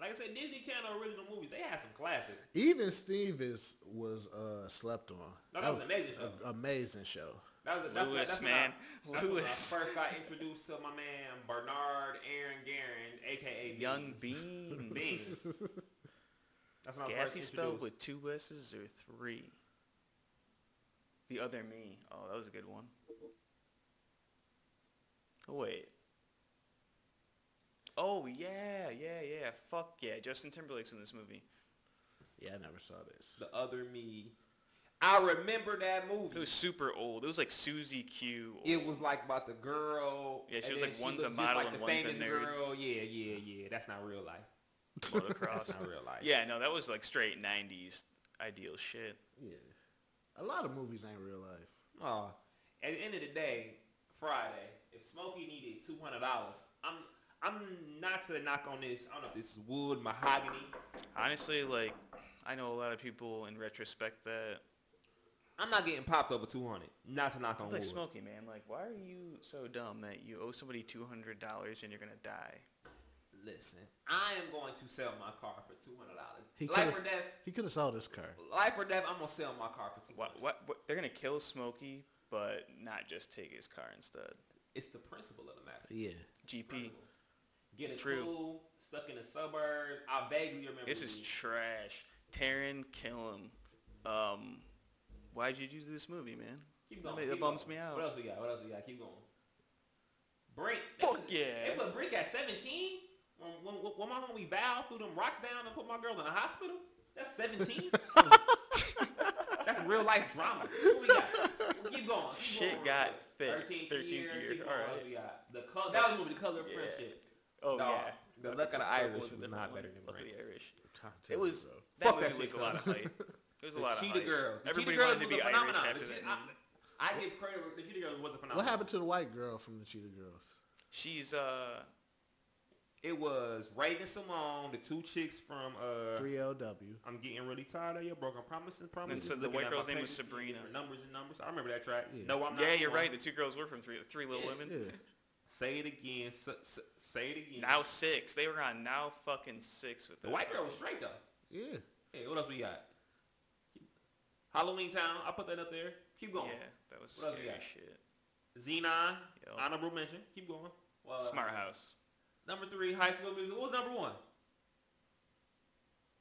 B: Like I said, Disney Channel original movies, they had some classics.
A: Even Stevens was uh, slept on.
B: No, that was an amazing show.
A: a- amazing show. (laughs)
B: That was that's,
C: Lewis,
B: that's
C: man.
B: When I, that's when I
C: Lewis.
B: first got introduced to my man Bernard Aaron Guerin, aka (laughs)
C: Young
B: Beans.
C: Bean.
B: Beans. That's when I was first
C: Gassy spelled
B: introduced.
C: with two S's or three. The other me. Oh, that was a good one. Oh, wait. Oh, yeah, yeah, yeah. Fuck yeah. Justin Timberlake's in this movie.
A: Yeah, I never saw this.
B: the other me. I remember that movie.
C: It was super old. It was like Susie Q. Old.
B: It was like about the girl.
C: Yeah, she
B: and
C: was
B: then
C: like, one's a
B: looked just
C: model
B: like
C: and
B: the
C: one's a
B: famous
C: nerd.
B: girl. Yeah, yeah, yeah. That's not real life. That's
C: motocross.
B: not real life.
C: yeah, no, that was like straight 90s ideal shit.
A: (laughs) Yeah. A lot of movies ain't real life.
B: Oh, at the end of the day, Friday, if Smokey needed two hundred dollars, I'm I'm not to knock on this. I don't know if this is wood, mahogany.
C: Honestly, like, I know a lot of people in retrospect that
B: I'm not getting popped over two hundred. Not to knock on
C: like
B: wood.
C: Smokey, man. Like, why are you so dumb that you owe somebody two hundred dollars and you're gonna die?
B: Listen, I am going to sell my car for two hundred dollars.
A: He
B: Life
A: could've-
B: or death.
A: He could have sold his car.
B: Life or death. I'm gonna sell my car for two
C: What,
B: hundred.
C: what? What? They're gonna kill Smokey, but not just take his car instead.
B: It's the principle of the matter.
A: Yeah.
C: GP,
B: Get a
C: True.
B: clue, stuck in the suburbs. I vaguely remember.
C: this is
B: the-
C: trash. Taryn, kill him. Um, why'd you do this movie, man?
B: Keep going.
C: That ma- that
B: keep
C: bums
B: going.
C: me out.
B: What else we got? What else we got? Keep going. Brink. they
C: Fuck
B: put-
C: yeah.
B: They put Brink at 17? When, when, when my homie Val threw them rocks down and put my girl in the hospital? That's
C: (laughs)
B: 17? That's real life drama. What we got? Keep going. Keep
C: Shit
B: going.
C: got thick.
B: 13th,
C: 13th
B: year.
C: year.
B: Keep going. What
C: Alright.
B: else we got? The color, that was the movie, The Color of
C: Yeah.
B: Friendship.
C: Oh
B: Dog,
C: yeah.
B: The Luck of the Irish was
C: different
B: not
C: one.
B: better than
C: Luck of
B: Brink.
C: the Irish.
A: It
C: It was.
B: Fuck
C: That
B: that
C: movie was
B: shit,
C: a lot of
B: though.
C: hype. It was a
B: The
C: lot of
B: Cheetah
C: hype.
B: Girls. The
C: Everybody
B: Cheetah Girls
C: wanted
B: was
C: to be
B: a
C: Irish
B: phenomenon.
C: after
B: The
C: that
B: Cheetah- I-
C: movie.
B: I give credit. The Cheetah Girls was a phenomenon.
A: What happened to the white girl from the Cheetah Girls?
C: She's uh.
B: It was Raven Simone, the two chicks from uh
A: 3LW.
B: I'm getting really tired of your broken promises, promises.
C: so the
B: Looking
C: white
B: at
C: girl's
B: my
C: name was
B: papers, seeing
C: Sabrina.
B: different Numbers and numbers. I remember that track.
A: Yeah.
B: No, I'm not.
C: Yeah, you're
B: wrong.
C: right. The two girls were from Three, three Little
B: Yeah.
C: Women.
A: Yeah.
B: Say it again. S- s- say it again.
C: Now six. They were on now fucking six with
B: the
C: that
B: white
C: song.
B: girl was straight though.
A: Yeah.
B: Hey, what else we got? Halloween Town. I put that up there. Keep going.
C: Yeah, that was
B: What else we
C: scary
B: got?
C: shit.
B: Xenon.
C: Yo.
B: Honorable mention. Keep going. Uh,
C: Oh. Smart House.
B: Number three, High School Musical. What was number one?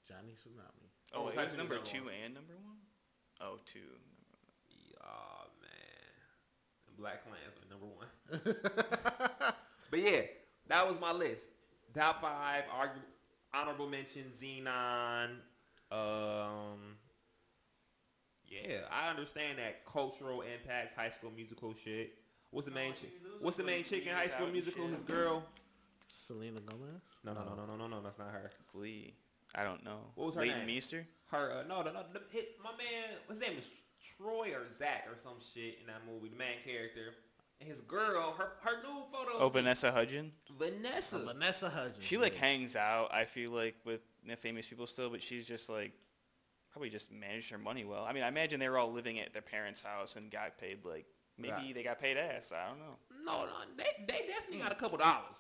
A: Johnny Tsunami.
C: Oh,
B: Oh,
C: it
B: Tyson
C: was
B: is
C: number
B: number
C: two
B: one.
C: and number one. Oh, two.
B: Oh man, the Black Clans are number one. But yeah, that was my list. Top five argu- honorable mention: Xenon. Um, yeah, I understand that cultural impacts, High School Musical shit. What's the main chick? What's the main chick in High School Musical? His girl?
A: (laughs) Selena Gomez?
B: No, no, no, no, no, no, no. That's not her.
C: Glee. I don't know.
B: What was her
C: Leighton
B: name?
C: Meester.
B: Her? Uh, no, no, no. The, his, my man, his name is Troy or Zach or some shit in that movie. The main character. And his girl, her her new photo.
C: Oh, Vanessa Hudgens.
B: Vanessa.
A: Vanessa Hudgens.
C: She like
A: yeah.
C: hangs out. I feel like with the famous people still, but she's just like probably just managed their money well. I mean, I imagine they were all living at their parents' house and got paid like maybe
B: Right.
C: they got paid ass. I don't know.
B: No, no, they, they definitely
C: Hmm.
B: got a couple dollars.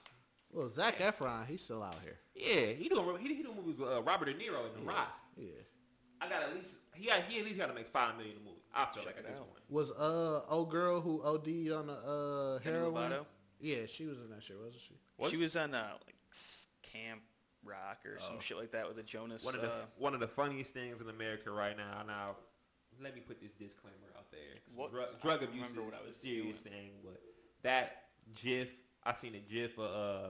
A: Well, Zach Efron, he's still out here.
B: Yeah, he doing he, he doing movies with uh, Robert De Niro in The Rock.
A: Yeah.
B: I got at least he got, he at least got to make five million a movie. I feel like at this
C: out.
B: point.
A: Was uh old girl who OD'd on the uh
C: Demi
A: heroin?
C: Lovato?
A: Yeah, she was in that shit, wasn't she?
C: She was on uh, like s- Camp Rock or some
B: Oh.
C: shit like that with the Jonas.
B: One of the
C: uh,
B: one of the funniest things in America right now. Now, let me put this disclaimer out there. 'cause
C: What-
B: Drug,
C: I
B: drug
C: don't
B: abuse is
C: remember what I
B: a
C: was
B: serious thing, but that GIF I seen a GIF of. Uh,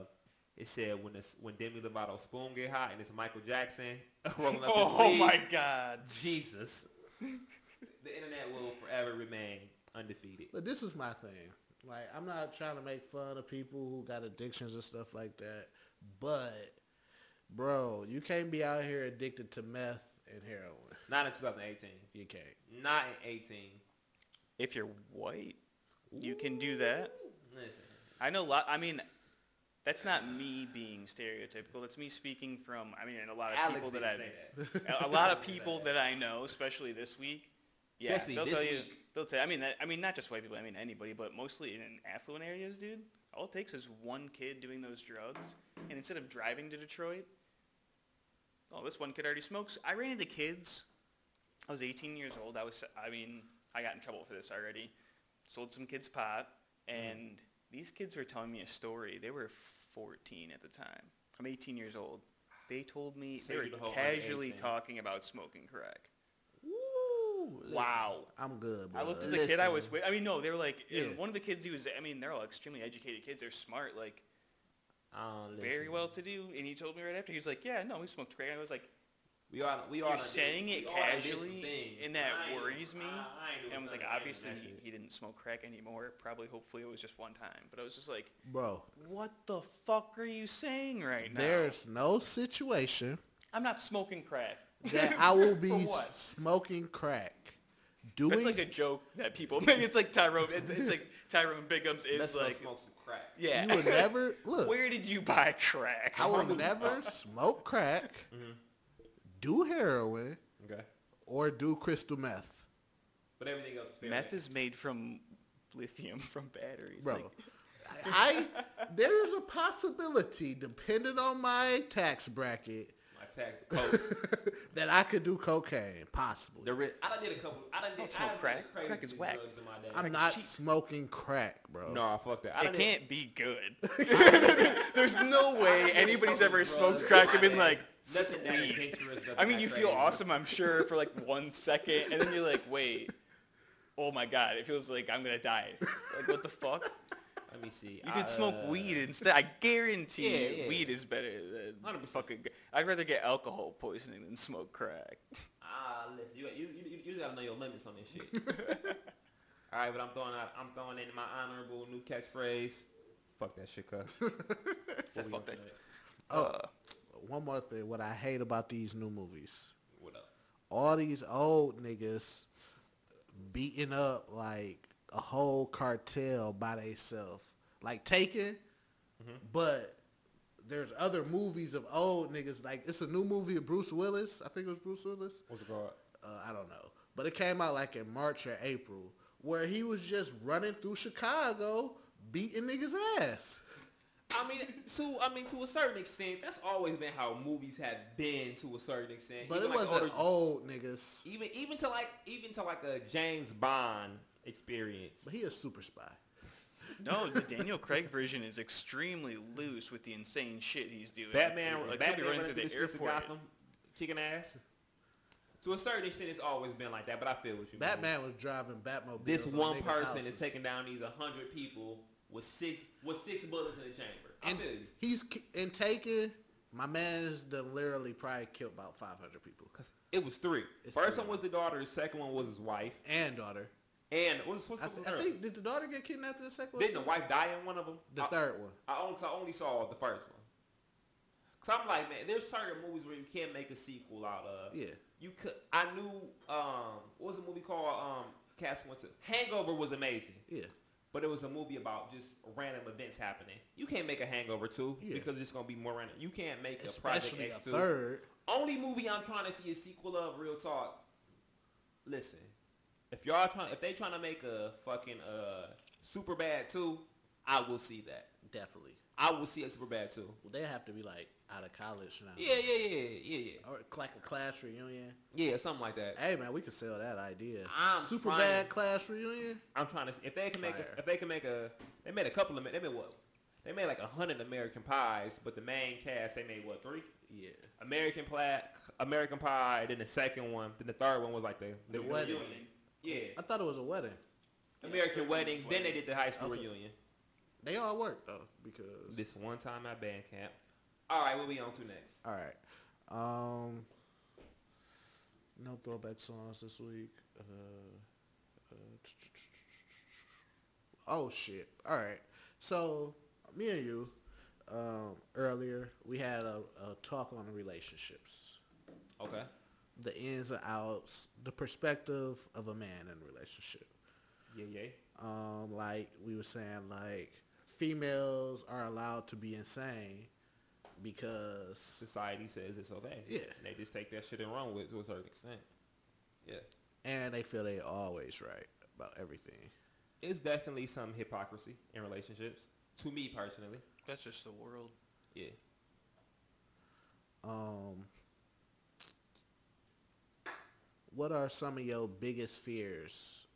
B: it said when the, when Demi Lovato spoon get hot and it's Michael Jackson (laughs) (laughs) rolling
C: (laughs)
B: up his
C: oh
B: sleeve.
C: my God! (laughs)
B: Jesus. the internet will forever remain undefeated.
A: But this is my thing. Like, I'm not trying to make fun of people who got addictions and stuff like that. But, bro, you can't be out here addicted to meth and heroin.
B: Not in 2018.
A: You can't.
B: Not in 18.
C: If you're white, you can do that.
B: Listen,
C: I know. Lo- I mean, that's not me being stereotypical. That's me speaking from. I mean, a lot of
B: Alex
C: people
B: didn't
C: that
B: say
C: I,
B: that.
C: (laughs) a, a lot
B: (laughs)
C: of
B: Alex didn't say
C: people that I know, especially this week. Yeah,
B: Especially
C: they'll
B: this
C: tell you.
B: week.
C: They'll tell. I mean, that, I mean, not just white people. I mean, anybody, but mostly in affluent areas, dude. All it takes is one kid doing those drugs, and instead of driving to Detroit, oh, this one kid already smokes. I ran into kids. I was 18 years old. I was. I mean, I got in trouble for this already. Sold some kids pot,
B: Mm-hmm.
C: and these kids were telling me a story. They were 14 at the time. I'm 18 years old. They told me
B: So
C: they
B: you the
C: were
B: whole underage
C: casually
B: thing.
C: talking about smoking crack.
B: Woo, listen.
C: Wow.
A: I'm good, bro.
C: I looked at the kid I was
B: Listen.
C: with. I mean, no, they were like, and
A: Yeah.
C: one of the kids he was, I mean, they're all extremely educated kids. They're smart, like,
B: Uh, listen.
C: very well to do. And he told me right after, he was like, yeah, no, we smoked crack. I was like,
B: We are. We are.
C: You're saying it casually, and that worries me, and
B: I
C: I was like, obviously he, he didn't smoke crack anymore. Probably, hopefully, it was just one time. But I was just like,
A: Bro,
C: what the fuck are you saying right now?
A: there's no
C: (laughs)
A: situation
C: I'm not smoking crack.
A: that I will
C: (laughs) For
A: be
C: what?
A: smoking crack. Doing
C: That's like a joke that people make. It's like Tyrone. It's, it's like Tyrone Bigums is
B: Let's
C: like,
B: smoke some crack.
C: yeah.
A: you would
C: (laughs)
A: never look.
C: Where did you buy crack?
A: I will
C: from?
A: never smoke crack,
C: Mm-hmm.
A: do heroin,
B: Okay.
A: or do crystal meth,
B: But everything else is fair.
C: Meth is made from lithium from batteries.
A: bro.
C: Like,
A: (laughs) I there is a possibility, depending on my tax bracket, (laughs)
B: My
C: (laughs)
B: tag. Coke.
A: that I could do cocaine. Possibly,
B: the ri- I done did a couple. I done did.
C: don't smoke
B: done did
C: crack.
B: crazy
C: Crack is whack.
B: drugs in my day.
A: I'm
C: is
A: not
C: cheap.
A: smoking crack, bro.
B: No, fuck that. I
C: it
B: done did- (laughs)
C: can't be (laughs) good. There's no way anybody's ever
B: Drugs,
C: smoked crack and
B: nothing-
C: been like,
B: nothing that
C: sweet.
B: adventurous, nothing
C: I mean,
B: that
C: you feel
B: crazy.
C: awesome, I'm sure, for like one second, and then you're like, wait, oh my god, it feels like I'm gonna die. Like, what the fuck?
B: Let me see.
C: You could smoke
B: Uh,
C: weed instead. I guarantee
B: yeah,
C: you
B: yeah,
C: weed is better than
B: 100%.
C: fucking. I'd rather get alcohol poisoning than smoke crack.
B: Ah, listen, you you you, you gotta know your limits on this shit.
A: (laughs)
B: All right, but I'm throwing out, I'm throwing in my honorable new catchphrase. Fuck that shit,
A: (laughs)
B: cuz.
C: Said fuck that.
A: Oh, one more thing. What I hate about these new movies,
B: What up?
A: all these old niggas beating up like a whole cartel by themselves, like Taken,
B: Mm-hmm.
A: but there's other movies of old niggas. Like it's a new movie of Bruce Willis. I think it was Bruce Willis.
B: What's it called?
A: Uh, I don't know, but it came out like in March or April, where he was just running through Chicago beating niggas ass.
B: I mean, to I mean, to a certain extent, that's always been how movies have been to a certain extent.
A: But it
B: Even, like,
A: wasn't
B: older-
A: old niggas.
B: Even even to like even to like a James Bond experience.
A: But he a super spy.
C: No, the Daniel Craig version is extremely loose with the insane shit he's doing.
B: Batman,
C: like, he'll be
B: Batman
C: running
B: running through the, streets of Gotham, kicking ass. To a certain extent, it's always been like that. But I feel what you mean.
A: Batman was driving Batmobile.
B: this one person is taking down these 100 people with six with six bullets in the chamber. I
A: and
B: feel you.
A: he's ki- and taking my man's done literally probably killed about 500 people
B: Cause it was three.
A: It's
B: First
A: three.
B: one was the daughter. The second one was his wife.
A: and daughter.
B: And what's what's
A: I,
B: the
A: th-
B: third?
A: I think did the daughter get kidnapped in the second
B: Didn't the
A: one? too?
B: wife die in one of them?
A: The
B: I,
A: third one.
B: I only, I only saw the first one. Cause I'm like, man, there's certain movies where you can't make a sequel out of.
A: Yeah.
B: You could. I knew. Um, what was the movie called? Um, Castle Winter. Hangover was amazing.
A: Yeah.
B: But it was a movie about just random events happening. You can't make a Hangover two
A: Yeah.
B: because it's gonna be more random. You can't make a Project
A: Especially a
B: X two.
A: third.
B: Only movie I'm trying to see a sequel of Real Talk. Listen, if y'all trying, if they trying to make a fucking uh Super Bad two, I will see that.
A: Definitely.
B: I will see a Super Bad two.
A: Well, they have to be like out of college now.
B: Yeah, yeah, yeah, yeah, yeah,
A: Or like a class reunion.
B: yeah, yeah, something like that.
A: Hey man, we could sell that idea.
B: I'm
A: Super
B: trying
A: bad
B: to-
A: class reunion.
B: I'm trying to see if they can make
A: Fire.
B: a, if they can make a they made a couple of ma- they made what they made like a hundred American Pies, but the main cast they made what three
A: Yeah.
B: American Pie, American Pie, then the second one, then the third one was like the
A: The wedding.
B: reunion. Yeah,
A: I thought it was a wedding.
B: American
C: Yeah.
B: Wedding. Then they did the high school
A: Okay.
B: reunion.
A: They all work though because.
B: This one time at band camp. All right, what we on to next?
A: All right. Um. No throwback songs this week. Uh, uh, oh shit! All right. So me and you, um, earlier we had a, a talk on relationships,
B: Okay.
A: the ins and outs, the perspective of a man in a relationship.
B: Yeah, yeah.
A: um, like we were saying, like females are allowed to be insane because,
B: Society says it's okay.
A: Yeah.
B: And they just take that shit and run with it to a certain extent. Yeah.
A: and they feel they always right about everything.
B: It's definitely some hypocrisy in relationships. To me personally.
C: That's just the world.
B: Yeah.
A: Um, what are some of your biggest fears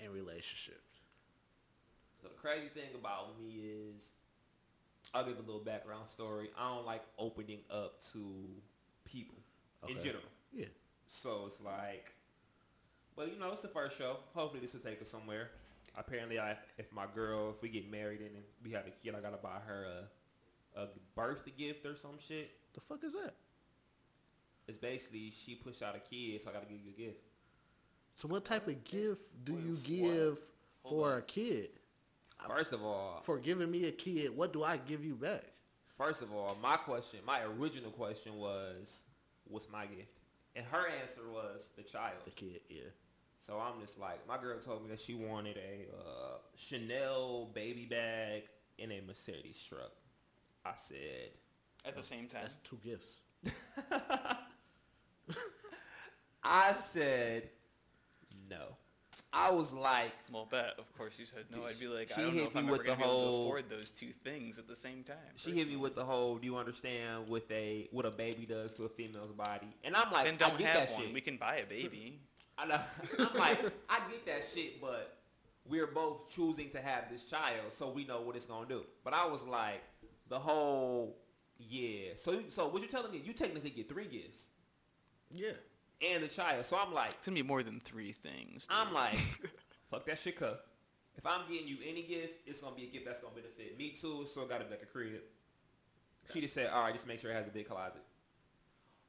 A: in relationships?
B: So the crazy thing about me is, I'll give a little background story. I don't like opening up to people in
A: Okay.
B: general.
A: Yeah,
B: So it's like, well, you know, it's the first show. Hopefully, this will take us somewhere. Apparently, I if my girl, if we get married and we have a kid, I gotta buy her a a birthday gift or some shit.
A: the fuck is that?
B: It's basically she pushed out a kid, so I gotta give you a gift.
A: So, what type of gift do
C: Wait,
A: you
C: what?
A: give
C: Hold
A: for
C: on.
A: a kid?
B: First of all,
A: For giving me a kid, what do I give you back?
B: First of all, my question, my original question was, what's my gift? And her answer was the child.
A: The kid, yeah.
B: So I'm just like, my girl told me that she wanted a uh, Chanel baby bag and a Mercedes truck. I said, (laughs)
C: At the same time,
A: That's two gifts.
B: I said, no. I was like,
C: well, bet of course you said no. I'd be like,
B: She
C: I don't know
B: hit
C: if
B: me
C: I'm
B: with
C: ever gonna
B: the
C: be able to
B: whole-
C: afford those two things at the same time.
B: she hit me with the whole, do you understand what a what a baby does to a female's body? And I'm like,
C: Then don't
B: I get
C: have
B: that
C: one.
B: shit.
C: We can buy a baby.
B: I know. (laughs) I'm like, I get that shit, but we're both choosing to have this child, so we know what it's gonna do. But I was like, the whole yeah. So so what you telling me? You technically get three gifts
A: Yeah.
B: and a child. So I'm like,
C: It's gonna be more than three things.
B: I'm
C: (laughs)
B: like, fuck that shit, cup. If I'm getting you any gift, it's gonna be a gift that's gonna benefit me too. So it gotta be like a crib. She just said, all right, just make sure it has a big closet.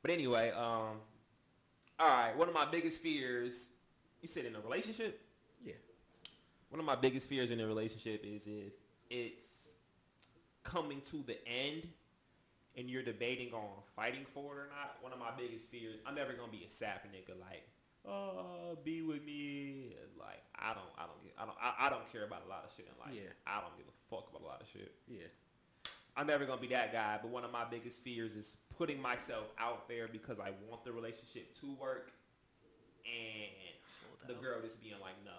B: But anyway, um, all right. One of my biggest fears. You said in a relationship.
A: Yeah.
B: one of my biggest fears in a relationship is if it's coming to the end and you're debating on fighting for it or not. One of my biggest fears, I'm never gonna be a sap nigga like, oh, be with me. It's like I don't, I don't get, I don't, I, I don't care about a lot of shit in life.
A: Yeah.
B: I don't give a fuck about a lot of shit.
A: Yeah.
B: I'm never gonna be that guy. But one of my biggest fears is putting myself out there because I want the relationship to work, and the girl just being like no.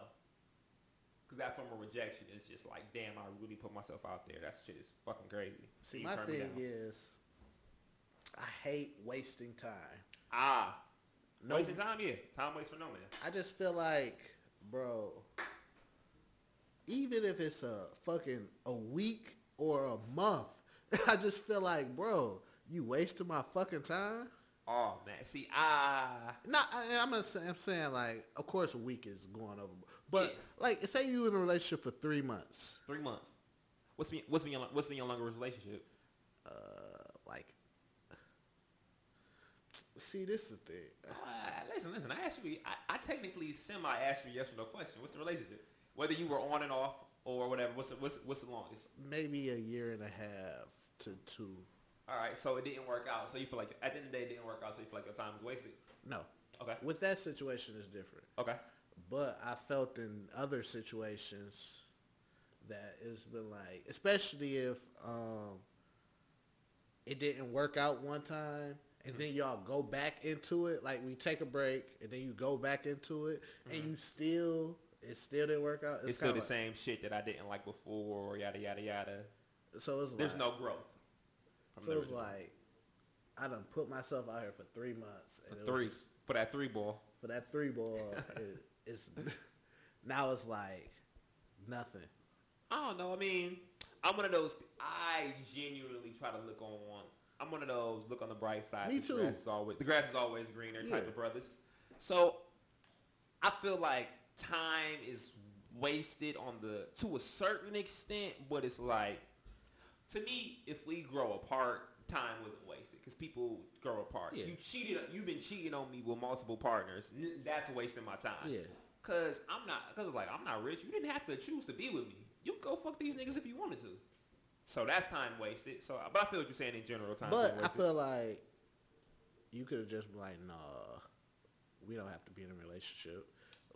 B: Cause that form of rejection is just like, damn, I really put myself out there. That shit is fucking crazy.
A: See,
B: You
A: my
B: turn me
A: thing
B: down.
A: is, I hate wasting time.
B: ah,
A: No,
B: wasting time. Yeah, time waits for no man.
A: I just feel like, bro, even if it's a fucking a week or a month, (laughs) I just feel like, bro, you wasting my fucking time.
B: Oh man, see, ah,
A: No, I, I'm, not say, I'm saying like, of course, a week is going over, but
B: Yeah.
A: like, say you in a relationship for three months,
B: three months. What's been what's been your what's been your longer relationship?
A: uh, like. See, this is the thing.
B: Uh, listen, listen. I asked you. I, I technically semi asked you yes or no question. What's the relationship? Whether you were on and off or whatever. What's the, what's what's the longest?
A: maybe a year and a half to two.
B: All right, so it didn't work out. So you feel like at the end of the day, it didn't work out. So you feel like your time was wasted.
A: No,
B: Okay.
A: with that situation is different.
B: Okay.
A: But I felt in other situations that it's been like, especially if um, it didn't work out one time and then
B: Mm-hmm.
A: y'all go back into it. Like we take a break and then you go back into it and you still, it still didn't work out.
B: Mm-hmm. It's, still the
A: kinda like-
B: same shit that I didn't like before, or yada yada yada.
A: So it's
B: There's
A: like,
B: no growth. from
A: So
B: the
A: it's
B: original.
A: like, I done put myself out here for three months.
B: For
A: it was
B: three
A: just-
B: for that three ball.
A: for that three ball, it, it's (laughs) now it's like nothing.
B: I don't know. I mean, I'm one of those. I genuinely try to look on. I'm one of those look on the bright side.
A: Me
B: the
A: too.
B: Grass is always, the grass is always greener type
A: Yeah.
B: of brothers. So I feel like time is wasted on the to a certain extent, but it's like to me, if we grow apart, time wasn't wasted because people grow apart.
A: Yeah.
B: You cheated. You've been cheating on me with multiple partners. N- That's wasting my time.
A: Yeah.
B: Cause I'm not. Cause like I'm not rich. You didn't have to choose to be with me. You go fuck these niggas if you wanted to. So that's time wasted. So, but I feel what you're saying in general. Time. being
A: But I
B: wasted.
A: feel like you could have just been like, nah, we don't have to be in a relationship.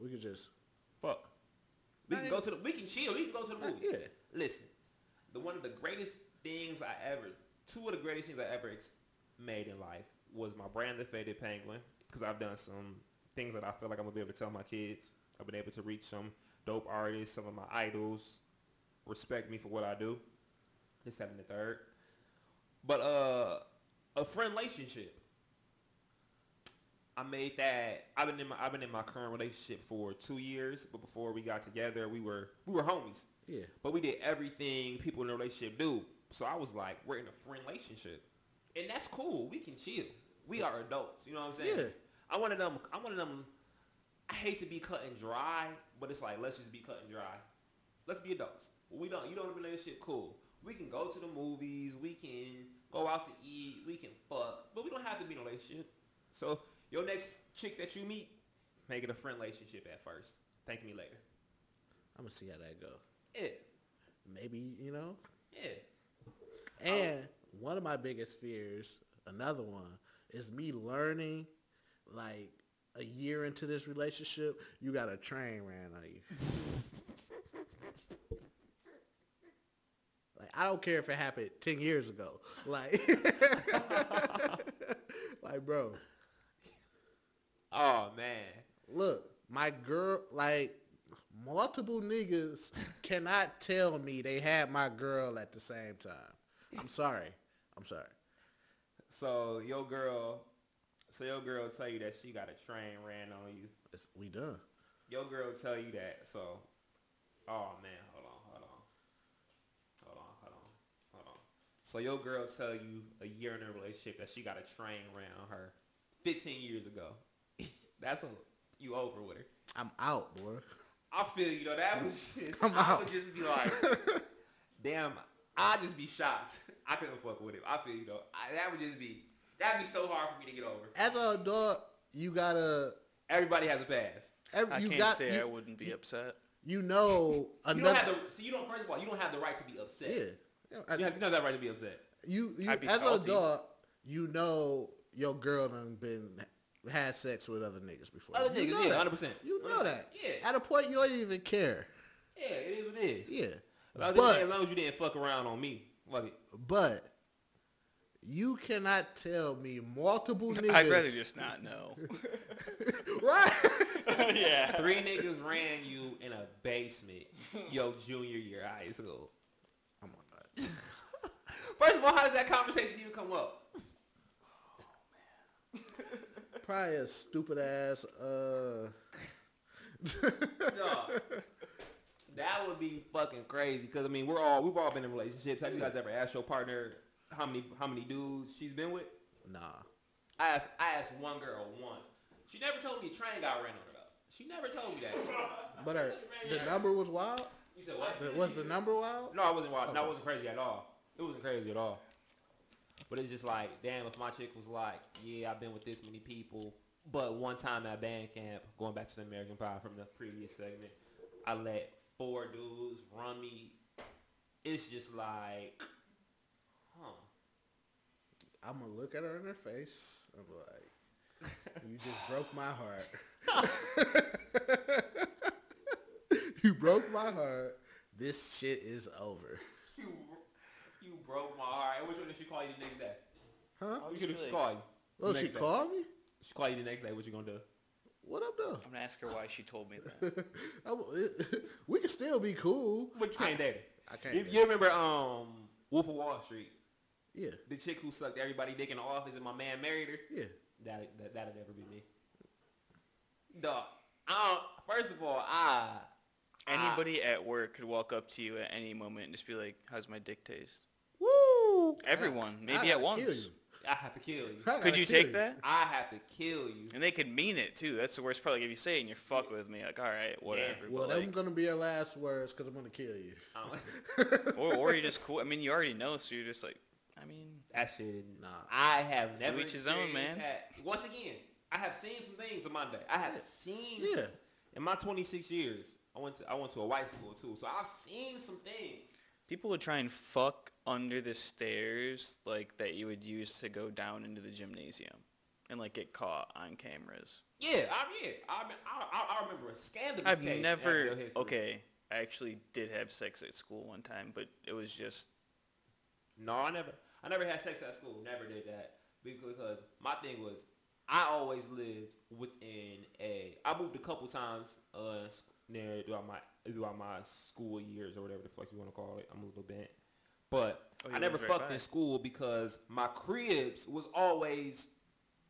A: We could just
B: Fuck. We
A: Not
B: can go to the. We can chill. We can go to the
A: Not-
B: movies.
A: yeah.
B: Listen, the one of the greatest things I ever, two of the greatest things I ever ex- made in life was my brand, the Faded Penguin, because I've done some things that I feel like I'm gonna be able to tell my kids. I've been able to reach some dope artists, some of my idols, respect me for what I do. This having the third, but uh, a friend relationship. I made that. I've been in my I've been in my current relationship for two years, but before we got together, we were we were homies.
A: yeah,
B: But we did everything people in a relationship do. So I was like, we're in a friend relationship. And that's cool. We can chill. We are adults. You know what I'm saying?
A: Yeah.
B: I wanted them I wanted them I hate to be cut and dry, but it's like let's just be cut and dry. Let's be adults. We don't you don't have a relationship, cool. We can go to the movies, we can go out to eat, we can fuck, but we don't have to be in a relationship. So your next chick that you meet, make it a friend relationship at first. Thank me later.
A: I'm gonna see how that go.
B: Yeah.
A: Maybe you know.
B: Yeah.
A: And one of my biggest fears, another one, is me learning like a year into this relationship, you got a train ran on you. like I don't care if it happened ten years ago. Like (laughs) like bro,
B: Oh man.
A: look, my girl like multiple niggas cannot tell me they had my girl at the same time. I'm sorry. I'm sorry.
B: So your girl, so your girl tell you that she got a train ran on you.
A: It's, we done.
B: Your girl tell you that. So, oh man, hold on, hold on, hold on, hold on, hold on. So your girl tell you a year in a relationship that she got a train ran on her, 15 years ago. (laughs) That's when you over with her.
A: I'm out, boy.
B: I feel you know that was just
A: I'm
B: I
A: out.
B: would just be like, damn, I'd just be shocked. (laughs) I couldn't fuck with it. I feel you though. I, that would just be that'd be so hard for me to get over.
A: As an adult, you gotta.
B: Everybody has a past.
A: ev-
C: I
A: you
C: can't
A: got.
C: say I
A: you,
C: wouldn't be upset.
A: you know
B: You don't
A: another.
B: have the so you don't first of all you don't have the right to be upset.
A: yeah. I-
B: You, have, you don't have that right to be upset.
A: you, you
C: I'd be
A: as an
C: salty.
A: adult, you know your girl done been had sex with other niggas before.
B: Other
A: You
B: niggas,
A: know
B: yeah,
A: that.
B: 100%.
A: You know that.
B: Yeah.
A: At a point, you don't even care.
B: Yeah, it is what it is.
A: Yeah.
B: Like,
A: But-
B: as long as you didn't fuck around on me, fuck it.
A: But you cannot tell me multiple niggas.
C: (laughs) I'd rather just not know.
A: (laughs) right.
C: (laughs)
A: Oh
C: yeah.
A: (laughs)
B: Three niggas ran you in a basement your junior year of high school.
A: oh my god.
B: First of all, how does that conversation even come up?
A: Probably a stupid ass. Uh. (laughs)
B: No. That would be fucking crazy because I mean we're all we've all been in relationships. Have you guys ever asked your partner how many how many dudes she's been with?
A: Nah.
B: I asked I asked one girl once. She never told me a train got ran on her though. She never told me that.
A: But her, the number was wild.
B: You said what?
A: The- Was the number wild?
B: (laughs) No, I wasn't wild. No, I wasn't crazy at all. It wasn't crazy at all. But it's just like, damn, if my chick was like, yeah, I've been with this many people, but one time at band camp, going back to the American Pie from the previous segment, I let four dudes run me. It's just like, huh. (laughs)
A: I'm gonna look at her in her face. I'm like, You just broke my heart. (laughs) you broke my heart. This shit is over.
B: You, you broke my heart. And which one did she call you the next day?
A: Huh?
B: Which one did she call you?
A: Oh, she
B: Next day.
A: called me?
B: She call you the next day. What you gonna do?
A: What up, though?
C: I'm gonna ask her why she told me
A: (laughs)
C: that.
A: I- (laughs) we can still be cool.
B: But you can't date her.
A: I can't.
B: You, you remember um Wolf of Wall Street?
A: yeah,
B: The chick who sucked everybody dick in the office and my man married her.
A: yeah.
B: That that that'd never be me. Dog. I don't, first of all, I Ah.
C: Anybody at work could walk up to you at any moment and just be like, "How's my dick taste?"
B: woo.
C: Everyone,
A: I- I
C: maybe at
A: gotta
C: once.
A: kill you.
B: I have to kill you.
A: I gotta
C: Could you
A: kill
C: take that?
B: I have to kill you.
C: And they could mean it too. That's the worst part. Like if you say it and you're fucking with me, like all right, whatever. but,
A: Well,
C: like-
A: them gonna be your last words because I'm gonna kill you.
B: Um,
C: (laughs) or, or you're just cool. I mean, you already know, so you're just like, I mean,
B: (laughs) that shit.
A: Nah.
B: I have never.
C: each his own,
B: experienced
C: man.
B: that. Once again, I have seen some things in my day. I have
A: Yeah.
B: seen.
A: (laughs) Yeah.
B: In my 26 years, I went to I went to a white school too, so I've seen some things.
C: people would try and fuck under the stairs like that you would use to go down into the gymnasium, and like get caught on cameras.
B: Yeah, I yeah, I mean, I, I, I remember a scandalous
C: I've
B: case in
C: never.
B: Abbeville history.
C: Okay, I actually did have sex at school one time, but it was just
B: No, I never. I never had sex at school. Never did that because my thing was I always lived within a. I moved a couple times uh s- near throughout my throughout my school years or whatever the fuck you want to call it. I'm a little bent, but
C: Oh, you
B: I never
C: lived right
B: fucked
C: by
B: in
C: it.
B: school because my cribs was always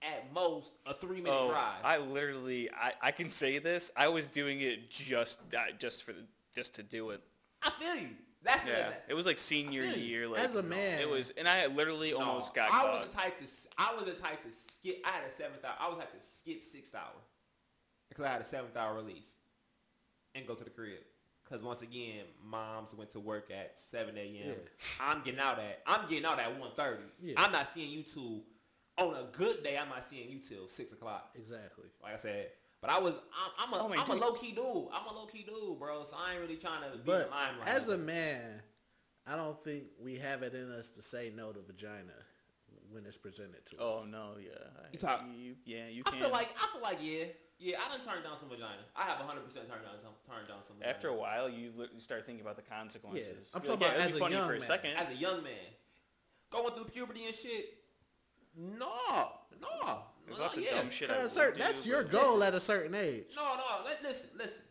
B: at most a three minute
C: Oh,
B: drive.
C: I literally, I, I can say this. I was doing it just uh, just for the, just to do it.
B: I feel you. That's
C: Yeah,
B: it.
C: it was like senior
B: I feel you.
C: year. Like
A: As a man.
C: it was, and I literally
B: No,
C: almost got
B: I was
C: caught.
B: the type to. s- I was the type to skip. I had a seventh hour. I was like to skip sixth hour because I had a seventh hour release and go to the crib. Because once again, moms went to work at seven a.m.
A: Yeah.
B: I'm getting out at. I'm getting out at one thirty.
A: Yeah.
B: I'm not seeing you till on a good day. I'm not seeing you till six o'clock.
A: Exactly.
B: Like I said. But I was, I'm, I'm
C: Oh,
B: a,
C: man,
B: am a
C: dude.
B: low key dude. I'm a low key dude, bro. So I ain't really trying to be in
A: But
B: the limelight.
A: as a man, I don't think we have it in us to say no to vagina when it's presented to us.
C: oh no, yeah. I-
B: You talk-
C: you- yeah, you
B: I
C: can.
B: feel like I feel like yeah, yeah. I done turned down some vagina. I have 100 percent turned down some turned down some. Vagina.
C: after a while, you, li- you start thinking about the consequences.
A: I'm
C: You're
A: talking
C: like, yeah,
A: about
C: it'll be
A: as a
C: funny
A: young
C: for a
A: man.
C: second.
B: as a young man, going through puberty and shit. No, no,
C: There's
B: no,
C: lots of
B: yeah.
C: dumb shit. I
A: At a
C: would
A: certain-
C: do,
A: that's
C: but-
A: your goal at a certain age.
B: No, no. Let, listen, listen.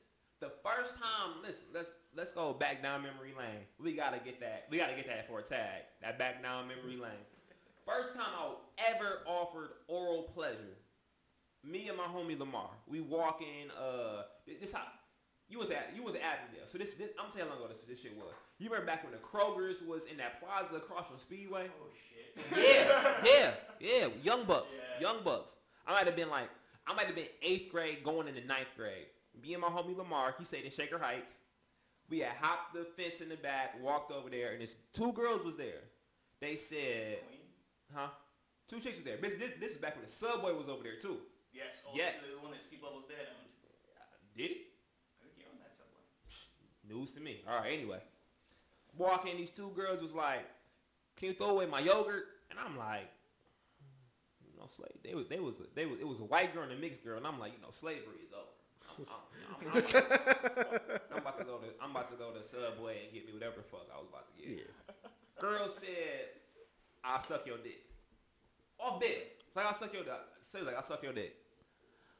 B: The first time, listen. Let's let's go back down memory lane. We gotta get that. We gotta get that for a tag. That back down memory lane. First time I was ever offered oral pleasure. Me and my homie Lamar, we walk in. Uh, this this how you was at you was at Avondale. So this, this I'm saying how long ago this, this shit was. You remember back when the Kroger's was in that plaza across from Speedway?
C: (laughs)
B: yeah, yeah, yeah. Young bucks, young bucks. I might have been like, I might have been eighth grade going into ninth grade. Me and my homie Lamar, he stayed in Shaker Heights. We had hopped the fence in the back, walked over there, and this two girls was there. They said, huh? Two chicks was there. This, this, this is back when the subway was over there too.
D: Yes, oh,
B: Yeah.
D: the one that Steve Bubbles dad owned.
B: Did it?
D: I think he owned that subway.
B: News to me. All right, anyway. Walking, these two girls was like, can you throw away my yogurt? And I'm like, you know, slave. They was, they was, they was, it was a white girl and a mixed girl, and I'm like, you know, slavery is over. I'm, I'm, I'm, I'm, I'm about to go to, I'm about to go to Subway and get me whatever the fuck I was about to get. Girl said, I'll suck your dick. Off bed. It's like, I'll suck your dick. Say like, I'll suck your dick.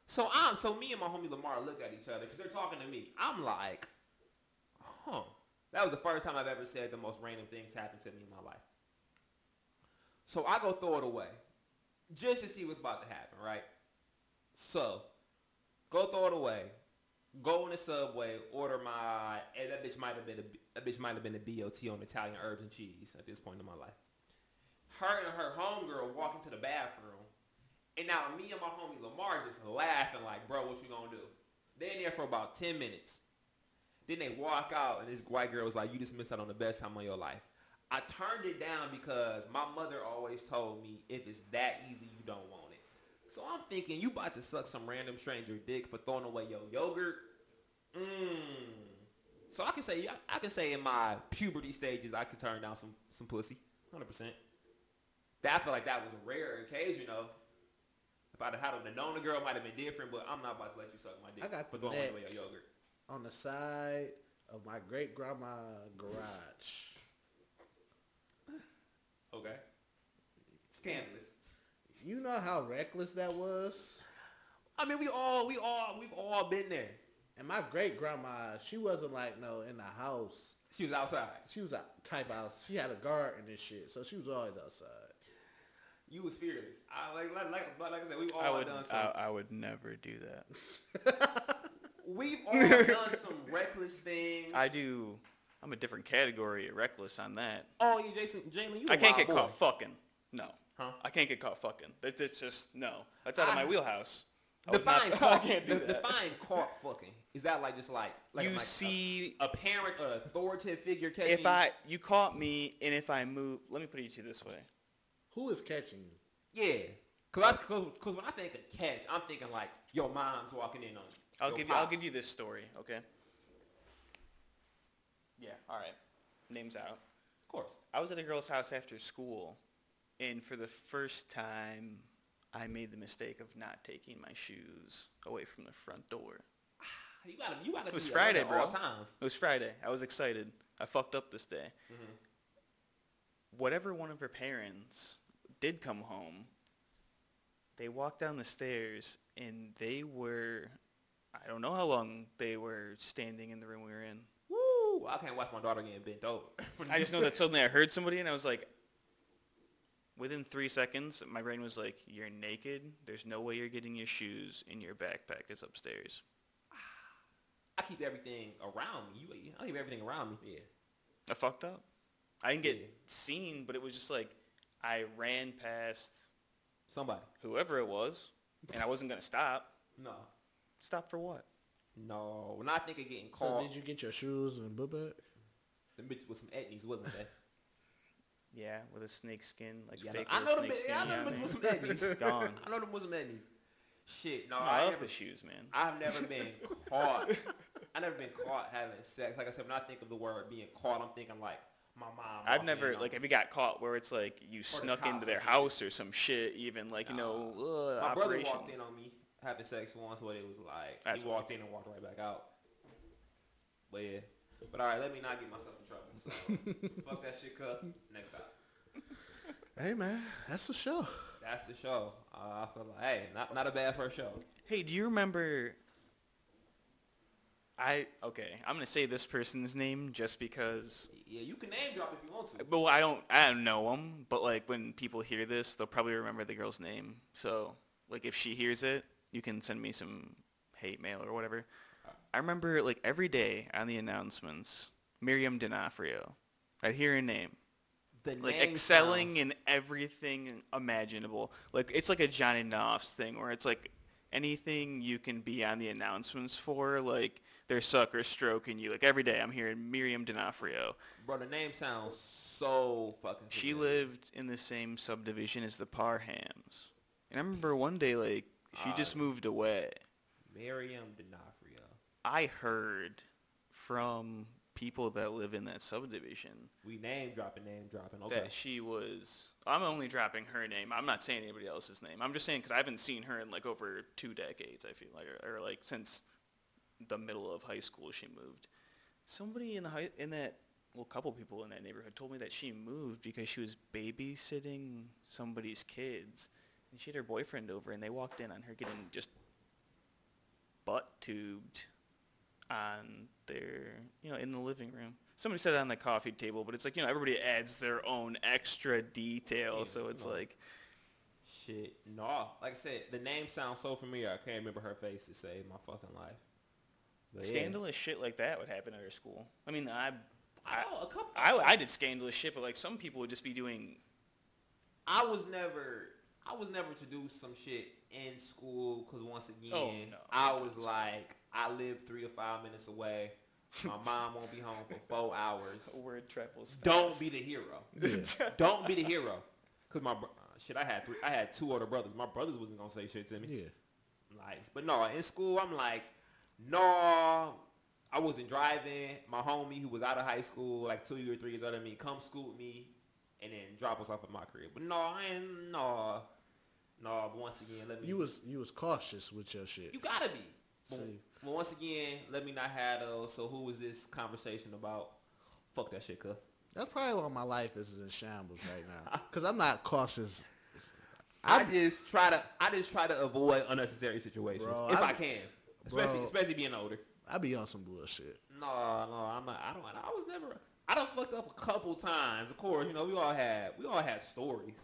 B: So I'm, so me and my homie Lamar look at each other because they're talking to me. I'm like, huh. That was the first time I've ever said the most random things happened to me in my life. So I go throw it away just to see what's about to happen, right? So go throw it away. Go in the subway, order my. And that bitch might have been a, that bitch might have been a BOT on Italian herbs and cheese at this point in my life. Her and her homegirl walk into the bathroom, and now me and my homie Lamar just laughing like, "Bro, what you gonna do?" They in there for about ten minutes. Then they walk out, and this white girl was like, "You just missed out on the best time of your life." I turned it down because my mother always told me, "If it's that easy, you don't want it." So I'm thinking, you about to suck some random stranger dick for throwing away your yogurt? Mmm. So I can say, I- I can say in my puberty stages, I could turn down some some pussy, hundred percent. That I feel like that was a rare occasion, though. I If I'd have had him known the girl, it might have been different, but I'm not about to let you suck my dick.
A: I got
B: but don't want
A: that.
B: the way of yogurt.
A: on the side of my great grandma garage.
B: Okay. Scandalous.
A: You know how reckless that was?
B: I mean, we all, we all, we've all been there.
A: And my great grandma, she wasn't like no in the house.
B: She was outside.
A: She was a type out. She had a garden and shit, so she was always outside.
B: You was fearless. I like, like, like, but like I said, we've all
C: I would, uh,
B: done
C: I,
B: something.
C: I would never do that.
B: We've
C: (laughs)
B: all done some reckless things.
C: I do. I'm a different category of reckless on that.
B: Oh, you, Jason, Jalen, you. I
C: I can't get
B: boy.
C: caught fucking. No.
B: Huh?
C: I can't get caught fucking. That- That's just no. That's out of
B: I-
C: my wheelhouse. I would
B: Define
C: not- (laughs) I
B: caught.
C: can't do
B: de-
C: that.
B: Define caught fucking. Is that like just like like
C: you
B: like a-
C: see,
B: a, parent, an authoritative figure catching?
C: if I you caught me and if I move, let me put it to you this way.
A: Who is catching you?
B: yeah, cause, I, cause, 'cause when I think of catch, I'm thinking like your mom's walking in on you.
C: I'll
B: Your
C: give you. I'll
B: pops.
C: give you this story. Okay. Yeah. All right. Names out.
B: Of course.
C: I was at a girl's house after school, and for the first time, I made the mistake of not taking my shoes away from the front door.
B: You gotta, you gotta.
C: It was
B: be alert
C: Friday,
B: at
C: bro.
B: All times.
C: It was Friday. I was excited. I fucked up this day. Whatever one of her parents did come home, they walked down the stairs and they were, I don't know how long they were standing in the room we were in.
B: Woo! I can't watch my daughter getting bent over. (laughs)
C: I just know that suddenly I heard somebody and I was like, within three seconds, my brain was like, you're naked. There's no way you're getting your shoes and your backpack is upstairs.
B: I keep everything around me. You, I keep everything around me. Yeah.
C: I fucked up. I didn't get
B: Yeah.
C: seen, but it was just like I ran past
B: Somebody.
C: whoever it was and I wasn't going to stop.
B: No.
C: Stop for what?
B: No. When I think of getting
A: So
B: caught,
A: did you get your shoes and book bag?
B: the bitch with some etnies, wasn't that?
C: Yeah, with a snake skin, (laughs) like
B: Yeah, I know-
C: fake
B: I know
C: little
B: the
C: snake
B: bit-
C: skin.
B: yeah, I know
C: you
B: the
C: what
B: bit
C: I (laughs)
B: with
C: mean?
B: some etnies.
C: Gone.
B: (laughs) I know them was some etnies. Shit. No,
C: No,
B: I,
C: I love
B: never,
C: the shoes, man.
B: I've never
C: (laughs)
B: been caught. I've never been caught having sex. Like I said, when I think of the word being caught, I'm thinking like my mom.
C: I've
B: walking
C: never
B: in on
C: like
B: me.
C: if you got caught where it's like you snuck
B: cops
C: into
B: or
C: their
B: some
C: house or some shit, even like you
B: Nah.
C: know uh,
B: my brother
C: operation.
B: walked in on me having sex once, but it was like
C: That's
B: he walked in and walked right back out. But yeah. But all right, let me not get myself in trouble. So fuck that shit, cup. Next time.
A: Hey man, that's the show.
B: That's the show. Uh, I feel like hey, not not a bad first show.
C: Hey, do you remember? I okay. I'm gonna say this person's name just because.
B: Yeah, you can name drop if you want to.
C: Well, I don't. I don't know him, but like when people hear this, they'll probably remember the girl's name. So like if she hears it, you can send me some hate mail or whatever. I remember like every day on the announcements, Miriam D'Onofrio. I'd hear her name.
B: The
C: like
B: name
C: excelling
B: sounds-
C: in everything imaginable. Like it's like a Johnny Knopf's thing where it's like anything you can be on the announcements for, like they're sucker stroking you. Like every day I'm hearing Miriam D'Onofrio.
B: Bro, the name sounds so fucking.
C: She
B: familiar.
C: lived in the same subdivision as the Parhams. And I remember one day like she just moved away.
B: Miriam D'Onofrio.
C: I heard from people that live in that subdivision
B: We name dropping, name dropping. Okay.
C: that she was. I'm only dropping her name. I'm not saying anybody else's name. I'm just saying because I haven't seen her in like over two decades. I feel like, or, or like since the middle of high school, she moved. Somebody in the high in that well, a couple people in that neighborhood told me that she moved because she was babysitting somebody's kids, and she had her boyfriend over, and they walked in on her getting just butt tubed on their, you know, in the living room. Somebody said it on the coffee table, but it's like, you know, everybody adds their own extra detail,
B: Yeah,
C: so it's
B: come on.
C: like,
B: Shit, no. Like I said, the name sounds so familiar. I can't remember her face to save my fucking life. But yeah.
C: scandalous shit like that would happen at our school. I mean, I, I,
B: Oh, a couple.
C: I, I did scandalous shit, but like some people would just be doing, (laughs)
B: I was never, I was never to do some shit in school because once again,
C: Oh, no.
B: I was like, I live three to five minutes away.
C: (laughs)
B: My mom won't be home for four hours.
C: word triples.
B: Don't
C: (laughs)
B: be the hero. Don't be the hero. Cause my bro- uh, shit, I had three, I had two older brothers. My brothers wasn't gonna say shit to me.
A: Yeah.
B: Nice. But no, in school, I'm like, no, I wasn't driving. My homie who was out of high school, like two or three years older than me, come scoot me and then drop us off at my crib. But no, I ain't, no. No, but once again, let me.
A: You was you was cautious with your shit.
B: You gotta be. But,
A: See.
B: but once again, let me not have those. So who was this conversation about? Fuck that shit, cuz.
A: That's probably why my life is in shambles right now. (laughs) Cause I'm not cautious,
B: I just try to. I just try to avoid unnecessary situations
A: Bro,
B: if
A: I-
B: I, can, especially
A: Bro.
B: especially being older.
A: I be on some bullshit.
B: No, no, I'm not. I don't. I was never. I done fucked up a couple times. Of course, you know we all had we all had stories,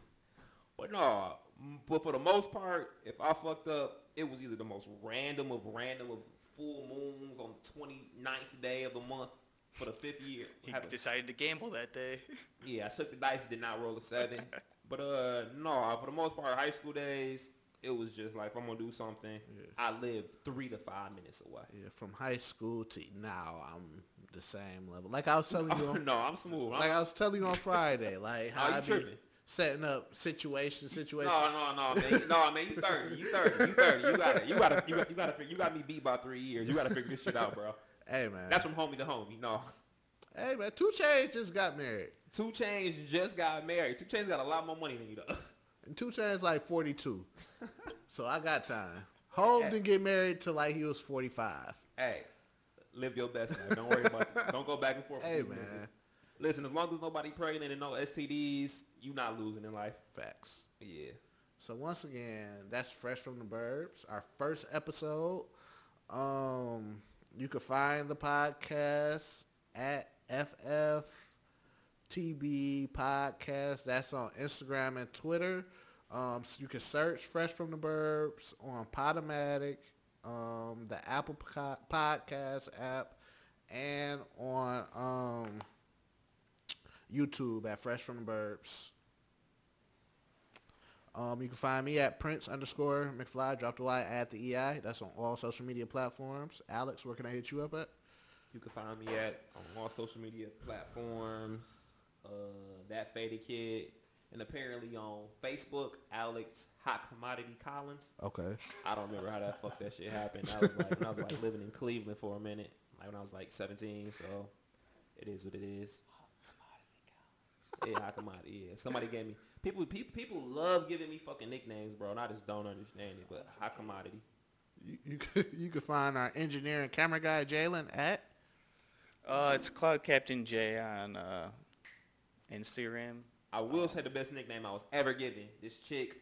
B: but no. m- But for the most part, if I fucked up, it was either the most random of random of full moons on the 29th day of the month for the fifth year.
C: (laughs) He
B: Happened-
C: decided to gamble that day. (laughs)
B: yeah, I shook the dice, did not roll a seven. but uh, no, for the most part, high school days, it was just like if I'm gonna do something,
A: Yeah.
B: I live three to five minutes away.
A: Yeah, from high school to now, I'm the same level. Like I was telling you,
B: (laughs) Oh,
A: on,
B: no, I'm smooth. I'm-
A: like I was telling you on Friday, like how
B: Oh, you
A: I be
B: tripping.
A: setting up situations, situations.
B: No, no, no, man. No, man, you 30. You 30. You 30. You got to You got to You got you got to You got me beat by 3 years. You got to figure this shit out, bro.
A: Hey man,
B: That's from homie to homie. No.
A: hey man, Two Chainz just got married,
B: 2 Chains just got married. 2 Chains got a lot more money than you though.
A: and Two Chainz like 42, so I got time. Hove didn't get married till like he was 45.
B: Hey, live your best life. Don't worry about it. Don't go back and forth. with
A: Hey,
B: these
A: man.
B: niggas. Listen, as long as nobody pregnant and no STDs, you not losing in life.
A: Facts.
B: Yeah.
A: So once again, that's Fresh from the Burbs, our first episode. Um, you can find the podcast at FFTB Podcast. That's on Instagram and Twitter. Um, so you can search Fresh from the Burbs on Podomatic, um, the Apple Poca- Podcast app, and on um, YouTube at Fresh from the Burbs. Um, you can find me at Prince underscore McFly. Drop the Y at the EI. That's on all social media platforms. Alex, where can I hit you up at?
B: You can find me at on all social media platforms. Uh, that faded kid, and apparently on Facebook, Alex Hot Commodity Collins.
A: Okay.
B: I don't remember how that fuck that shit happened. I was like, when I was like living in Cleveland for a minute, like when I was like 17. So it is what it is. Yeah, I come out. Yeah, somebody gave me people. People, people love giving me fucking nicknames, bro, and I just don't understand it. But high commodity.
A: You you (laughs) can, you can find our engineer and camera guy Jalen at
C: Uh, it's Cloud Captain J on uh, Instagram.
B: I will say the best nickname I was ever given. This chick,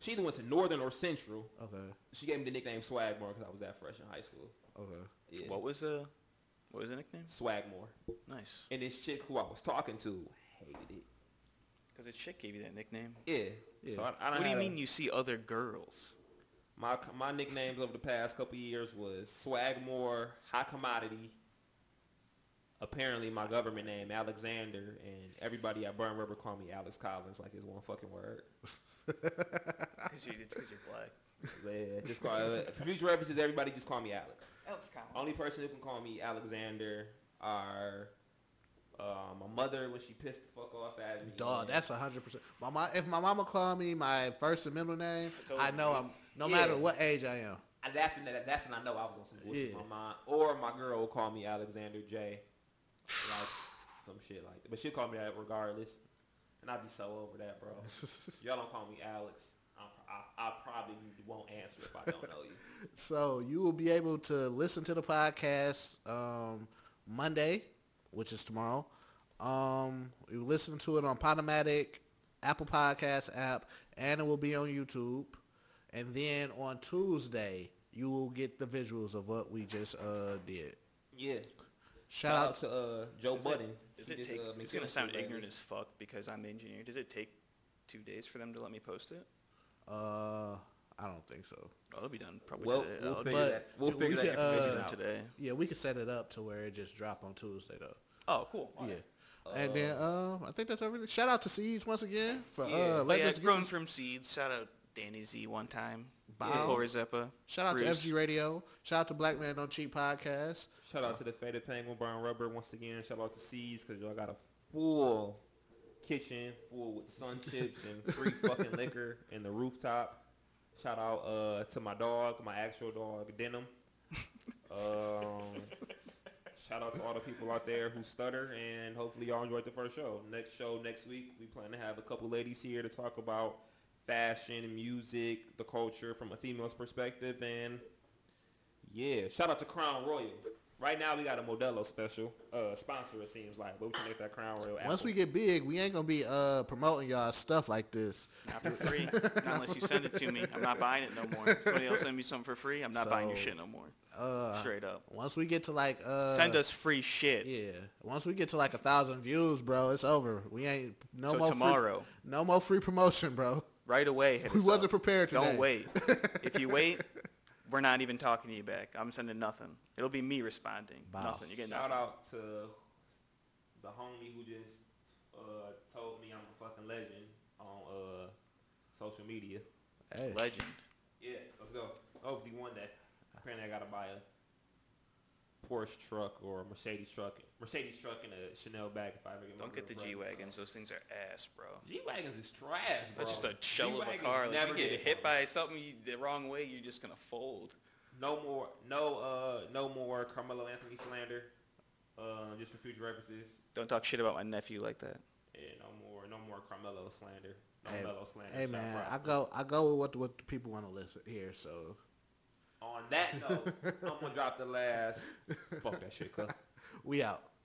B: she either went to Northern or Central.
A: okay
B: She gave me the nickname Swagmore because I was that fresh in high school.
A: okay
B: Yeah,
C: What was the what was the nickname?
B: Swagmore.
C: Nice.
B: And this chick who I was talking to hated it.
C: Because a chick gave you that nickname.
B: Yeah.
A: Yeah.
B: So I, I
C: What do you
B: had a-
C: mean you see other (laughs) girls?
B: My my nicknames over the past couple years was Swagmore, High Commodity. Apparently, my government name Alexander, and everybody at Burn Rubber call me Alex Collins, like it's one fucking
C: (laughs)
B: word.
A: (laughs)
C: Because you, it's because you're black.
B: Yeah, just call uh, for future references. Everybody just call me Alex.
D: Alex
C: Oh,
D: Collins.
B: Only person who can call me Alexander are uh, my mother when she pissed the fuck off at me.
A: dog
B: and-
A: that's hundred percent. My mom, if my mama called me my first and middle name,
C: over
A: I know I'm no
B: Yeah.
A: matter what age I (laughs) am.
B: I, that's when that, that's when I know I was on some bullshit
A: Yeah.
B: with my mom. Or my girl will call me Alexander J. Like some shit like that. But she'll call me that regardless. And I'd be so over that, (laughs) bro. Y'all don't call me Alex. I'm, I, I probably won't answer if I don't know you.
A: So you will be able to listen to the podcast um, Monday, which is tomorrow. Um, you listen to it on Podomatic, Apple Podcast app, and it will be on YouTube. And then on Tuesday, you will get the visuals of what we just uh, did.
B: (laughs) Yeah.
A: Shout out to
B: to uh, Joe Budden.
C: Does
B: He
C: it
B: just,
C: take,
B: uh, been
C: it's going
B: killing
C: to sound
B: shit lately.
C: ignorant as fuck because I'm engineer. Does it take two days for them to let me post it?
A: uh, I don't think so.
C: Oh, I'll be done probably
B: Well,
C: today.
B: we'll
C: I'll be
B: figure
A: But
B: that. We'll
A: we
B: figure that
A: could, uh,
B: information
C: done
B: out.
C: today.
A: Yeah, we could set it up to where it just drop on Tuesday though.
C: Oh, cool. All
A: Yeah.
C: right.
A: and then um, I think that's everything. Shout out to Seeds once again for
B: Yeah.
A: uh,
B: Oh,
C: But
A: letting
C: Uh, yeah,
A: us get
C: grown
A: this-
C: from seeds. Shout out Danny Z one time.
A: Bow.
C: Paul Rezepa.
A: Shout out
C: Bruce.
A: to FG Radio. Shout out to Black Man Don't Cheat Podcast.
B: Shout out to the Faded Penguin Brown Rubber once again. Shout out to C's because y'all got a full kitchen full with sun chips and free fucking liquor in the rooftop. Shout out uh, to my dog, my actual dog, Denim. Um, shout out to all the people out there who stutter and hopefully y'all enjoyed the first show. Next show next week, we plan to have a couple ladies here to talk about fashion and music, the culture from a female's perspective, and yeah, shout out to Crown Royal. Right now we got a Modelo special uh, sponsor. It seems like, but we can make that Crown Royal.
A: Once
B: apple.
A: we get big, we ain't gonna be uh promoting y'all stuff like this.
C: Not for
B: (laughs)
C: free. not unless you send it to me. I'm not buying it no more. If somebody else send me something for free, I'm not buying your
A: So,
C: shit no more.
A: Uh,
C: Straight up.
A: once we get to like uh
C: send us free shit.
A: Yeah. Once we get to like a thousand views, bro, it's over. We ain't no
C: so
A: more
C: tomorrow,
A: Free, no more free promotion, bro.
C: right away, hit
A: We
C: us
A: wasn't
C: up.
A: prepared today.
C: Don't
A: (laughs)
C: wait. if you wait, we're not even talking to you back. I'm sending nothing. It'll be me responding.
A: Wow.
C: Nothing. You get
B: Shout
C: nothing.
B: out to the homie who just uh, told me I'm a fucking legend on uh, social media.
A: Hey,
C: Legend.
B: Yeah, let's go. Hopefully one day. Apparently I gotta buy a Porsche truck or a Mercedes truck, Mercedes truck and a Chanel bag if I ever get. my
C: Don't get the
B: real
C: G
B: brothers.
C: wagons. Those things are ass, bro.
B: G wagons is trash, bro.
C: That's just a shell of a
B: G-Wagons
C: car. Like,
B: never
C: you get
B: did
C: hit
B: one.
C: by something you, the wrong way, you're just gonna fold.
B: No more, no, uh, no more Carmelo Anthony slander. Uh, just for future references.
C: Don't talk shit about my nephew like that.
B: Yeah, no more, no more Carmelo slander. No
A: Hey-
B: Melo slander.
A: hey
B: Shot
A: man, I
B: proper.
A: go I go with what what the people want to listen here. So (laughs)
B: On that note, I'm gonna drop the last. Fuck that shit, cuz.
A: we out.